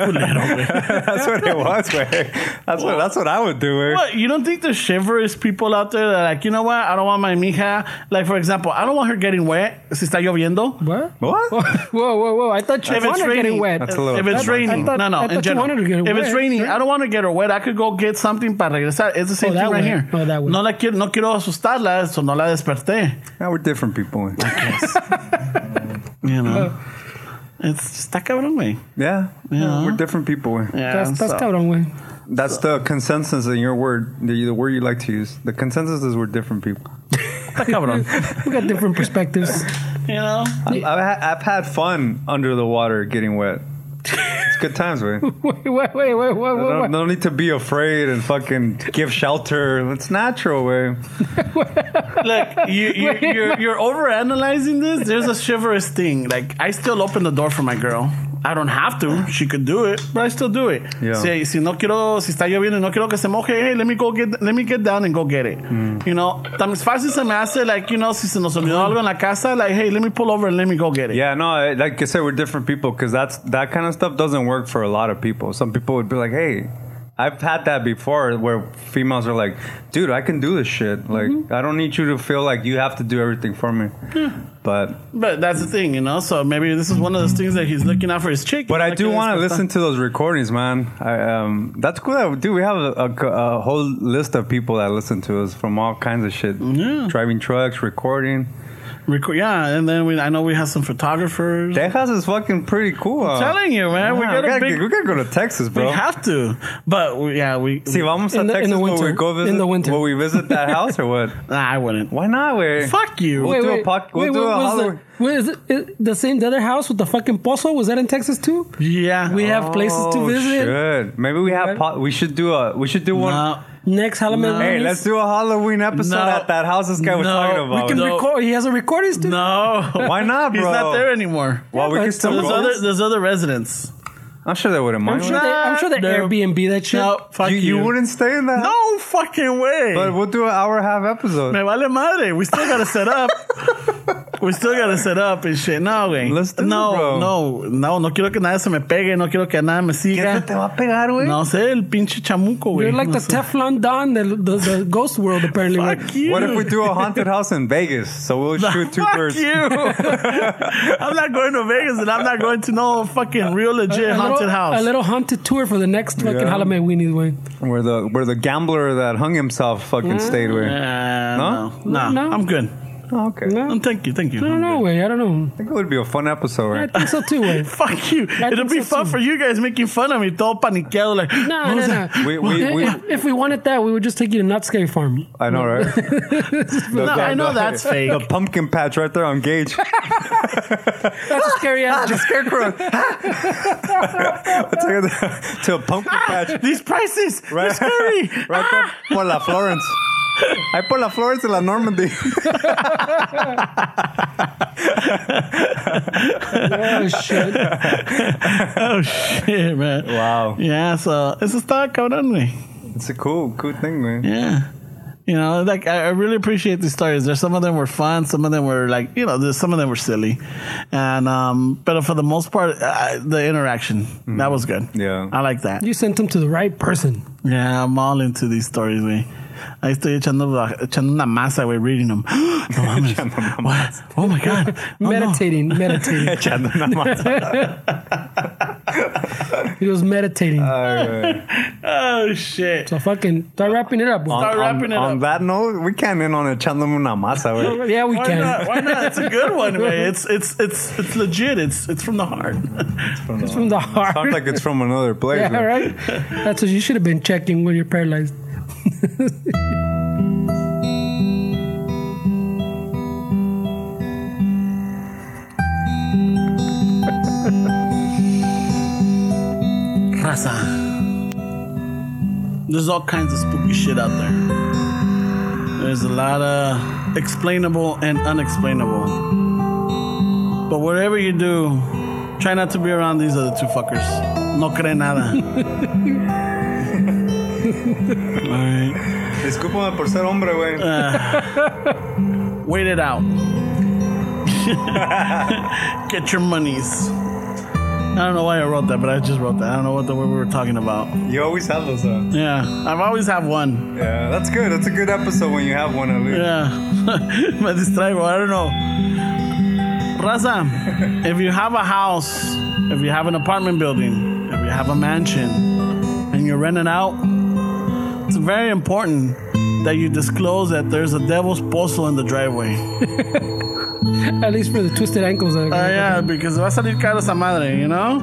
what it was, güey. That's what that's what I would do, güey. What, you don't think the chivalrous people out there that are like, you know what, I don't want my mija, like for example, I don't want her getting wet. Si está lloviendo. what? What? Whoa, whoa, whoa! I thought you If it's wanted getting raining, wet. That's a little- if it's I- I raining, thought- no, no, I thought in you general. wanted to get her if it's wet, raining, right? I don't want to get her wet. I could go get something para regresar. It's the same Oh, thing that right way. here. Oh, that way. No la quiero, no quiero asustarla, so no la desperté. Now we're different people. güey. You know, Oh. it's está cabrón, güey. Yeah, Yeah. we're different people. güey. Yeah, That's, that's so- cabrón, güey. That's the consensus in your word, the, the word you like to use. The consensus is we're different people. Está cabrón. We got different perspectives. you know, I've, ha- I've had fun under the water getting wet. It's good times, man. wait, wait, wait, wait, wait, No, wait. no need to be afraid and fucking give shelter. It's natural, way. look, you, you, you're you're overanalyzing this. There's a chivalrous thing. Like I still open the door for my girl. I don't have to. She could do it, but I still do it. Yeah. Si, si no quiero, si está lloviendo, y no quiero que se moje. Hey, let me go get, let me get down and go get it. Mm. You know, tan fácil se me hace. Like you know, si se nos olvidó algo en la casa, like hey, let me pull over and let me go get it. Yeah, no, I- like I said, we're different people because that's that kind of stuff doesn't work for a lot of people. Some people would be like, "Hey, I've had that before," where females are like, "Dude, I can do this shit. Like, I don't need you to feel like you have to do everything for me." But But that's the thing, you know. So maybe this is one of those things that he's looking out for his chick. But I Like, do uh, want to listen to those recordings, man. I, um, that's cool. That, dude, we have a, a co- a whole list of people that listen to us from all kinds of shit. Driving trucks, recording. Record, yeah, and then we, I know we have some photographers. Texas is fucking pretty cool. huh? telling you, man, we Yeah, got a gotta, big. we gotta go to Texas, We bro. have to, but we, yeah, we. See, vamos a In the- in Texas the will we winter. go visit? In the winter. Will we visit that house or what? nah, I wouldn't. Why not? We Fuck you. We'll Wait, do a wait, poc- we'll wait, do what a was the- Halloween. what is it- it- the same the other house with the fucking pozo? Was that in Texas too? Yeah, We have places to Oh, visit shit. Maybe we have. Right. Po- we should do a. We should do one. No, next Halloween. Hey, let's do a Halloween episode No. at that house this guy was No. talking about. We can Yeah, No. record. He has a recording studio. no. Why not, He's bro? not there anymore. well, we but can still There's go. other, there's other residents. I'm sure they wouldn't mind. I'm sure they, I'm sure they No. Airbnb that shit. No, fuck you, you. you wouldn't stay in that. No fucking way. But we'll do an hour and a half episode. Me vale madre. We still gotta set up. we still gotta set up and shit. No, güey. Let's do it, no, bro. no, no, no quiero que nada se me pegue. No quiero que nada me siga. va a pegar, güey? No sé, el pinche chamuco, güey. You're like no the sé. Teflon Don, the, the, the ghost world apparently. Fuck you. What if we do a haunted house in Vegas? So we'll shoot two Fuck birds. you. I'm not going to Vegas and I'm not going to no fucking real legit a haunted little, house. A little haunted tour for the next fucking Yeah. Halloween we need way. Where the where the gambler that hung himself fucking Mm. stayed with. Uh, No? no, no, No. I'm good. Oh, okay. No, Um, thank you, thank you. I don't know, way. I don't know. I think it would be a fun episode, I right? think so too, way. Fuck you. It'll think be so, fun too. for you guys making fun of me, todo paniqueado. Like, No, no, no. We- we- we- if, if we wanted that, we would just take you to Nutscary Farm. I know, right? The- No, the- I know the- that's fake. The pumpkin patch right there on Gage. That's a scary ass. Scarecrow. Let's take it to a pumpkin patch. These prices, Right, they're Ah, scary. Ah. right there por la Florence. I por la Florence en la Normandy. oh shit! oh shit, man. Wow. Yeah, so it's a star cabrón, güey. It's a cool, cool thing, man. Yeah. You know, like I I really appreciate these stories. There's some of them were fun, some of them were like, you know, there's some of them were silly, and um, but for the most part, uh, the interaction that was good. Yeah. I like that. You sent them to the right person. Oh, Yeah, I'm all into these stories, güey. Ahí estoy echando, la- echando una masa, güey, reading them. no mames. What? Oh my god. Oh, no. meditating, meditating. Echando nada más. he was meditating. Uh, Oh shit. so fucking start wrapping it up. on, Start wrapping it on, on up. that note, we can't end on a echándome una masa, güey. yeah, we Why can. not? Why not? It's a good one, güey. It's it's it's it's legit. It's it's from the heart. It's from the heart. Sounds like it's from another place. yeah, güey. right. That's what you should have been checking when you're paralyzed. Raza. There's all kinds of spooky shit out there. There's a lot of explainable and unexplainable. But whatever you do, try not to be around these other two fuckers. No cree nada. All right. Discúlpame por ser hombre, güey. Uh. Wait it out. Get your monies. I don't know why I wrote that, but I just wrote that. I don't know what the word we were talking about. you always have those, huh? Yeah, I've always have one. Yeah, that's good. That's a good episode when you have one at least. Yeah, me distraigo. I don't know. Raza, if you have a house, if you have an apartment building, if you have a mansion, and you're renting out, it's very important that you disclose that there's a devil's postal in the driveway. At least for the twisted ankles. Uh, that- Ah, yeah, because va a salir caro esa madre, you know?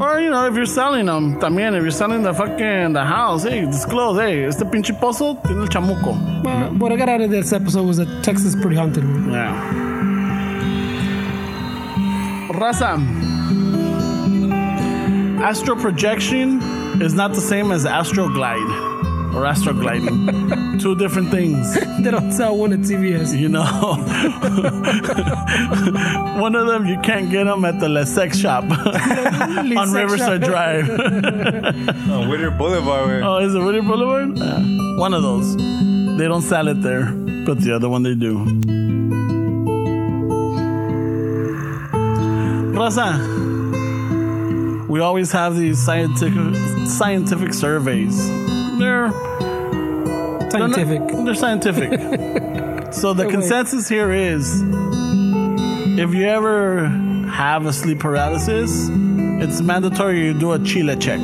Or, you know, if you're selling them, también, if you're selling the fucking the house, hey, disclose, hey, este pinche pozo tiene el chamuco. Uh, Well, what I got out of this episode was that Texas is pretty haunted. Yeah. Raza. Astral projection is not the same as astral glide or astral gliding. Two different things. They don't sell one at CVS. You know, one of them you can't get them at the Les Sex shop on Riverside Drive. Oh, Whittier Boulevard, güey. Oh, is it Woody Boulevard? Yeah. One of those. They don't sell it there, but the other one they do. Raza, we always have these scientific scientific surveys. They're they're not- Scientific. They're scientific. so the consensus here is if you ever have a sleep paralysis, it's mandatory you do a Chile check.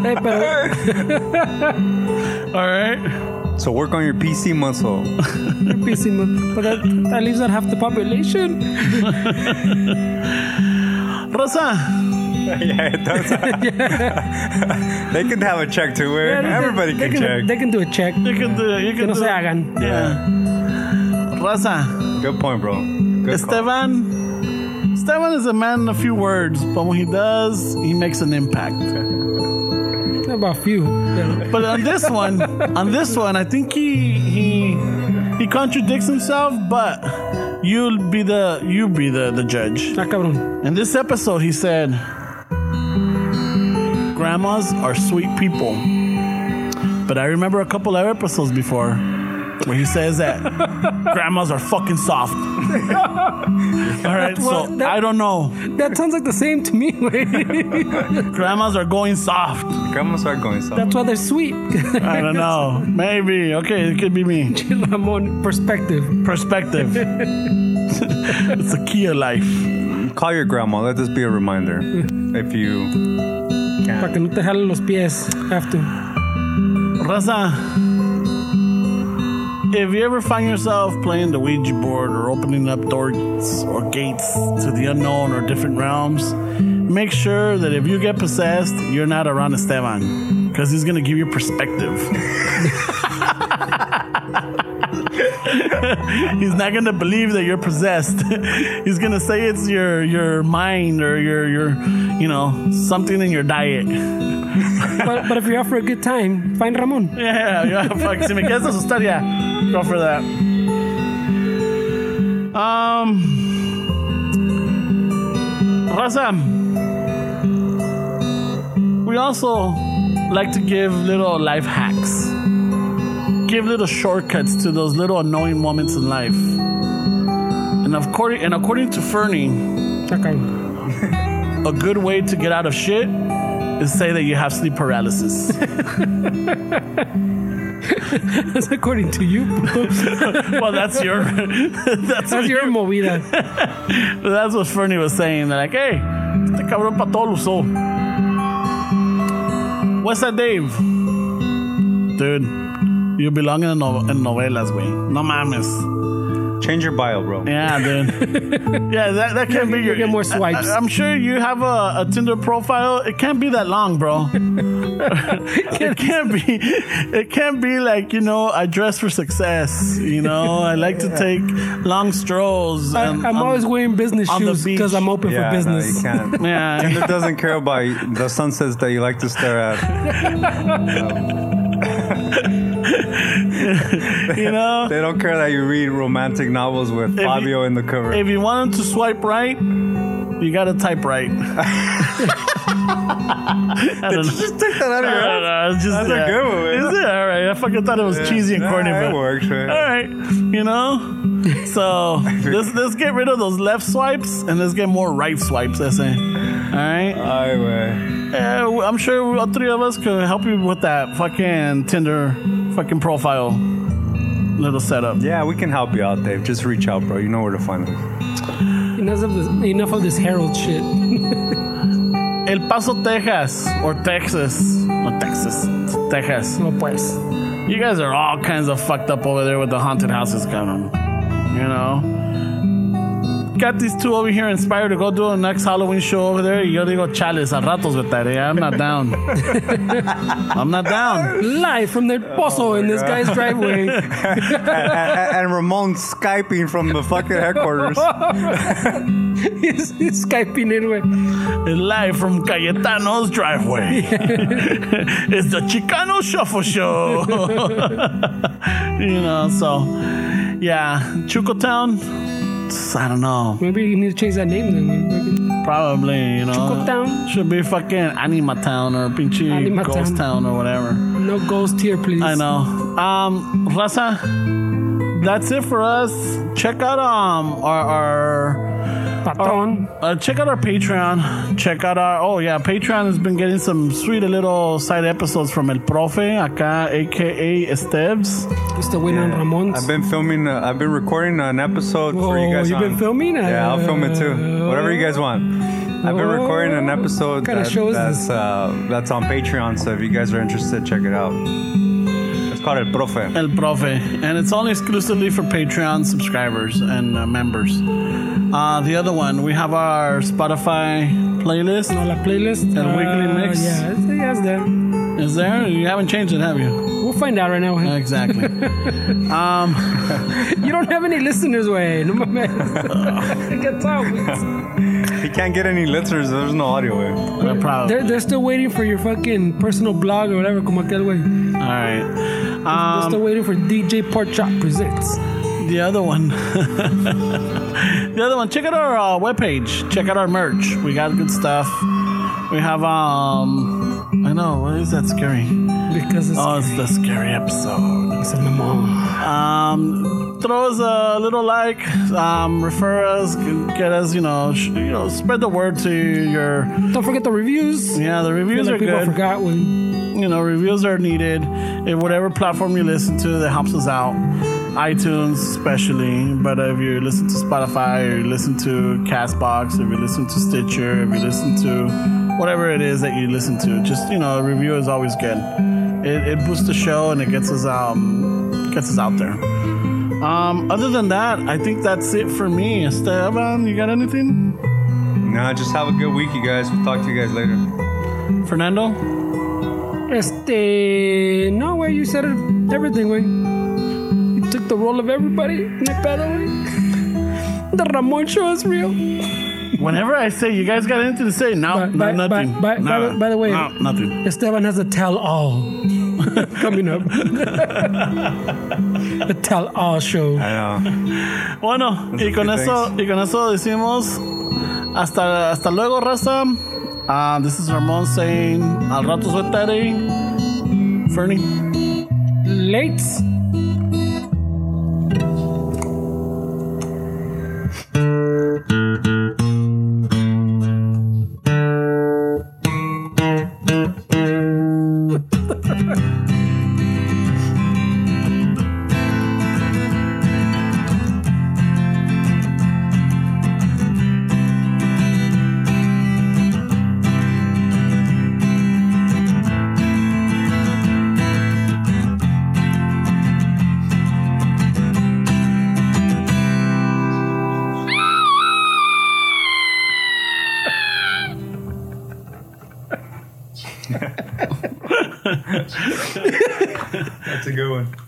Hey, pero All right? So work on your PC muscle. you're busy, man. But that, that leaves out half the population. Raza, yeah, it does. they can have a check too, güey. They- Everybody they, can, check. They can do a check. you can do you Que can no do se hagan. Yeah. Raza, Good point, bro. Good call. Esteban. Esteban is a man in a few words, but when he does, he makes an impact. About a few. Yeah. But on this one, on this one, I think he he he contradicts himself, but you'll be the you be the the judge. Ah, cabrón. In this episode, he said, Grandmas are sweet people. But I remember a couple of episodes before where he says that grandmas are fucking soft. All right, Well, so that- I don't know. That sounds like the same to me. güey. Grandmas are going soft. Grandmas are going somewhere. That's why they're sweet. I don't know. Maybe. Okay, it could be me. Ramon perspective. Perspective. it's the key of life. Call your grandma. Let this be a reminder. if you Para que no te jalen los pies. Have to. Raza, if you ever find yourself playing the Ouija board or opening up doors or gates to the unknown or different realms, make sure that if you get possessed, you're not around Esteban because he's going to give you perspective. he's not going to believe that you're possessed. he's going to say it's your your mind or your your you know something in your diet. but, but if you're out for a good time, find Ramon. Yeah, yeah, fuck. Si me quieres asustar, yeah. Go for that. Um. Raza. We also like to give little life hacks. Give little shortcuts to those little annoying moments in life. And according, and according to Fernie, Ah, cabrón. a good way to get out of shit is say that you have sleep paralysis. That's according to you. well, that's your that's, what That's your you- movida. That's what Fernie was saying. They're like, hey, este cabrón pa' todo so. What's that, Dave? Dude, you belong in, a no- in novelas, güey. No mames. change your bio, bro. Yeah, dude. yeah, that, that can't be your. get more swipes. I, am sure you have a, a Tinder profile. It can't be that long, bro. it can't be. It can't be like you know. I dress for success. You know, I like to take long strolls. I, and- I'm always wearing business Um, on the shoes because beach. I'm open Yeah, for business. No, you can't. Yeah. Tinder doesn't care about the sunsets that you like to stare at. you know, They don't care that you read romantic novels with you- Fabio in the cover. if you want them to swipe right, You gotta type right. I don't know. Just take that out of I your don't know. ass. It's just, That's a yeah. good one, man. Is it? All right. I fucking thought it was cheesy and Nah, corny, it but works, man. all right, you know. So let's let's get rid of those left swipes and let's get more right swipes. I say. All right. Ay, güey. Uh, I'm sure all three of us could help you with that fucking Tinder fucking profile little setup. Yeah, we can help you out, Dave. Just reach out, bro. You know where to find us. Enough of this, enough of this Herald shit. El Paso, Texas, or Texas, or Texas, Texas. No pues. You guys are all kinds of fucked up over there with the haunted houses coming. You know? Got these two over here inspired to go do a next Halloween show over there. Yo digo chales a ratos with that. Eh? I'm not down. I'm not down. Live from Oh the pozo in this guy's driveway. and, and Ramon skyping from the fucking headquarters. he's, he's skyping in with. Live from Cayetano's driveway. it's the Chicano Shuffle Show. you know, so yeah, Chuco Town. I don't know. Maybe you need to change that name then. man. Maybe. Probably, you know. Chuco Town? Should be fucking Anima Town or Pinchy Anima Ghost Town or whatever. No ghost here, please. I know. Um, Raza, that's it for us. Check out um our our Patron. uh, check out our Patreon. Check out our oh yeah, Patreon has been getting some sweet little side episodes from El Profe acá, aka Esteves. It's the winner on Ramon's. Oh. I've been filming. Uh, I've been recording an episode for you Whoa, guys. you've been on- filming? Yeah, I'll film it too. Uh, Whatever you guys want. I've been recording an episode What kind of that- show is that's this? Uh, that's on Patreon. So if you guys are interested, check it out. It's called El Profe. El Profe, and it's only exclusively for Patreon subscribers and uh, members. Uh, the other one, we have our Spotify playlist. On la playlist. Uh, El weekly mix. Yeah, it's, yeah, it's there. Is there? You haven't changed it, have you? We'll find out right now. Uh, huh? Exactly. You don't have any listeners, way. No mames. Get out, güey. He can't get any listeners. There's no audio. eh? No problem. they're, they're still waiting for your fucking personal blog or whatever, como aquel, güey. All right. They're Um, still waiting for DJ Pork Chop Presents. The other one. the other one. Check out our uh, webpage. Check out our merch. We got good stuff. We have um. I know. What is that scary? Because it's, Oh, it's the scary episode. it's a memo. Um, throw us a little like. Um, refer us. Get us. You know. Sh- you know. Spread the word to your. Don't forget the reviews. Yeah. The Feel reviews like are people good. forgot when. you know reviews are needed in whatever platform you listen to that helps us out itunes especially but if you listen to spotify or you listen to castbox if you listen to stitcher if you listen to whatever it is that you listen to just you know a review is always good it, it boosts the show and it gets us um gets us out there um other than that i think that's it for me esteban you got anything No, just have a good week, you guys. We'll talk to you guys later. fernando Este. No, way. You said it, everything, way. You took the role of everybody. No pedo, güey. The Ramon show is real. Whenever I say you guys got anything to say, no, By- no by- nothing. by- by- by Nada. the- by the way- no, nothing. Esteban has a tell all coming up. a tell all show. I know. Bueno, y a con few eso, y con eso decimos hasta hasta luego, raza. Uh, this is Ramon saying al rato soy Teddy. Fernie. Late. That's a good one.